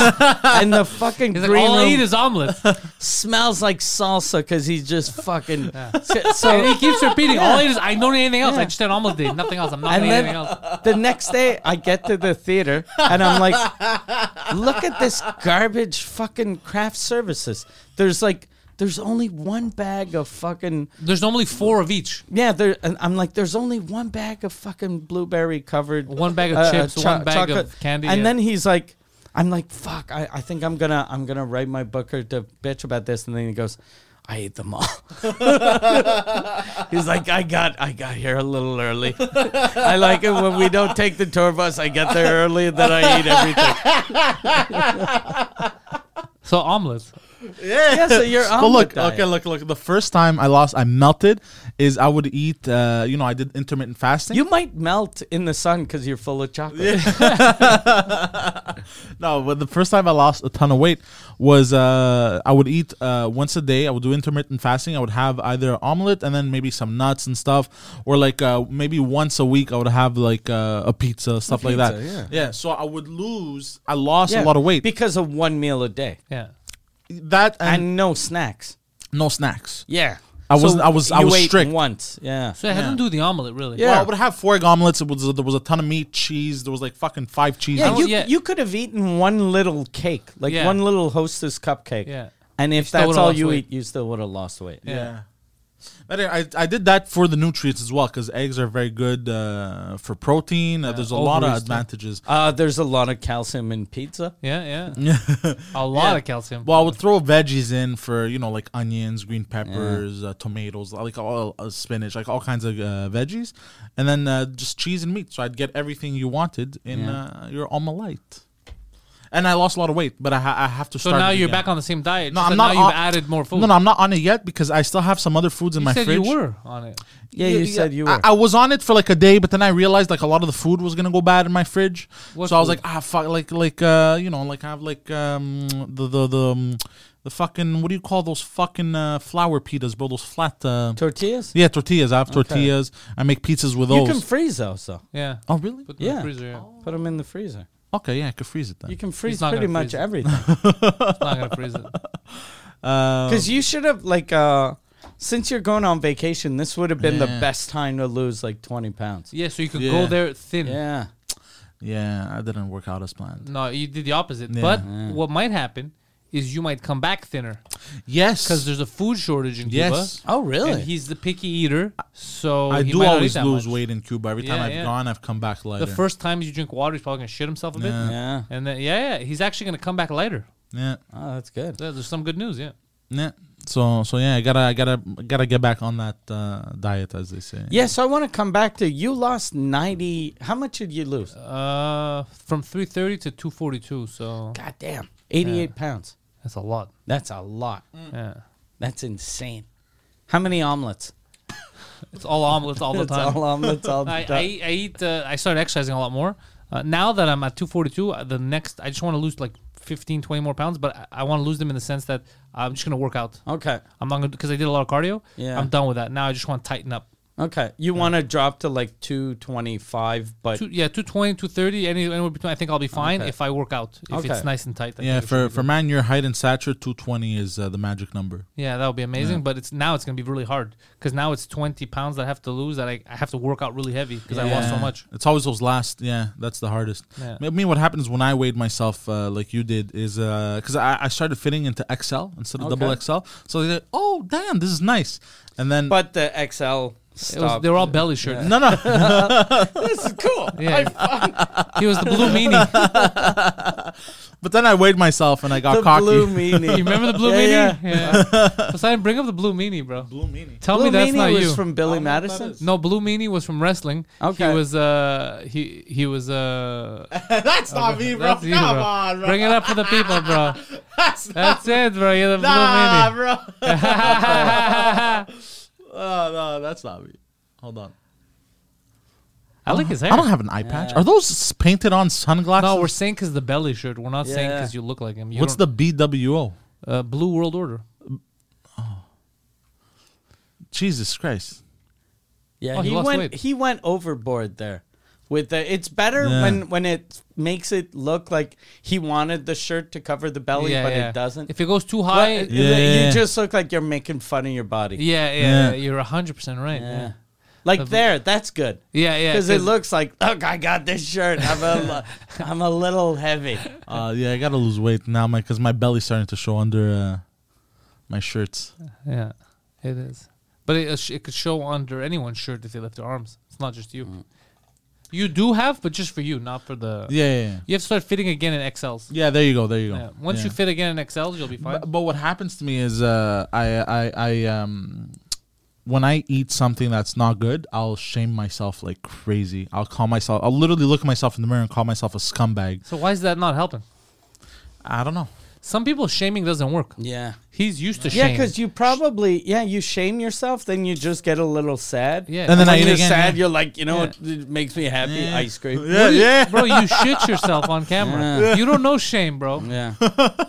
Speaker 2: And the fucking
Speaker 1: He's like,
Speaker 2: green
Speaker 1: all I
Speaker 2: room
Speaker 1: eat is omelets,
Speaker 2: smells like salsa because he's just fucking. So,
Speaker 1: and he
Speaker 2: so-
Speaker 1: keeps repeating, all I eat is. I don't eat anything else. I
Speaker 2: Yeah.
Speaker 1: just had omelet day. Nothing else. I'm not
Speaker 2: and
Speaker 1: eating
Speaker 2: then
Speaker 1: anything else.
Speaker 2: the next day, I get to the theater and I'm like, look at this garbage fucking craft services. There's like, there's only one bag of fucking.
Speaker 1: There's normally four of each.
Speaker 2: Yeah, there. And I'm like, there's only one bag of fucking blueberry covered. uh,
Speaker 1: One bag of chips, one bag of candy,
Speaker 2: And
Speaker 1: yeah.
Speaker 2: then he's like, I'm like, fuck. I, I think I'm gonna I'm gonna write my booker to bitch about this. And then he goes, I ate them all. he's like, I got I got here a little early. I like it when we don't take the tour bus. I get there early, then I eat everything.
Speaker 1: So omelets.
Speaker 2: Yeah, so you're on.
Speaker 3: But look,
Speaker 2: the diet.
Speaker 3: okay, look, look. The first time I lost, I melted. Is I would eat, uh, you know, I did intermittent fasting.
Speaker 2: You might melt in the sun because you're full of chocolate.
Speaker 3: no, but the first time I lost a ton of weight was uh, I would eat uh, once a day. I would do intermittent fasting. I would have either an omelet and then maybe some nuts and stuff, or like uh, maybe once a week I would have like uh, a pizza, stuff like that.
Speaker 2: pizza,
Speaker 3: Yeah. So I would lose. I lost
Speaker 2: Yeah,
Speaker 3: a lot of weight.
Speaker 2: because of one meal a day
Speaker 1: Yeah.
Speaker 3: that
Speaker 2: and,
Speaker 3: and,
Speaker 2: no snacks.
Speaker 3: no snacks.
Speaker 2: Yeah,
Speaker 3: I wasn't- I was- I
Speaker 2: you
Speaker 3: was
Speaker 2: ate
Speaker 3: strict.
Speaker 2: once. Yeah,
Speaker 1: So I had them do the omelet, really.
Speaker 2: Yeah.
Speaker 3: Well, I would have four egg omelets. It was there was a ton of meat, cheese. There was like fucking five cheeses.
Speaker 2: yeah. You
Speaker 1: yeah.
Speaker 2: you could have eaten one little cake, like
Speaker 1: Yeah.
Speaker 2: one little Hostess cupcake.
Speaker 1: Yeah.
Speaker 2: and if
Speaker 1: still
Speaker 2: that's
Speaker 1: would've
Speaker 2: all
Speaker 1: lost
Speaker 2: you
Speaker 1: weight.
Speaker 2: eat, you still would have lost weight.
Speaker 3: Yeah. But I, I did that for the nutrients as well because eggs are very good uh, for protein. Uh, there's a lot of
Speaker 1: ovaries, yeah.
Speaker 3: advantages.
Speaker 2: Uh, there's a lot of calcium in pizza.
Speaker 1: Yeah, yeah. A lot of calcium.
Speaker 3: Well, I would throw veggies in for you know like onions, green peppers, uh, tomatoes, like all uh, spinach, like all kinds of uh, veggies, and then uh, just cheese and meat. So I'd get everything you wanted in uh, your omelette. And I lost a lot of weight, but I, ha- I have to
Speaker 1: so
Speaker 3: start.
Speaker 1: now
Speaker 3: it
Speaker 1: you're
Speaker 3: again.
Speaker 1: back on the same diet.
Speaker 3: No,
Speaker 1: just
Speaker 3: I'm
Speaker 1: that
Speaker 3: not.
Speaker 1: Now you've
Speaker 3: on-
Speaker 1: added more food.
Speaker 3: No, no, I'm not on it yet because I still have some other foods in
Speaker 1: You
Speaker 3: my
Speaker 1: said
Speaker 3: fridge.
Speaker 1: you were on it.
Speaker 2: Yeah, you said you were.
Speaker 3: I, I was on it for like a day, but then I realized like a lot of the food was gonna go bad in my fridge.
Speaker 1: What
Speaker 3: so I was
Speaker 1: food?
Speaker 3: like, ah, fuck, like like uh, you know, like I have like um the the the. Um, the fucking what do you call those fucking uh, flour pitas, bro? Those flat, uh,
Speaker 2: Tortillas.
Speaker 3: yeah, tortillas. I have tortillas. I make pizzas with
Speaker 2: You
Speaker 3: those.
Speaker 2: can freeze those though.
Speaker 1: Yeah.
Speaker 3: oh, really?
Speaker 1: Put them in
Speaker 2: Yeah.
Speaker 1: the freezer. Yeah.
Speaker 2: Put them in the freezer.
Speaker 3: Okay, yeah, I could freeze it then.
Speaker 2: You can freeze
Speaker 1: not
Speaker 2: pretty
Speaker 1: gonna
Speaker 2: much
Speaker 1: freeze it.
Speaker 2: everything.
Speaker 1: It's not gonna freeze it. Um,
Speaker 2: Because you should have like uh since you're going on vacation, this would have been the best time to lose like twenty pounds.
Speaker 1: Yeah, so you could
Speaker 3: Yeah.
Speaker 1: go there thin.
Speaker 2: Yeah.
Speaker 3: yeah, I didn't work out as planned.
Speaker 1: No, you did the opposite.
Speaker 3: Yeah.
Speaker 1: But what might happen is you might come back thinner
Speaker 3: Yes,
Speaker 1: because Mm. there's a food shortage in
Speaker 3: Yes.
Speaker 1: Cuba.
Speaker 2: Oh really?
Speaker 1: And he's the picky eater, so
Speaker 3: I
Speaker 1: he
Speaker 3: do
Speaker 1: might not eat
Speaker 3: always
Speaker 1: that
Speaker 3: lose
Speaker 1: much.
Speaker 3: weight in Cuba. Every time
Speaker 1: Yeah,
Speaker 3: I've
Speaker 1: yeah.
Speaker 3: gone, I've come back lighter.
Speaker 1: The first time you drink water, he's probably gonna shit himself a bit.
Speaker 2: yeah.
Speaker 1: And then yeah, yeah, he's actually gonna come back lighter.
Speaker 3: yeah.
Speaker 2: Oh, that's good.
Speaker 1: There- There's some good news. Yeah.
Speaker 3: Yeah. So so yeah, I gotta I gotta gotta get back on that uh, diet as they say.
Speaker 2: Yeah, so I want to come back to you lost ninety how much did you lose?
Speaker 1: Uh, from 330 to 242. So
Speaker 2: God damn. Eighty eight pounds.
Speaker 1: that's a lot.
Speaker 2: That's a lot.
Speaker 1: Yeah.
Speaker 2: That's insane. How many omelets?
Speaker 1: It's all omelets all the
Speaker 2: It's
Speaker 1: time.
Speaker 2: all omelets all the
Speaker 1: I, I,
Speaker 2: time.
Speaker 1: eat- I eat. Uh, I started exercising a lot more. Uh, now that I'm at 242, uh, the next I just want to lose like 15, 20 more pounds, but I, I want to lose them in the sense that I'm just gonna work out.
Speaker 2: Okay.
Speaker 1: I'm not gonna because I did a lot of cardio.
Speaker 2: Oh. Yeah.
Speaker 1: I'm done with that. Now I just want to tighten up.
Speaker 2: Okay. You want to drop to like two twenty five, but
Speaker 1: Two, yeah, 220, 230, any, anywhere between. I think I'll be fine
Speaker 2: Okay.
Speaker 1: if I work out. If
Speaker 2: Okay.
Speaker 1: it's nice and tight. I
Speaker 3: Yeah,
Speaker 1: think it
Speaker 3: for
Speaker 1: should be
Speaker 3: for man your height and stature 220 is uh, the magic number.
Speaker 1: good. yeah, that would be amazing. But it's now it's gonna be really hard because now it's 20 pounds that I have to lose that I, I have to work out really heavy because I lost so
Speaker 3: Yeah.
Speaker 1: much.
Speaker 3: It's always those last, yeah, that's the hardest.
Speaker 1: Yeah.
Speaker 3: I mean what happens when I weighed myself uh, like you did is uh cuz I, I started fitting into XL instead of double
Speaker 2: Okay.
Speaker 3: XL. So they're like, "Oh, damn, this is nice." And then
Speaker 2: but the XL
Speaker 1: It was,
Speaker 2: stopped.
Speaker 1: they were all belly shirts.
Speaker 3: no, no.
Speaker 2: this is cool.
Speaker 1: Yeah. he was the blue meanie.
Speaker 3: but then I weighed myself and I got
Speaker 2: The
Speaker 3: cocky.
Speaker 2: blue
Speaker 1: You
Speaker 2: meanie.
Speaker 1: remember the blue
Speaker 2: Yeah,
Speaker 1: meanie? Yeah. Poseidon, bring up the blue meanie, bro.
Speaker 3: Blue meanie.
Speaker 1: Tell me
Speaker 2: Blue
Speaker 1: that's
Speaker 2: Meanie
Speaker 1: not
Speaker 2: was
Speaker 1: you.
Speaker 2: from Billy Madison.
Speaker 1: no, blue meanie was from wrestling.
Speaker 2: Okay.
Speaker 1: He was uh he he was uh
Speaker 3: That's not me, bro.
Speaker 1: that's
Speaker 3: Come
Speaker 1: you, bro.
Speaker 3: on, bro.
Speaker 1: Bring it up for the people, bro.
Speaker 3: That's
Speaker 1: That's it, bro. You're the blue
Speaker 3: Nah,
Speaker 1: meanie.
Speaker 3: bro. oh no, that's not me. Hold on.
Speaker 1: I like his hair.
Speaker 3: I don't have an eye patch. Are those painted on sunglasses?
Speaker 1: no, we're saying because the belly shirt. We're not saying
Speaker 2: Yeah.
Speaker 1: because you look like him. You
Speaker 3: What's the
Speaker 1: don't-
Speaker 3: BWO?
Speaker 1: uh, blue world order?
Speaker 3: Jesus Christ.
Speaker 2: Yeah,
Speaker 1: Oh, he
Speaker 2: he,
Speaker 1: lost
Speaker 2: went
Speaker 1: weight.
Speaker 2: he went overboard there. With the, it's better
Speaker 3: Yeah.
Speaker 2: when when it makes it look like he wanted the shirt to cover the belly,
Speaker 1: yeah,
Speaker 2: but
Speaker 1: yeah.
Speaker 2: it doesn't.
Speaker 1: If it goes too
Speaker 2: But
Speaker 1: high,
Speaker 2: it-
Speaker 3: Yeah, yeah, yeah.
Speaker 2: you just look like you're making fun of your body.
Speaker 1: yeah, yeah,
Speaker 3: Yeah.
Speaker 1: yeah, you're hundred percent right.
Speaker 2: Yeah.
Speaker 1: Yeah,
Speaker 2: Like there, that's good.
Speaker 1: yeah, yeah.
Speaker 2: Because it looks like, look, I got this shirt. I'm a, li- I'm a little heavy.
Speaker 3: Uh, yeah, I gotta lose weight now, my because my belly's starting to show under uh, my shirts.
Speaker 1: Yeah, it is. But it, uh, sh- it could show under anyone's shirt if they lift their arms. It's not just you. You do have, but just for you, not for the.
Speaker 3: Mm. Yeah, yeah, yeah.
Speaker 1: You have to start fitting again in XLs.
Speaker 3: Yeah, there you go, there you go.
Speaker 1: Yeah. Once
Speaker 3: Yeah.
Speaker 1: you fit again in XLs, you'll be fine.
Speaker 3: But, but what happens to me is uh, I, I, I, um, when I eat something that's not good, I'll shame myself like crazy. I'll call myself, I'll literally look at myself in the mirror and call myself a scumbag.
Speaker 1: so why is that not helping?
Speaker 3: I don't know.
Speaker 1: Some people shaming doesn't work.
Speaker 2: Yeah.
Speaker 1: He's used to
Speaker 2: Yeah,
Speaker 1: shame.
Speaker 2: because you probably yeah you shame yourself, then you just get a little sad.
Speaker 1: Yeah.
Speaker 3: And then I
Speaker 2: when
Speaker 3: eat
Speaker 2: you're
Speaker 3: again,
Speaker 2: sad,
Speaker 3: yeah.
Speaker 2: you're like, you know,
Speaker 1: Yeah.
Speaker 2: what it makes me happy. Ice cream.
Speaker 3: Yeah, yeah.
Speaker 1: bro, you shit yourself on camera. You don't know shame, bro.
Speaker 2: Yeah.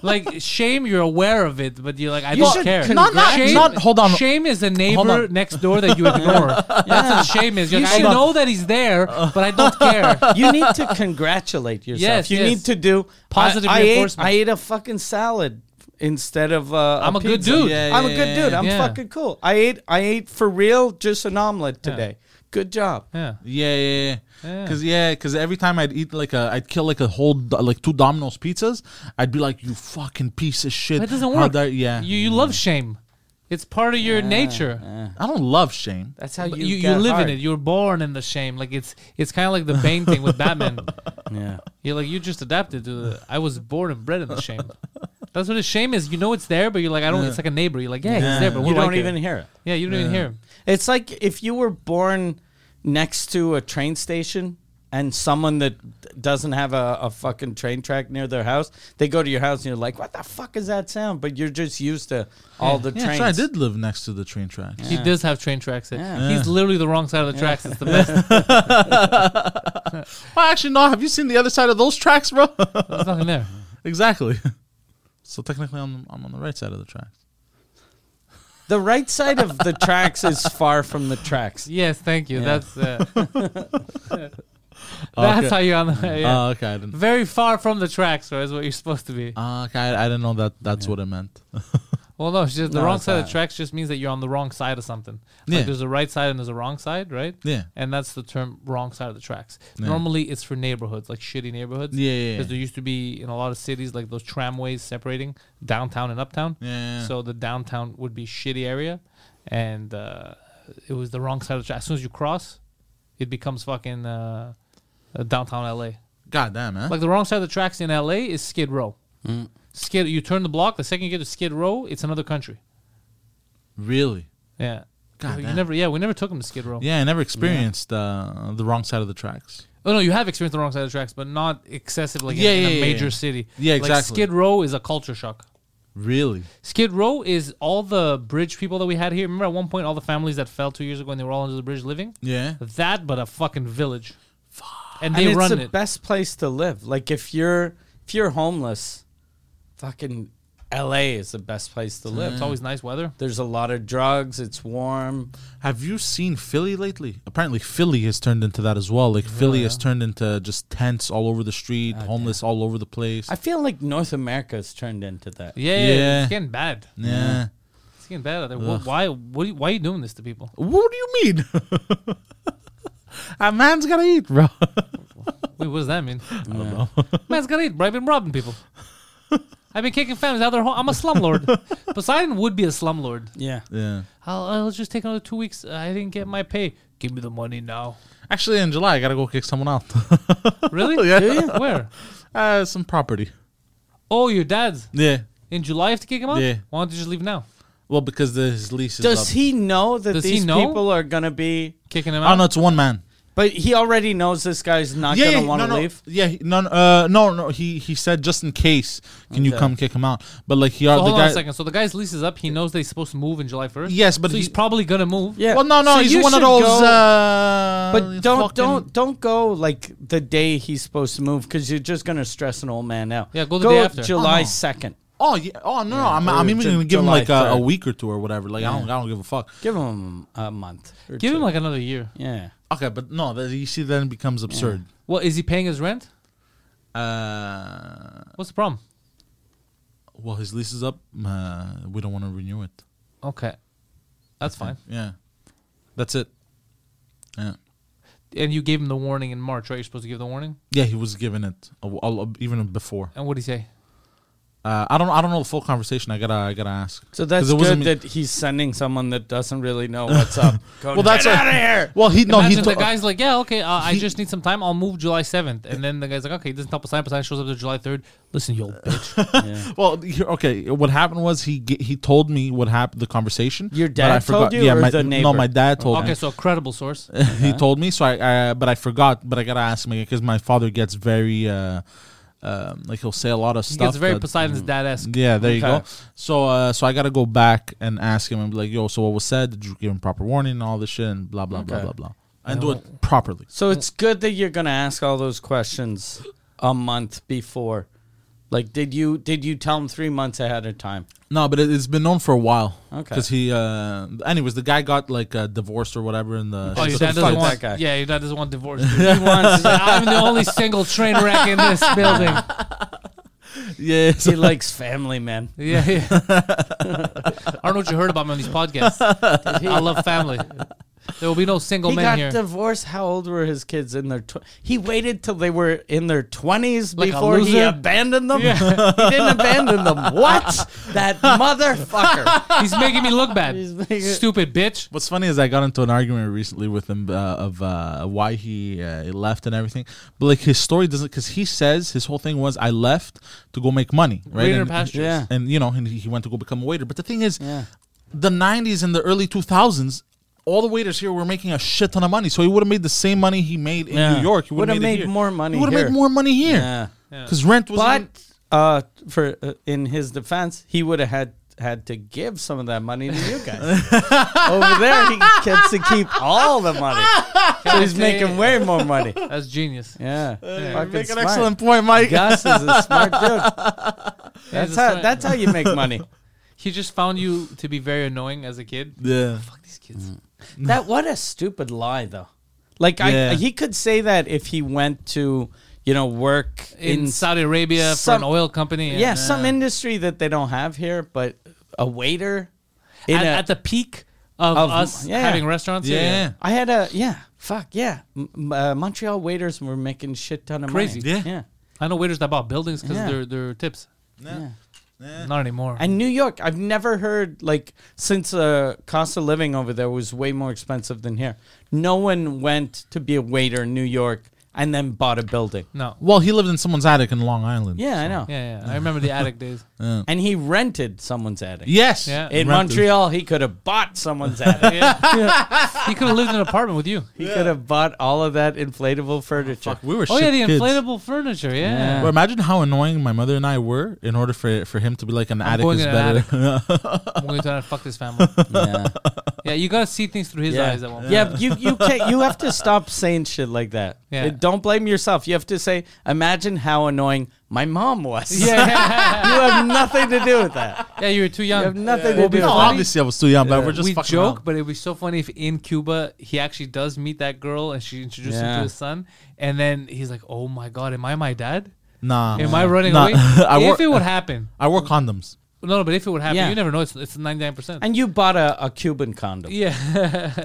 Speaker 1: Like shame, you're aware of it, but you're like, I
Speaker 2: You
Speaker 1: don't
Speaker 2: should
Speaker 1: care.
Speaker 2: Not- not-
Speaker 1: shame,
Speaker 3: not- hold on.
Speaker 1: Shame is a neighbor
Speaker 3: on.
Speaker 1: next door that you ignore. That's what shame is. You're
Speaker 2: You
Speaker 1: like, I
Speaker 2: should-
Speaker 1: know that he's there, but I don't care.
Speaker 2: you need to congratulate yourself.
Speaker 1: Yes,
Speaker 2: you
Speaker 1: yes.
Speaker 2: need to do
Speaker 1: Positive
Speaker 2: I, I ate-
Speaker 1: reinforcement.
Speaker 2: I ate a fucking salad instead of. Uh,
Speaker 1: I'm a good
Speaker 2: pizza.
Speaker 1: dude. Yeah,
Speaker 2: I'm
Speaker 3: yeah,
Speaker 2: a good
Speaker 3: yeah,
Speaker 2: dude.
Speaker 3: yeah.
Speaker 2: I'm
Speaker 1: Yeah.
Speaker 2: fucking cool. I ate. I ate for real just an omelet today. Good job.
Speaker 1: Yeah.
Speaker 3: Yeah, yeah,
Speaker 1: Yeah.
Speaker 3: yeah. Because yeah, because every time I'd eat like a, I'd kill like a whole do- like two Domino's pizzas. I'd be like, you fucking piece of shit.
Speaker 1: That doesn't
Speaker 3: How
Speaker 1: work.
Speaker 3: dare- yeah,
Speaker 1: You you love shame. It's part of your nature.
Speaker 3: I don't love shame.
Speaker 2: That's how
Speaker 1: But
Speaker 2: you
Speaker 1: you, you
Speaker 2: get
Speaker 1: live
Speaker 2: hard.
Speaker 1: in it. You were born in the shame. Like it's it's kind of like the Bane thing with Batman.
Speaker 2: Yeah.
Speaker 1: You're like you just adapted to the. I was born and bred in the shame. That's what the shame is. You know it's there, but you're like I don't. It's like a neighbor. You're like yeah, he's there, but
Speaker 2: You
Speaker 1: we're
Speaker 2: don't
Speaker 1: right
Speaker 2: even
Speaker 1: there.
Speaker 2: hear it.
Speaker 1: Yeah, you don't even hear him.
Speaker 2: It's like if you were born next to a train station and someone that doesn't have a, a fucking train track near their house, they go to your house and you're like, what the fuck is that sound? But you're just used to all the
Speaker 3: Yeah,
Speaker 2: trains.
Speaker 3: so I did live next to the train tracks.
Speaker 1: He does have train tracks. He's literally the wrong side of the tracks. It's the best.
Speaker 3: Well, actually, no. Have you seen the other side of those tracks, bro?
Speaker 1: There's nothing there.
Speaker 3: exactly. So technically, I'm I'm on the right side of the tracks.
Speaker 2: The right side of the tracks is far from the tracks.
Speaker 1: Yes, thank you. That's uh, that's how you on the.
Speaker 3: Oh,
Speaker 1: Yeah.
Speaker 3: okay. I didn't.
Speaker 1: Very far from the tracks, right? Is what you're supposed to be.
Speaker 3: Uh, okay, I, I didn't know that. That's what it meant.
Speaker 1: Well, no, it's just the
Speaker 2: No,
Speaker 1: wrong
Speaker 2: it's
Speaker 1: side of
Speaker 2: not.
Speaker 1: the tracks just means that you're on the wrong side of something.
Speaker 3: Yeah.
Speaker 1: Like there's a right side and there's a wrong side, right?
Speaker 3: Yeah.
Speaker 1: And that's the term wrong side of the tracks. Normally it's for neighborhoods, like shitty neighborhoods.
Speaker 3: Yeah, yeah,
Speaker 1: Because
Speaker 3: yeah.
Speaker 1: there used to be in a lot of cities like those tramways separating downtown and uptown.
Speaker 3: Yeah, yeah, yeah.
Speaker 1: So the downtown would be shitty area and uh, it was the wrong side of the track. As soon as you cross, it becomes fucking uh, uh, downtown LA.
Speaker 3: God damn, man.
Speaker 1: Like the wrong side of the tracks in LA is Skid Row.
Speaker 3: Mm.
Speaker 1: Skid, you turn the block. The second you get to Skid Row, it's another country.
Speaker 3: really?
Speaker 1: Yeah.
Speaker 3: God
Speaker 1: you
Speaker 3: damn.
Speaker 1: never, yeah, we never took him to Skid Row.
Speaker 3: Yeah, I never experienced uh, the wrong side of the tracks.
Speaker 1: Oh no, you have experienced the wrong side of the tracks, but not excessive like
Speaker 3: Yeah,
Speaker 1: in, in
Speaker 3: yeah, yeah,
Speaker 1: a major
Speaker 3: yeah.
Speaker 1: city.
Speaker 3: Yeah,
Speaker 1: Like
Speaker 3: exactly.
Speaker 1: Skid Row is a culture shock.
Speaker 3: Really?
Speaker 1: Skid Row is all the bridge people that we had here. Remember at one point all the families that fell two years ago and they were all under the bridge living.
Speaker 3: Yeah.
Speaker 1: That, but a fucking village. And
Speaker 2: And
Speaker 1: they
Speaker 2: it's
Speaker 1: run
Speaker 2: the
Speaker 1: it.
Speaker 2: best place to live. Like if you're if you're homeless, fucking LA is the best place to live.
Speaker 3: Mm.
Speaker 1: It's always nice weather.
Speaker 2: There's a lot of drugs, it's warm.
Speaker 3: Have you seen Philly lately? Apparently, Philly has turned into that as well. Like Philly has turned into just tents all over the street, homeless all over the place.
Speaker 2: I feel like North America's turned into that.
Speaker 1: Yeah, yeah,
Speaker 3: Yeah.
Speaker 1: it's getting bad.
Speaker 3: yeah.
Speaker 1: It's getting bad out there. Wh- Why? What? do you- Why are you doing this to people?
Speaker 3: What do you mean? a man's gotta eat, bro.
Speaker 1: Wait, what does that mean? I don't know. Man's gotta eat, bro. I've been robbing people. I've been kicking families out of their home. I'm a slumlord. Poseidon would be a slumlord.
Speaker 2: Yeah.
Speaker 3: Yeah.
Speaker 1: I'll, I'll just take another two weeks. I didn't get my pay. Give me the money now.
Speaker 3: Actually, in July, I gotta go kick someone out.
Speaker 1: Really? yeah. Where?
Speaker 3: uh, some property.
Speaker 1: Oh, your dad's.
Speaker 3: Yeah.
Speaker 1: In July, you have to kick him out?
Speaker 3: Yeah.
Speaker 1: Why don't you just leave now?
Speaker 3: Well, because the, his lease is up.
Speaker 2: Does he know that
Speaker 1: Does he
Speaker 2: these
Speaker 1: know?
Speaker 2: people are gonna be?
Speaker 1: Kicking him
Speaker 3: Oh
Speaker 1: out?
Speaker 3: no, it's one man.
Speaker 2: But he already knows this guy's not
Speaker 3: yeah,
Speaker 2: gonna
Speaker 3: yeah,
Speaker 2: want to
Speaker 3: no, no.
Speaker 2: leave.
Speaker 3: Yeah, he- no, no, uh, no, no. He he said just in case, can you come kick him out? But like he are
Speaker 1: So
Speaker 3: the
Speaker 1: hold
Speaker 3: guy.
Speaker 1: on a second. So the guy's lease is up. He knows they're supposed to move in July 1st.
Speaker 3: Yes, but
Speaker 1: so he's
Speaker 3: he-
Speaker 1: probably going to move.
Speaker 2: Yeah.
Speaker 3: Well, no, no,
Speaker 2: So
Speaker 3: he's
Speaker 2: you
Speaker 3: one of
Speaker 2: should
Speaker 3: those.
Speaker 2: go-
Speaker 1: Oh,
Speaker 3: uh,
Speaker 2: But don't
Speaker 3: fucking-
Speaker 2: don't don't go like the day he's supposed to move because you're just gonna stress an old man out.
Speaker 1: Yeah, go the day after.
Speaker 2: July
Speaker 3: Oh, no.
Speaker 2: second.
Speaker 3: Oh yeah. Oh no, no. I'm,
Speaker 2: or
Speaker 3: I'm even
Speaker 2: Ju-
Speaker 3: gonna give him
Speaker 2: July
Speaker 3: like a, a
Speaker 2: 3rd.
Speaker 3: week or two or whatever. Like I don't, I don't give a fuck.
Speaker 2: Give him a month. or
Speaker 1: Give him
Speaker 2: two.
Speaker 1: like another year.
Speaker 2: yeah.
Speaker 3: Okay, but no, that, you see, then it becomes absurd.
Speaker 1: Well, is he paying his rent?
Speaker 3: Uh,
Speaker 1: What's the problem?
Speaker 3: well, his lease is up. Uh, we don't want to renew it.
Speaker 1: Okay. That's fine.
Speaker 3: Yeah, that's it. Yeah,
Speaker 1: And you gave him the warning in March, right? You're supposed to give the warning?
Speaker 3: yeah. He was given it a, a, a- even before.
Speaker 1: And what did he say?
Speaker 3: Uh, I don't, I don't know the full conversation. I gotta, I gotta ask.
Speaker 2: So
Speaker 3: 'Cause
Speaker 2: that's
Speaker 3: it
Speaker 2: good
Speaker 3: wasn't me-
Speaker 2: that he's sending someone that doesn't really know what's up. Go
Speaker 3: Well, that's
Speaker 2: get
Speaker 3: a-
Speaker 2: out of here.
Speaker 3: Well, he no, he
Speaker 1: Imagine
Speaker 3: to-
Speaker 1: the guy's like, yeah, okay, uh, I
Speaker 3: he-
Speaker 1: just need some time. I'll move July 7th. And then the guy's like, okay, he doesn't tell Poseidon. Poseidon shows up to July 3rd. Listen, you old bitch.
Speaker 3: Well, here- okay. What happened was he ge- he told me what happened. The conversation.
Speaker 2: Your
Speaker 3: but
Speaker 2: dad
Speaker 3: I
Speaker 2: told
Speaker 3: forgot.
Speaker 2: you
Speaker 3: yeah,
Speaker 2: or
Speaker 3: my,
Speaker 2: the
Speaker 3: No,
Speaker 2: neighbor?
Speaker 3: my dad told me.
Speaker 1: Okay, so a credible source.
Speaker 3: he told me. So I, I, but I forgot. But I gotta ask him because my father gets very. Uh, um, like he'll say a lot of
Speaker 1: He
Speaker 3: stuff.
Speaker 1: gets very
Speaker 3: that-
Speaker 1: Poseidon's dad esque.
Speaker 3: Yeah, there you go.
Speaker 2: Okay.
Speaker 3: So, uh, so I gotta go back and ask him and be like, "Yo, so what was said? Did you give him proper warning and all this shit and blah blah blah
Speaker 2: Okay.
Speaker 3: blah blah?" And do it properly.
Speaker 2: So it's good that you're gonna ask all those questions a month before. Like, did you did you tell him three months ahead of time?
Speaker 3: No, but it, it's been known for a while.
Speaker 2: Okay.
Speaker 3: Because he, uh, anyways, the guy got like uh, divorced or whatever in the.
Speaker 1: Oh,
Speaker 3: so
Speaker 1: your
Speaker 3: the
Speaker 1: dad doesn't
Speaker 3: fight-
Speaker 2: fuck
Speaker 1: want.
Speaker 2: that guy.
Speaker 1: Yeah, your dad doesn't want divorce. dude. He wants. I'm the only single train wreck in this building.
Speaker 3: Yeah. so-
Speaker 2: He likes family men.
Speaker 1: Yeah, yeah. I don't know what you heard about me on these podcasts. I love family. There will be no single
Speaker 2: he
Speaker 1: men
Speaker 2: got
Speaker 1: here.
Speaker 2: divorced. How old were his kids in their? Tw- he waited till they were in their twenties
Speaker 1: Like a
Speaker 2: before he
Speaker 1: loser?
Speaker 2: abandoned them. he didn't abandon them. What? That motherfucker.
Speaker 1: He's making me look bad.
Speaker 2: He's making-
Speaker 1: Stupid bitch.
Speaker 3: What's funny is I got into an argument recently with him uh, of uh, why he uh, left and everything, but like his story doesn't because he says his whole thing was I left to go make money, right?
Speaker 1: Greener
Speaker 3: and,
Speaker 1: pastures.
Speaker 2: Yeah.
Speaker 3: and you know, and he went to go become a waiter. But the thing is,
Speaker 2: Yeah.
Speaker 3: the '90s and the early 2000s, all the waiters here were making a shit ton of money. So he would have made the same money he made in
Speaker 2: Yeah.
Speaker 3: New York. He would
Speaker 2: Would've
Speaker 3: have
Speaker 2: made more money
Speaker 3: He would have
Speaker 2: here.
Speaker 3: made more money
Speaker 2: Yeah.
Speaker 3: here
Speaker 1: Yeah.
Speaker 3: because rent was.
Speaker 2: But uh, for uh, in his defense, he would have had had to give some of that money to you guys over there. He gets to keep all the money, so he's making way more money.
Speaker 1: That's genius.
Speaker 2: Yeah,
Speaker 3: you
Speaker 2: fucking
Speaker 3: make an
Speaker 2: smart.
Speaker 3: excellent point, Mike.
Speaker 2: Gus is a smart dude. That's
Speaker 1: a
Speaker 2: how
Speaker 1: smart-
Speaker 2: that's how you make money.
Speaker 1: He just found you to be very annoying as a kid.
Speaker 3: Yeah.
Speaker 1: Fuck these kids.
Speaker 2: That what a stupid lie though. Like I,
Speaker 3: Yeah.
Speaker 2: he could say that if he went to you know work
Speaker 1: In,
Speaker 2: in,
Speaker 1: Saudi Arabia
Speaker 2: some-
Speaker 1: for an oil company. and- uh,
Speaker 2: yeah some industry that they don't have here, but a waiter in
Speaker 1: at,
Speaker 2: a-
Speaker 1: at the peak of,
Speaker 2: Of-
Speaker 1: us
Speaker 2: yeah.
Speaker 1: having restaurants.
Speaker 3: Yeah.
Speaker 2: I had a yeah fuck yeah M- m- uh, Montreal waiters were making shit ton of
Speaker 1: Crazy.
Speaker 2: money.
Speaker 3: Yeah.
Speaker 2: yeah
Speaker 1: I know waiters that bought buildings because
Speaker 2: Yeah.
Speaker 1: they're they're tips.
Speaker 2: yeah.
Speaker 1: Not anymore.
Speaker 2: And New York, I've never heard like since uh, cost of living over there was way more expensive than here. No one went to be a waiter in New York and then bought a building.
Speaker 1: no.
Speaker 3: Well, he lived in someone's attic in Long Island.
Speaker 2: Yeah, I know.
Speaker 1: Yeah, yeah. I remember the attic days.
Speaker 2: And he rented someone's attic.
Speaker 3: Yes.
Speaker 1: Yeah.
Speaker 2: In
Speaker 3: Rented.
Speaker 2: Montreal, he could have bought someone's attic.
Speaker 1: He could have lived in an apartment with you.
Speaker 2: He could have bought all of that inflatable furniture.
Speaker 3: We were
Speaker 1: Oh yeah,
Speaker 3: shit
Speaker 1: the
Speaker 3: kids.
Speaker 1: inflatable furniture. Yeah.
Speaker 3: Well, imagine how annoying my mother and I were in order for for him to be like an attic
Speaker 1: going
Speaker 3: is
Speaker 1: in an
Speaker 3: better.
Speaker 1: I'm going to fuck this family.
Speaker 2: yeah,
Speaker 1: Yeah, you gotta see things through his
Speaker 2: yeah.
Speaker 1: eyes at one point.
Speaker 2: yeah. You you can't, you have to stop saying shit like that.
Speaker 1: Yeah.
Speaker 2: Don't blame yourself. You have to say, imagine how annoying my mom was.
Speaker 1: Yeah, yeah,
Speaker 2: you have nothing to do with that.
Speaker 1: yeah. You were too young.
Speaker 2: You have nothing
Speaker 1: Well,
Speaker 2: to do.
Speaker 1: we
Speaker 2: with
Speaker 3: no,
Speaker 1: funny.
Speaker 2: that.
Speaker 3: obviously I was too young, but we're just
Speaker 1: we
Speaker 3: fucking
Speaker 1: joke,
Speaker 3: around.
Speaker 1: but it'd be so funny if in Cuba he actually does meet that girl and she introduces him
Speaker 2: Yeah.
Speaker 1: to his son, and then he's like, "Oh my god, am I my dad?
Speaker 3: Nah,
Speaker 1: Am I running
Speaker 3: Uh, Nah.
Speaker 1: away?"
Speaker 3: I
Speaker 1: if
Speaker 3: wore
Speaker 1: it would happen,
Speaker 3: I wore condoms.
Speaker 1: no, no, but if it would happen,
Speaker 2: Yeah.
Speaker 1: you never know. It's it's ninety nine percent.
Speaker 2: And you bought a, a Cuban condom,
Speaker 1: Yeah,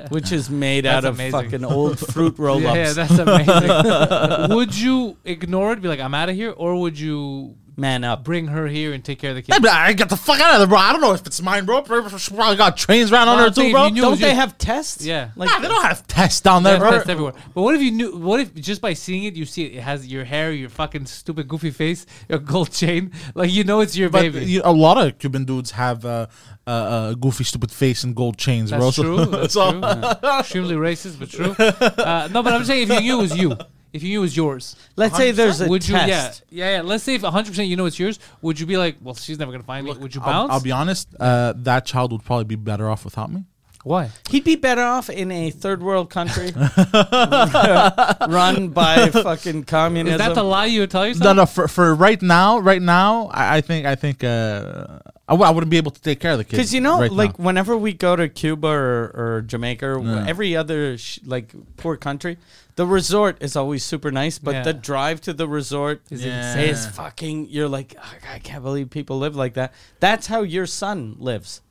Speaker 2: which is made out
Speaker 1: That's
Speaker 2: of
Speaker 1: amazing.
Speaker 2: fucking old fruit roll ups.
Speaker 1: yeah, that's amazing. would you ignore it, be like, "I'm out of here," or would you
Speaker 2: Man up.
Speaker 1: bring her here and take care of the
Speaker 3: Hey,
Speaker 1: kid?
Speaker 3: but I got the fuck out of there, bro. I don't know if it's mine, bro. Probably got trains ran on
Speaker 1: Well,
Speaker 3: her
Speaker 1: I'm saying
Speaker 3: too,
Speaker 1: if
Speaker 3: bro.
Speaker 1: you knew it
Speaker 2: Don't
Speaker 1: was
Speaker 2: they
Speaker 1: your-
Speaker 2: have tests?
Speaker 1: Yeah.
Speaker 2: Like,
Speaker 3: Nah, they don't have tests down there,
Speaker 1: There's
Speaker 3: bro.
Speaker 1: tests everywhere. But what if you knew? What if just by seeing it, you see it? It has your hair, your fucking stupid goofy face, your gold chain. Like you know, it's your
Speaker 3: But
Speaker 1: baby.
Speaker 3: you- a lot of Cuban dudes have uh, uh, uh, goofy, stupid face and gold chains, bro.
Speaker 1: That's
Speaker 3: So-
Speaker 1: true. That's
Speaker 3: so-
Speaker 1: true. Extremely racist, but true. Uh, no, but I'm saying if you knew it was you, if you knew it was yours,
Speaker 2: let's say there's a
Speaker 1: would you?
Speaker 2: test.
Speaker 1: Yeah, yeah, yeah. Let's say if 100 percent you know it's yours, would you be like, well, she's never gonna find me? Would you bounce?
Speaker 3: I'll, I'll be honest. Uh, that child would probably be better off without me.
Speaker 1: Why?
Speaker 2: He'd be better off in a third world country run by fucking communism.
Speaker 1: Is that the lie you would tell
Speaker 3: No,
Speaker 1: yourself?
Speaker 3: no. For, for right now, right now, I, I think I think uh, I, w- I wouldn't be able to take care of the kids.
Speaker 2: Because you know,
Speaker 3: right
Speaker 2: like
Speaker 3: now.
Speaker 2: whenever we go to Cuba or, or Jamaica or every other sh- like poor country, the resort is always super nice, but
Speaker 1: Yeah.
Speaker 2: the drive to the resort is,
Speaker 3: Yeah.
Speaker 2: fucking. You're like, "Ugh, I can't believe people live like that. That's how your son lives.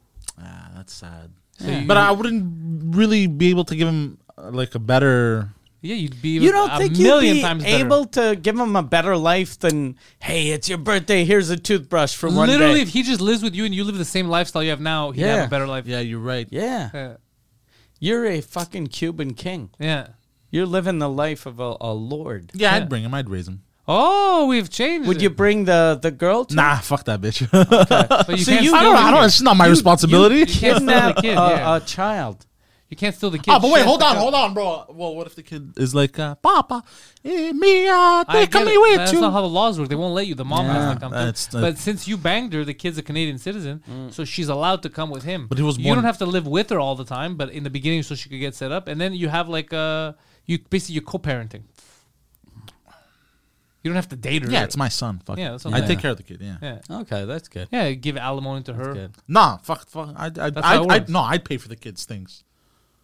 Speaker 3: Ah, that's sad.
Speaker 1: you-
Speaker 3: But I wouldn't really be able to give him uh, like a better.
Speaker 1: Yeah, you'd be.
Speaker 2: You don't
Speaker 1: a
Speaker 2: think you'd
Speaker 1: million
Speaker 2: be
Speaker 1: times better.
Speaker 2: able to give him a better life than, hey, it's your birthday. Here's a toothbrush for one
Speaker 1: Literally,
Speaker 2: day."
Speaker 1: if he just lives with you and you live the same lifestyle you have now, he'd
Speaker 2: Yeah.
Speaker 1: have a better life.
Speaker 3: Yeah, you're right.
Speaker 2: yeah,
Speaker 1: Yeah.
Speaker 2: you're a fucking Cuban king.
Speaker 1: Yeah.
Speaker 2: You're living the life of a, a lord.
Speaker 3: Yeah,
Speaker 1: Yeah.
Speaker 3: I'd bring him. I'd raise him.
Speaker 1: Oh, we've changed.
Speaker 2: Would
Speaker 1: it.
Speaker 2: you bring the the girl? To
Speaker 3: Nah, fuck that bitch.
Speaker 1: But you
Speaker 2: so
Speaker 1: can't
Speaker 2: you-
Speaker 1: steal
Speaker 3: I don't. I
Speaker 1: it.
Speaker 3: don't. It's not my responsibility.
Speaker 1: You can't steal the
Speaker 2: kidnap
Speaker 1: kid,
Speaker 2: a,
Speaker 1: yeah.
Speaker 2: a child?
Speaker 1: You You can't steal the kid.
Speaker 3: Oh, but wait,
Speaker 1: Shit.
Speaker 3: hold on, hold on, bro. Well, what if the kid is like, uh, Papa, eh, me, uh,
Speaker 1: I
Speaker 3: take
Speaker 1: get
Speaker 3: me
Speaker 1: it.
Speaker 3: with
Speaker 1: That's
Speaker 3: you.
Speaker 1: not how the laws work. They won't let you. The mom has to come.
Speaker 3: that's-
Speaker 1: too. but since you banged her, the kid's a Canadian citizen,
Speaker 3: Mm.
Speaker 1: so she's allowed to come with him.
Speaker 3: But he was
Speaker 1: You
Speaker 3: born-
Speaker 1: don't have to live with her all the time, but in the beginning, so she could get set up, and then you have like uh, you basically you're co-parenting. You don't have to date her.
Speaker 3: yeah, it's my son. Fuck.
Speaker 1: Yeah,
Speaker 3: Yeah,
Speaker 1: that's what
Speaker 3: I
Speaker 1: I'm
Speaker 3: take
Speaker 1: saying.
Speaker 3: care of the kid. Yeah.
Speaker 1: Yeah.
Speaker 2: Okay, that's good.
Speaker 1: Yeah, give alimony to her.
Speaker 2: good.
Speaker 3: Nah, fuck, fuck. I, I,
Speaker 1: how it
Speaker 3: I, I,
Speaker 1: works.
Speaker 3: no, I'd pay for the kids' things.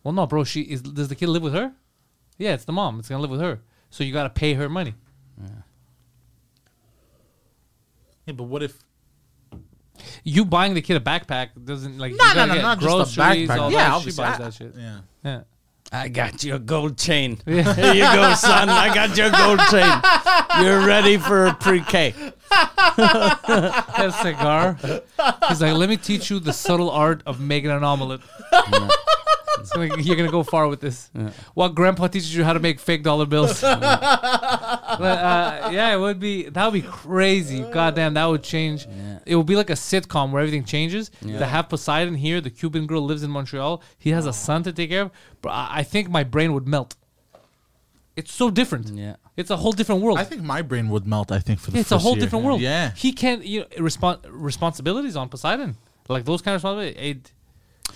Speaker 1: Well, no, bro. She is. Does the kid live with her? Yeah, it's the mom. It's gonna live with her. So you gotta pay her money.
Speaker 3: Yeah, but what if?
Speaker 1: You buying the kid a backpack doesn't like. you
Speaker 3: No, no,
Speaker 1: gotta
Speaker 3: no,
Speaker 1: get
Speaker 3: not just a
Speaker 1: groceries, all
Speaker 3: backpack. Yeah,
Speaker 1: that. she
Speaker 3: obviously.
Speaker 1: buys
Speaker 3: I-
Speaker 1: that shit.
Speaker 3: Yeah.
Speaker 1: Yeah.
Speaker 2: I got you a gold chain. Here you go, son. I got you a gold chain. You're ready for a pre-K.
Speaker 1: a cigar. He's like, let me teach you the subtle art of making an omelet. So, like, you're gonna go far with this. While grandpa teaches you how to make fake dollar bills. But, uh, yeah, it would be that would be crazy. Goddamn, that would change. It would be like a sitcom where everything changes. They have Poseidon here. The Cuban girl lives in Montreal. He has a son to take care of. But I, I think my brain would melt. It's so different.
Speaker 2: Yeah.
Speaker 1: it's a whole different world.
Speaker 3: I think my brain would melt. I think for the
Speaker 1: Yeah, it's a
Speaker 3: first
Speaker 1: whole
Speaker 3: year.
Speaker 1: different world.
Speaker 3: Yeah.
Speaker 1: he can't. You know, respon- responsibilities on Poseidon, like those kind of responsibilities. It,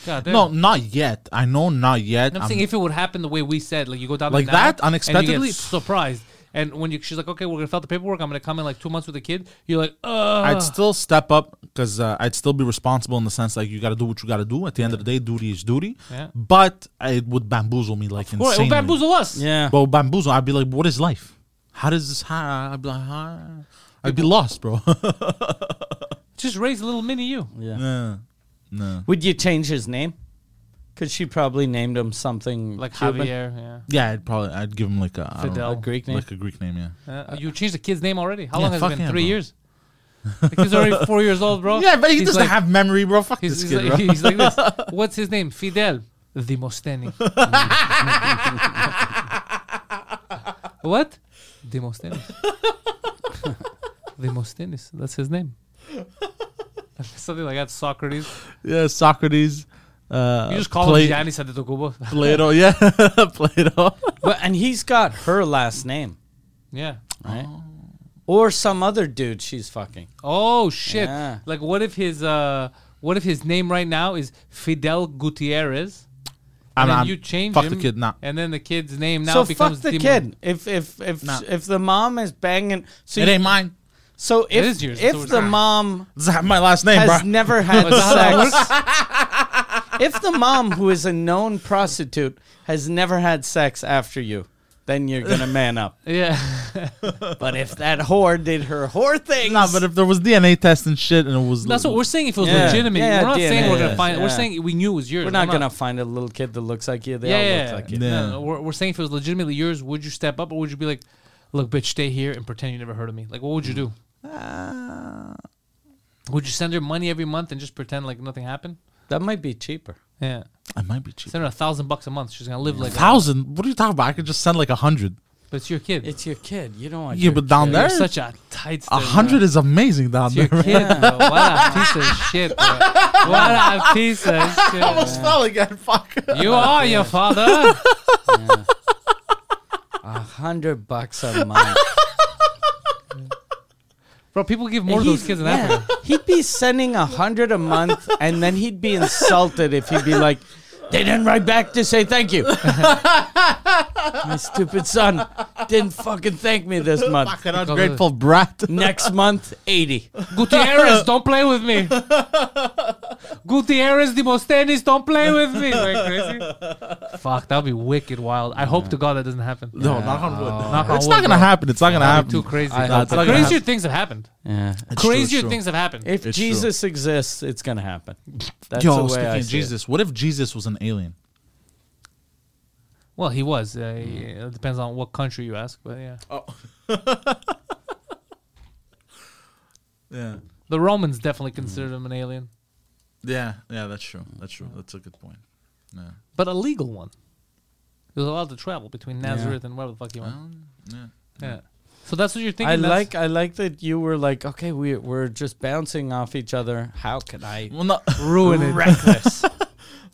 Speaker 1: God,
Speaker 3: No,
Speaker 1: damn.
Speaker 3: not yet. I know not yet.
Speaker 1: I'm,
Speaker 3: I'm-
Speaker 1: saying if it would happen the way we said, like you go down
Speaker 3: Like
Speaker 1: the nap
Speaker 3: that,
Speaker 1: and you get
Speaker 3: unexpectedly?
Speaker 1: surprised. And when you, she's like, okay, we're gonna fill out the paperwork. I'm gonna come in like two months with a kid. You're like, uh
Speaker 3: I'd still step up because uh, I'd still be responsible in the sense like you got to do what you got to do. At the end of the day, duty is duty.
Speaker 1: Yeah.
Speaker 3: But it would bamboozle me like
Speaker 1: or it
Speaker 3: insanely.
Speaker 1: will bamboozle us.
Speaker 2: Yeah.
Speaker 3: But bamboozle, I'd be like, what is life? How does this? How? I'd be like, huh? I'd be lost, bro.
Speaker 1: Just raise a little mini you.
Speaker 2: yeah.
Speaker 3: Yeah. no.
Speaker 2: Would you change his name? Because she probably named him something
Speaker 1: Like
Speaker 2: Cuban.
Speaker 1: Javier,
Speaker 3: Yeah, I'd probably I'd give him like a, I don't know,
Speaker 1: Fidel.
Speaker 2: A Greek name?
Speaker 3: like a Greek name. Yeah.
Speaker 1: yeah. Uh, you changed the kid's name already. How
Speaker 3: Yeah,
Speaker 1: long has it
Speaker 3: fuck
Speaker 1: been?
Speaker 3: him,
Speaker 1: Three
Speaker 3: bro.
Speaker 1: years. The kid's already four years old, bro.
Speaker 3: Yeah, but he
Speaker 1: He's
Speaker 3: doesn't
Speaker 1: like-
Speaker 3: have memory, bro. Fuck
Speaker 1: He's,
Speaker 3: this
Speaker 1: he's
Speaker 3: kid,
Speaker 1: like,
Speaker 3: bro.
Speaker 1: he's like this. What's his name? Fidel Demosteni. what? Demosteni. Demosthenes. That's his name. Something like that. Socrates.
Speaker 3: yeah, Socrates. Uh,
Speaker 1: You just call
Speaker 3: Pla-
Speaker 1: him Giannis Antetokounmpo.
Speaker 3: Plato. Yeah, Plato.
Speaker 2: But, and he's got her last name,
Speaker 1: yeah.
Speaker 2: right? Or some other dude she's fucking.
Speaker 1: Oh shit!
Speaker 2: Yeah.
Speaker 1: Like, what if his uh, what if his name right now is Fidel Gutierrez?
Speaker 3: I'm-
Speaker 1: And then
Speaker 3: I'm-
Speaker 1: you change
Speaker 3: fuck the
Speaker 1: him,
Speaker 3: kid, nah.
Speaker 1: and then the kid's name now
Speaker 2: so
Speaker 1: becomes
Speaker 2: fuck the
Speaker 1: Demo-
Speaker 2: kid. If if if
Speaker 3: Nah.
Speaker 2: if the mom is banging, so
Speaker 3: It
Speaker 2: you-
Speaker 3: ain't mine.
Speaker 2: so if
Speaker 1: is yours, so
Speaker 2: if
Speaker 1: it's
Speaker 2: the
Speaker 1: not.
Speaker 2: mom
Speaker 3: Doesn't have my last name, bro.
Speaker 2: has never had sex. if the mom, who is a known prostitute, has never had sex after you, then you're gonna man up.
Speaker 1: Yeah.
Speaker 2: But if that whore did her whore things,
Speaker 3: Nah, but if there was DNA test and shit, and it was
Speaker 1: That's what we're saying. If it was
Speaker 2: Yeah.
Speaker 1: legitimate,
Speaker 2: Yeah,
Speaker 1: we're not
Speaker 2: DNA,
Speaker 1: saying we're gonna
Speaker 2: yeah.
Speaker 1: find. We're
Speaker 2: Yeah.
Speaker 1: saying we knew it was yours.
Speaker 2: we're not gonna find a little kid that looks like you. They
Speaker 1: Yeah,
Speaker 2: all
Speaker 1: yeah,
Speaker 2: look
Speaker 1: yeah.
Speaker 2: like you.
Speaker 3: Yeah.
Speaker 1: No, no, no. We're, we're saying if it was legitimately yours, would you step up or would you be like, "Look, bitch, stay here and pretend you never heard of me"? Like, what would you do?
Speaker 2: Uh,
Speaker 1: Would you send her money every month and just pretend like nothing happened?
Speaker 2: That might be cheaper.
Speaker 1: Yeah,
Speaker 3: I might be cheap.
Speaker 1: send her a thousand bucks a month. She's gonna live like a-
Speaker 3: Thousand? What are you talking about? I could just send like a hundred.
Speaker 1: But it's your kid.
Speaker 2: It's your kid. You don't want.
Speaker 3: Yeah,
Speaker 2: your
Speaker 3: but down
Speaker 2: kid.
Speaker 3: there,
Speaker 1: You're such a tight.
Speaker 3: a hundred is amazing down
Speaker 1: It's your
Speaker 3: there.
Speaker 1: kid, bro. What a piece of shit, bro. What a piece of shit.
Speaker 3: fell again. Fuck.
Speaker 1: You are your father.
Speaker 2: a hundred bucks a month.
Speaker 1: Bro, people give more to those
Speaker 2: He's-
Speaker 1: kids in
Speaker 2: yeah.
Speaker 1: Africa.
Speaker 2: He'd be sending a hundred a month, and then he'd be insulted if he'd be like, "They didn't write back to say thank you." My stupid son didn't fucking thank me this month.
Speaker 3: Fucking ungrateful brat.
Speaker 2: Next month, eighty.
Speaker 1: Gutierrez, don't play with me. Gutierrez Demosthenes, don't play with me. Like, crazy? Fuck, that would be wicked wild. I hope to God that doesn't happen.
Speaker 3: No, knock on wood.
Speaker 1: Knock on
Speaker 3: it's
Speaker 1: wood,
Speaker 3: not gonna
Speaker 1: bro.
Speaker 3: happen. It's not gonna
Speaker 1: That'd
Speaker 3: happen.
Speaker 1: be too crazy.
Speaker 3: I hope
Speaker 1: But
Speaker 3: not.
Speaker 1: crazier things have happened.
Speaker 2: Yeah.
Speaker 3: true,
Speaker 1: Crazier
Speaker 3: true.
Speaker 1: things have happened.
Speaker 2: If
Speaker 3: It's
Speaker 2: Jesus exists, it's gonna happen. That's
Speaker 3: Yo,
Speaker 2: the way
Speaker 3: speaking
Speaker 2: I
Speaker 3: of
Speaker 2: see it.
Speaker 3: Jesus, what if Jesus was an alien?
Speaker 1: well, he was. Uh,
Speaker 3: Mm.
Speaker 1: It depends on what country you ask, but yeah.
Speaker 3: Yeah,
Speaker 1: The Romans definitely considered
Speaker 3: Mm.
Speaker 1: him an alien,
Speaker 3: yeah, yeah. That's true. That's true. That's a good point. Yeah.
Speaker 1: but a legal one. He was allowed to travel between Nazareth and wherever the fuck he went.
Speaker 3: yeah.
Speaker 1: yeah. So that's what you're thinking.
Speaker 2: I
Speaker 1: that's-
Speaker 2: like I like that you were like, okay, we we're just bouncing off each other. How can I
Speaker 3: Well, no.
Speaker 2: ruin it? Reckless.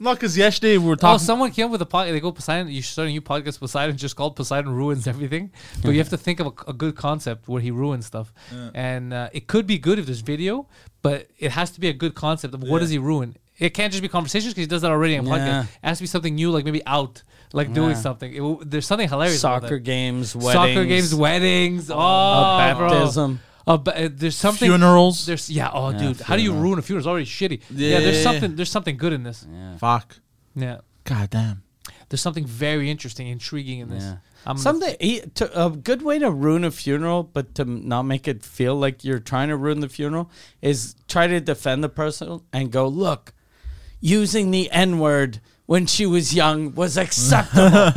Speaker 3: Not because yesterday we were
Speaker 1: Oh,
Speaker 3: talking.
Speaker 1: someone came up with a podcast. They go Poseidon. You should start a new podcast, Poseidon, just called Poseidon ruins everything. But you have to think of a, a good concept where he ruins stuff, and uh, it could be good if there's video, but it has to be a good concept of what does he ruin. It can't just be conversations because he does that already in
Speaker 2: Yeah.
Speaker 1: podcast. It has to be something new, like maybe out, like doing something. It will, there's something hilarious. about
Speaker 2: Soccer
Speaker 1: that.
Speaker 2: games, weddings,
Speaker 1: soccer games, weddings, oh,
Speaker 2: a
Speaker 1: bro.
Speaker 2: baptism.
Speaker 1: A ba- uh, there's something
Speaker 3: Funerals.
Speaker 1: There's yeah. Oh, dude, how do you ruin a funeral? It's already shitty. Yeah,
Speaker 3: Yeah,
Speaker 1: there's
Speaker 3: yeah,
Speaker 1: something. There's something good in this.
Speaker 3: Fuck.
Speaker 1: yeah.
Speaker 3: God damn.
Speaker 1: There's something very interesting, intriguing in this.
Speaker 2: Yeah.
Speaker 1: I'm
Speaker 2: Something Hmm. he, to, a good way to ruin a funeral, but to not make it feel like you're trying to ruin the funeral, is try to defend the person and go, "Look, using the N word when she was young was acceptable.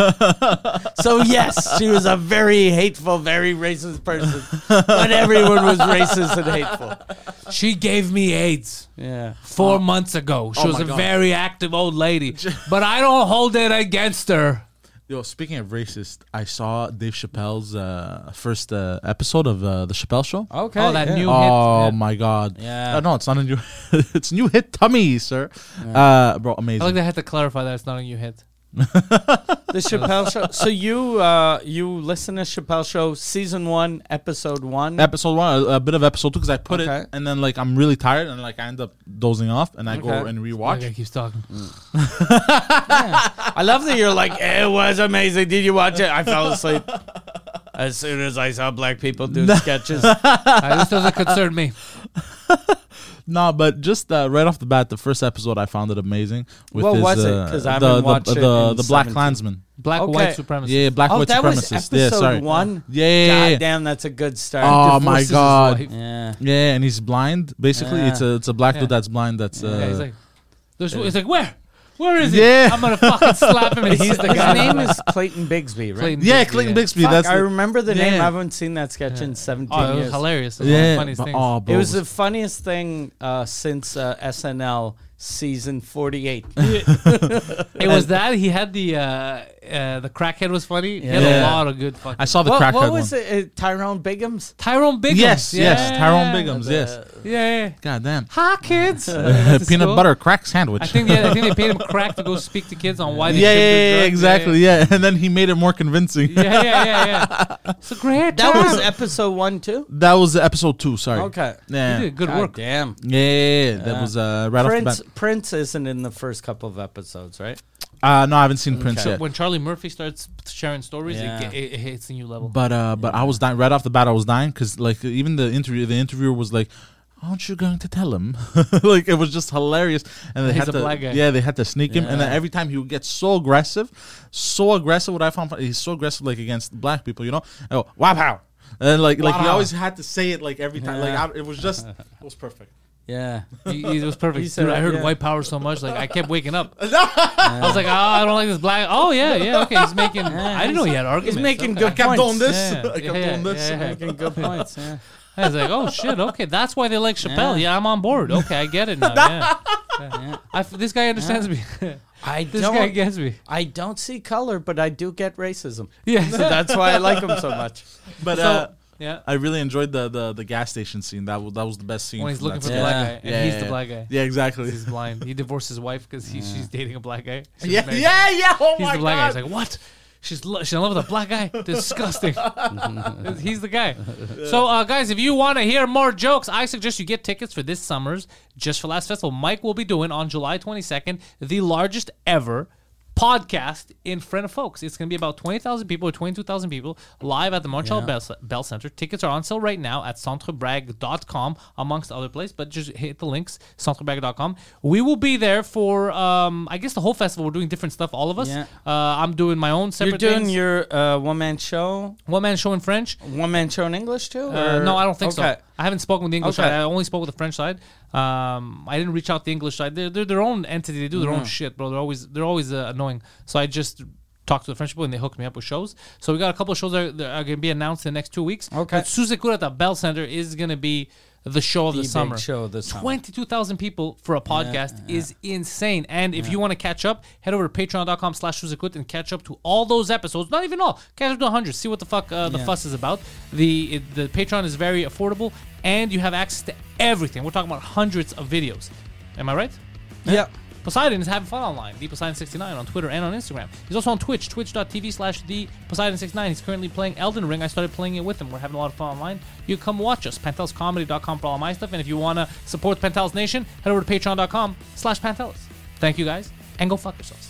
Speaker 2: so yes, she was a very hateful, very racist person, but everyone was racist and hateful.
Speaker 1: she gave me AIDS
Speaker 2: Yeah,
Speaker 3: Oh.
Speaker 1: four months ago.
Speaker 2: Oh
Speaker 1: She was a very active old lady, but I don't hold it against her.
Speaker 3: Yo, speaking of racist, I saw Dave Chappelle's uh, first uh, episode of uh, the Chappelle Show.
Speaker 2: okay,
Speaker 1: oh, that
Speaker 2: yeah.
Speaker 1: new
Speaker 3: Oh
Speaker 1: hit. man.
Speaker 3: my god!
Speaker 2: Yeah.
Speaker 3: Uh, no, it's not a new. it's new hit tummy, sir. Uh, bro, amazing.
Speaker 1: I like that I had to clarify that it's not a new hit.
Speaker 2: the Chappelle show. So you uh, you listen to Chappelle show season one, episode one.
Speaker 3: Episode one, a, a bit of episode two, because I put
Speaker 2: Okay.
Speaker 3: it, and then like I'm really tired, and like I end up dozing off, and I go
Speaker 2: Okay.
Speaker 3: and
Speaker 1: That
Speaker 3: rewatch.
Speaker 1: guy keeps talking.
Speaker 3: Mm.
Speaker 2: I love that you're like, it was amazing. Did you watch it? I fell asleep as soon as I saw black people do sketches.
Speaker 1: Uh, this doesn't concern me.
Speaker 3: No, but just uh, right off the bat, the first episode I found it amazing. With
Speaker 2: What
Speaker 3: his,
Speaker 2: was it?
Speaker 3: uh,
Speaker 2: 'Cause I
Speaker 3: the-
Speaker 2: haven't
Speaker 3: the,
Speaker 2: watched it
Speaker 3: the,
Speaker 2: in
Speaker 3: the Black
Speaker 2: 17.
Speaker 3: Klansman.
Speaker 1: Black
Speaker 2: Okay.
Speaker 1: white supremacist.
Speaker 3: Yeah, yeah, Black
Speaker 2: oh,
Speaker 3: White
Speaker 2: that was
Speaker 3: Supremacist. yeah,
Speaker 2: episode
Speaker 3: sorry.
Speaker 2: one.
Speaker 3: Yeah, yeah, yeah.
Speaker 2: God damn, that's a good start.
Speaker 3: Oh
Speaker 1: Divorces
Speaker 3: my
Speaker 1: his
Speaker 3: god.
Speaker 1: wife.
Speaker 2: yeah.
Speaker 3: Yeah, and he's blind. Basically,
Speaker 2: Yeah.
Speaker 3: it's a it's a black
Speaker 1: Yeah.
Speaker 3: dude that's blind. That's uh,
Speaker 1: Yeah, he's like, there's, he's like, where? Where is he?
Speaker 3: Yeah.
Speaker 1: I'm gonna fucking slap him. He's
Speaker 2: His
Speaker 1: the guy.
Speaker 2: name is Clayton Bigsby, right?
Speaker 1: Clayton
Speaker 3: yeah,
Speaker 1: Bigsby,
Speaker 3: Clayton Bixby.
Speaker 2: Fuck,
Speaker 3: that's
Speaker 2: I
Speaker 3: the-
Speaker 2: remember the name.
Speaker 3: Yeah.
Speaker 2: I haven't seen that sketch in 17
Speaker 1: Oh, it was
Speaker 2: years.
Speaker 1: hilarious. It was one of the
Speaker 3: yeah.
Speaker 1: funniest
Speaker 3: but-
Speaker 1: things.
Speaker 3: oh,
Speaker 2: It
Speaker 3: bro,
Speaker 2: was the funniest thing uh, since uh, SNL season 48.
Speaker 1: It was that he had the uh, uh, the crackhead was funny. He had a
Speaker 3: Yeah.
Speaker 1: lot of good fucking.
Speaker 3: I saw the
Speaker 2: what,
Speaker 3: crackhead
Speaker 2: what
Speaker 3: one.
Speaker 2: was it? Uh, Tyrone Biggums?
Speaker 1: Tyrone Biggums.
Speaker 3: Yes, yes,
Speaker 1: Yeah.
Speaker 3: Tyrone Biggums. Yes,
Speaker 1: Yeah. yeah.
Speaker 3: god damn.
Speaker 1: Hi kids.
Speaker 3: Peanut
Speaker 1: school.
Speaker 3: butter crack sandwich.
Speaker 1: I think yeah, I think they paid him crack to go speak to kids on why they
Speaker 3: yeah, yeah,
Speaker 1: shouldn't do
Speaker 3: yeah, yeah,
Speaker 1: drugs.
Speaker 3: exactly. Yeah. and then he made it more convincing.
Speaker 1: Yeah, yeah, yeah, yeah. yeah. It's a great.
Speaker 2: That
Speaker 1: time.
Speaker 2: was episode one, too?
Speaker 3: That was episode two. Sorry.
Speaker 2: Okay.
Speaker 3: Yeah.
Speaker 1: You did good
Speaker 2: God
Speaker 1: work.
Speaker 2: Damn.
Speaker 3: Yeah, yeah, yeah. that was uh, right off
Speaker 2: Prince
Speaker 3: the
Speaker 2: Prince isn't in the first couple of episodes, right?
Speaker 3: bat. Uh, no, I haven't seen Prince
Speaker 2: Okay.
Speaker 3: yet.
Speaker 1: When Charlie Murphy starts sharing stories,
Speaker 2: Yeah.
Speaker 1: it, ge- it, it hits a new level.
Speaker 3: But uh, but I was dying right off the bat. I was dying because like even the interview, the interviewer was like, "Aren't you going to tell him?" like it was just hilarious. And they
Speaker 1: He's
Speaker 3: had
Speaker 1: a
Speaker 3: to,
Speaker 1: black guy.
Speaker 3: yeah, they had to sneak him. And then every time he would get so aggressive, so aggressive. What I found, fun- he's so aggressive like against black people, you know. Oh, wow, pow. And like like he
Speaker 1: Wow.
Speaker 3: always had to say it like every time. Like I, it was just it was perfect.
Speaker 2: Yeah.
Speaker 1: He, he was perfect.
Speaker 2: He said
Speaker 1: Dude, I
Speaker 2: that,
Speaker 1: heard
Speaker 2: yeah.
Speaker 1: white power so much, like I kept waking up. I was like, oh, I don't like this black. Oh yeah, yeah, okay. He's making. I didn't know he had arguments.
Speaker 2: He's making
Speaker 1: Okay.
Speaker 2: good
Speaker 3: I kept
Speaker 2: points.
Speaker 3: on this.
Speaker 1: Yeah,
Speaker 3: I kept
Speaker 1: yeah,
Speaker 3: on this.
Speaker 1: yeah.
Speaker 2: Making good points. Yeah.
Speaker 1: I was like, oh shit, okay, that's why they like Chappelle. Yeah, I'm on board. Okay, I get it now. Yeah, yeah. I f this guy understands me.
Speaker 2: I
Speaker 1: this guy
Speaker 2: don't.
Speaker 1: gets me.
Speaker 2: I don't see color, but I do get racism.
Speaker 1: Yeah,
Speaker 2: So that's why I like him so much.
Speaker 3: But
Speaker 1: So-
Speaker 3: uh,
Speaker 1: yeah.
Speaker 3: I really enjoyed the, the the gas station scene. That was that was the best scene.
Speaker 1: When he's
Speaker 3: from
Speaker 1: looking
Speaker 3: that
Speaker 1: for the
Speaker 3: scene.
Speaker 1: black
Speaker 2: Yeah.
Speaker 1: guy, and he's the black guy.
Speaker 3: Yeah, exactly.
Speaker 1: He's blind. He divorced his wife because he, she's dating a black guy. She's
Speaker 3: Yeah,
Speaker 1: married.
Speaker 3: yeah, yeah. Oh
Speaker 1: He's
Speaker 3: my
Speaker 1: the black guy.
Speaker 3: god.
Speaker 1: He's like, what? She's, lo- she's in love with a black guy? Disgusting. He's the guy. So, uh, guys, if you want to hear more jokes, I suggest you get tickets for this summer's Just for Last Festival. Mike will be doing on July 22nd the largest ever podcast in front of folks. It's going to be about 20,000 people or 22,000 people live at the Montreal Bell, Ce- Bell Center. Tickets are on sale right now at centrebrag.com, amongst other places, but just hit the links, centrebrag.com. We will be there for, um, I guess, the whole festival. We're doing different stuff, all of us.
Speaker 2: Yeah.
Speaker 1: Uh, I'm doing my own
Speaker 2: You're
Speaker 1: separate
Speaker 2: doing
Speaker 1: things.
Speaker 2: your uh, one man show,
Speaker 1: one man show in French.
Speaker 2: one man show in English too?
Speaker 1: Uh,
Speaker 2: or-
Speaker 1: no, I don't think
Speaker 2: Okay.
Speaker 1: so. I haven't spoken with the English
Speaker 2: Okay.
Speaker 1: side. I only spoke with the French side. Um, I didn't reach out to the English side. They're, they're their own entity. They do their
Speaker 2: Mm.
Speaker 1: own shit, bro. They're always they're always uh, annoying. So I just talked to the French people and they hooked me up with shows. So we got a couple of shows that are, that are going to be announced in the next two weeks.
Speaker 2: Okay.
Speaker 1: But Suzekura at the Bell Center is going to be the show of the,
Speaker 2: big
Speaker 1: summer.
Speaker 2: show of the summer.
Speaker 1: 22,000 people for a podcast is insane. And if you want to catch up, head over to patreon.com slash Suzukut and catch up to all those episodes. Not even all. Catch up to 100. See what the fuck uh, the fuss is about. The it, the Patreon is very affordable and you have access to everything. We're talking about hundreds of videos. Am I right?
Speaker 2: Yeah.
Speaker 1: Poseidon is having fun online. The Poseidon69 on Twitter and on Instagram. He's also on Twitch, twitch.tv slash the Poseidon69. He's currently playing Elden Ring. I started playing it with him. We're having a lot of fun online. You come watch us, pentelscomedy.com for all my stuff. And if you want to support Pentels Nation, head over to patreon.com slash Pantelis. Thank you guys, and go fuck yourselves.